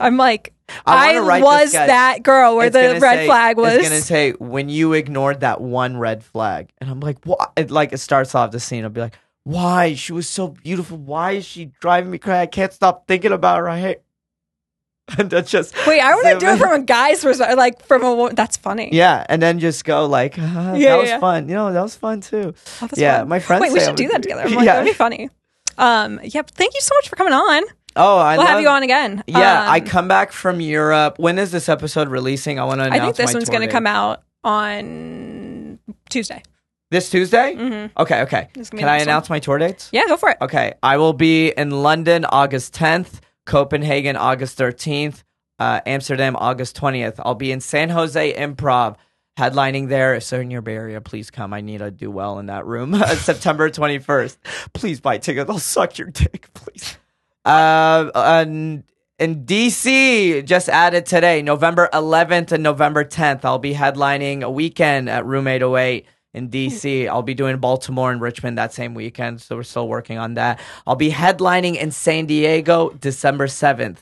[SPEAKER 2] I'm like,
[SPEAKER 1] I
[SPEAKER 2] I,
[SPEAKER 1] wanna write
[SPEAKER 2] was
[SPEAKER 1] this sketch.
[SPEAKER 2] that girl where
[SPEAKER 1] It's
[SPEAKER 2] the
[SPEAKER 1] gonna
[SPEAKER 2] red
[SPEAKER 1] say-
[SPEAKER 2] flag
[SPEAKER 1] It's gonna
[SPEAKER 2] was.
[SPEAKER 1] say when you ignored that one red flag, and I'm like, what? It, like it starts off the scene. I'll be like, why? She was so beautiful. Why is she driving me crazy? I can't stop thinking about her. I hate. And that's just
[SPEAKER 2] Wait, I want to
[SPEAKER 1] zoom
[SPEAKER 2] do it
[SPEAKER 1] in.
[SPEAKER 2] from a guy's perspective, like from a wo- that's funny.
[SPEAKER 1] yeah, and then just go like, ah,
[SPEAKER 2] Yeah,
[SPEAKER 1] that was
[SPEAKER 2] yeah.
[SPEAKER 1] fun. You know, that was fun too.
[SPEAKER 2] Oh, that's
[SPEAKER 1] yeah,
[SPEAKER 2] fun.
[SPEAKER 1] my friends.
[SPEAKER 2] Wait, we
[SPEAKER 1] say
[SPEAKER 2] should
[SPEAKER 1] I'm
[SPEAKER 2] do
[SPEAKER 1] a-
[SPEAKER 2] that together. I'm like,
[SPEAKER 1] yeah.
[SPEAKER 2] that'd be funny. Um, yeah, but thank you so much for coming on.
[SPEAKER 1] Oh, I
[SPEAKER 2] we'll have
[SPEAKER 1] love-
[SPEAKER 2] you on again.
[SPEAKER 1] Yeah,
[SPEAKER 2] Um,
[SPEAKER 1] I come back from Europe. When is this episode releasing? I want to.
[SPEAKER 2] I think this one's going to come out on Tuesday.
[SPEAKER 1] this Tuesday.
[SPEAKER 2] hmm
[SPEAKER 1] Okay, okay.
[SPEAKER 2] This is gonna be
[SPEAKER 1] Can
[SPEAKER 2] the
[SPEAKER 1] I
[SPEAKER 2] next one.
[SPEAKER 1] announce my tour dates?
[SPEAKER 2] Yeah, go for it.
[SPEAKER 1] Okay, I will be in London August 10th, Copenhagen August 13th, uh, Amsterdam August 20th. I'll be in San Jose Improv, headlining there. If they're in your Bay Area, please come. I need to do well in that room. September 21st. Please buy tickets. I'll suck your dick, please. Uh, and in DC, just added today, November 11th and November 10th. I'll be headlining a weekend at Room 808 in DC. I'll be doing Baltimore and Richmond that same weekend. So we're still working on that. I'll be headlining in San Diego December 7th.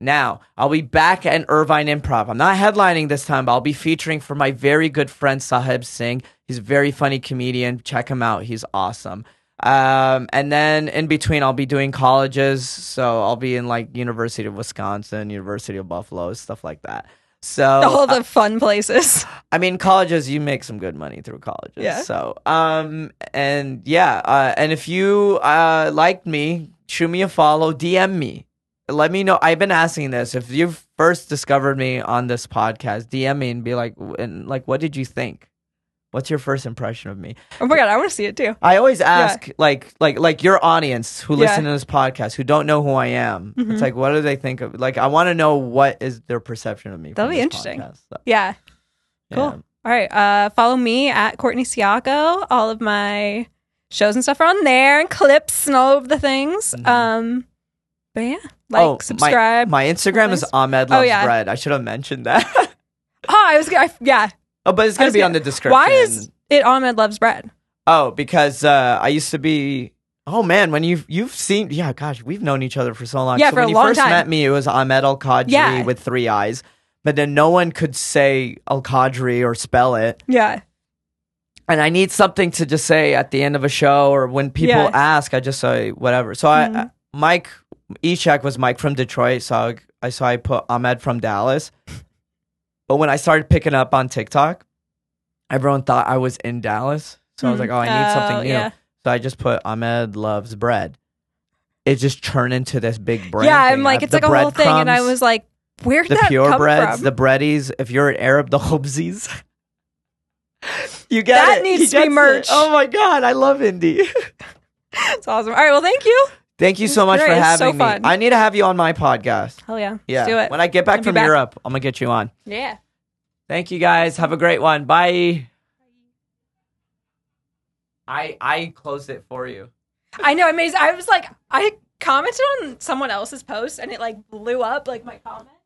[SPEAKER 1] Now, I'll be back at Irvine Improv. I'm not headlining this time, but I'll be featuring for my very good friend Sahib Singh. He's a very funny comedian. Check him out. He's awesome. Um, and then in between, I'll be doing colleges. So I'll be in like University of Wisconsin, University of Buffalo, stuff like that. So
[SPEAKER 2] All the fun places.
[SPEAKER 1] I mean, colleges, you make some good money through colleges.
[SPEAKER 2] Yeah.
[SPEAKER 1] So, um, and yeah, uh, and if you uh, liked me, shoot me a follow, DM me. Let me know. I've been asking this. If you first discovered me on this podcast, DM me and be like, w- and like, what did you think? What's your first impression of me?
[SPEAKER 2] Oh my god, I want to see it too.
[SPEAKER 1] I always ask, like, like, like your audience who
[SPEAKER 2] Yeah.
[SPEAKER 1] listen to this podcast who don't know who I am.
[SPEAKER 2] Mhm.
[SPEAKER 1] It's like, what do they think of? Like, I want to know what is their perception of me.
[SPEAKER 2] That'll
[SPEAKER 1] from
[SPEAKER 2] be
[SPEAKER 1] this
[SPEAKER 2] interesting.
[SPEAKER 1] podcast. So,
[SPEAKER 2] Yeah. Cool.
[SPEAKER 1] yeah.
[SPEAKER 2] All right. Uh, follow me at Courtney Siaco. All of my shows and stuff are on there, and clips and all of the things.
[SPEAKER 1] Mhm.
[SPEAKER 2] Um, but yeah, like,
[SPEAKER 1] Oh, my-
[SPEAKER 2] subscribe.
[SPEAKER 1] My Instagram is
[SPEAKER 2] Nice.
[SPEAKER 1] Ahmed
[SPEAKER 2] Oh,
[SPEAKER 1] loves
[SPEAKER 2] yeah.
[SPEAKER 1] bread. I should have mentioned that.
[SPEAKER 2] oh, I was. I, yeah.
[SPEAKER 1] oh, but it's
[SPEAKER 2] I
[SPEAKER 1] gonna
[SPEAKER 2] was
[SPEAKER 1] be
[SPEAKER 2] gonna-
[SPEAKER 1] on the description.
[SPEAKER 2] Why is it Ahmed loves bread?
[SPEAKER 1] Oh, because uh, I used to be. Oh man, when you've you've seen yeah, gosh, we've known each other for so long.
[SPEAKER 2] Yeah,
[SPEAKER 1] so
[SPEAKER 2] for a
[SPEAKER 1] when you
[SPEAKER 2] long
[SPEAKER 1] first
[SPEAKER 2] time.
[SPEAKER 1] met me, it was Ahmed Al Qadri
[SPEAKER 2] Yeah.
[SPEAKER 1] with three eyes. But then no one could say Al Qadri or spell it.
[SPEAKER 2] Yeah.
[SPEAKER 1] And I need something to just say at the end of a show or when people
[SPEAKER 2] Yeah.
[SPEAKER 1] ask, I just say whatever. So I,
[SPEAKER 2] Mhm.
[SPEAKER 1] Mike Echek was Mike from Detroit, so I so I put Ahmed from Dallas. But when I started picking up on TikTok, everyone thought I was in Dallas. So I was
[SPEAKER 2] Mhm.
[SPEAKER 1] like, oh, I need
[SPEAKER 2] Oh,
[SPEAKER 1] something new.
[SPEAKER 2] yeah.
[SPEAKER 1] So I just put Ahmed loves bread. It just turned into this big bread.
[SPEAKER 2] yeah.
[SPEAKER 1] thing.
[SPEAKER 2] I'm like,
[SPEAKER 1] Uh,
[SPEAKER 2] it's
[SPEAKER 1] the
[SPEAKER 2] like a whole thing, and I
[SPEAKER 1] breadcrumbs,
[SPEAKER 2] was like, where did
[SPEAKER 1] the
[SPEAKER 2] that come
[SPEAKER 1] purebreds,
[SPEAKER 2] from?
[SPEAKER 1] the breadies. If you're an Arab, the hobsies. you get
[SPEAKER 2] That
[SPEAKER 1] it.
[SPEAKER 2] needs
[SPEAKER 1] He
[SPEAKER 2] to be
[SPEAKER 1] gets it.
[SPEAKER 2] merch.
[SPEAKER 1] Oh my god, I love indie.
[SPEAKER 2] That's awesome. All right. Well, thank you.
[SPEAKER 1] Thank you
[SPEAKER 2] It's
[SPEAKER 1] so much
[SPEAKER 2] great.
[SPEAKER 1] for
[SPEAKER 2] It's so
[SPEAKER 1] having
[SPEAKER 2] fun.
[SPEAKER 1] me. I need to have you on my podcast.
[SPEAKER 2] Hell yeah.
[SPEAKER 1] Yeah.
[SPEAKER 2] Let's do it.
[SPEAKER 1] When I get back
[SPEAKER 2] I'll be
[SPEAKER 1] from
[SPEAKER 2] back.
[SPEAKER 1] Europe, I'm gonna get you on.
[SPEAKER 2] yeah.
[SPEAKER 1] Thank you guys. Have a great one. Bye. I I closed it for you.
[SPEAKER 2] I know. I mean, I was like, I commented on someone else's post, and it like blew up like my comment.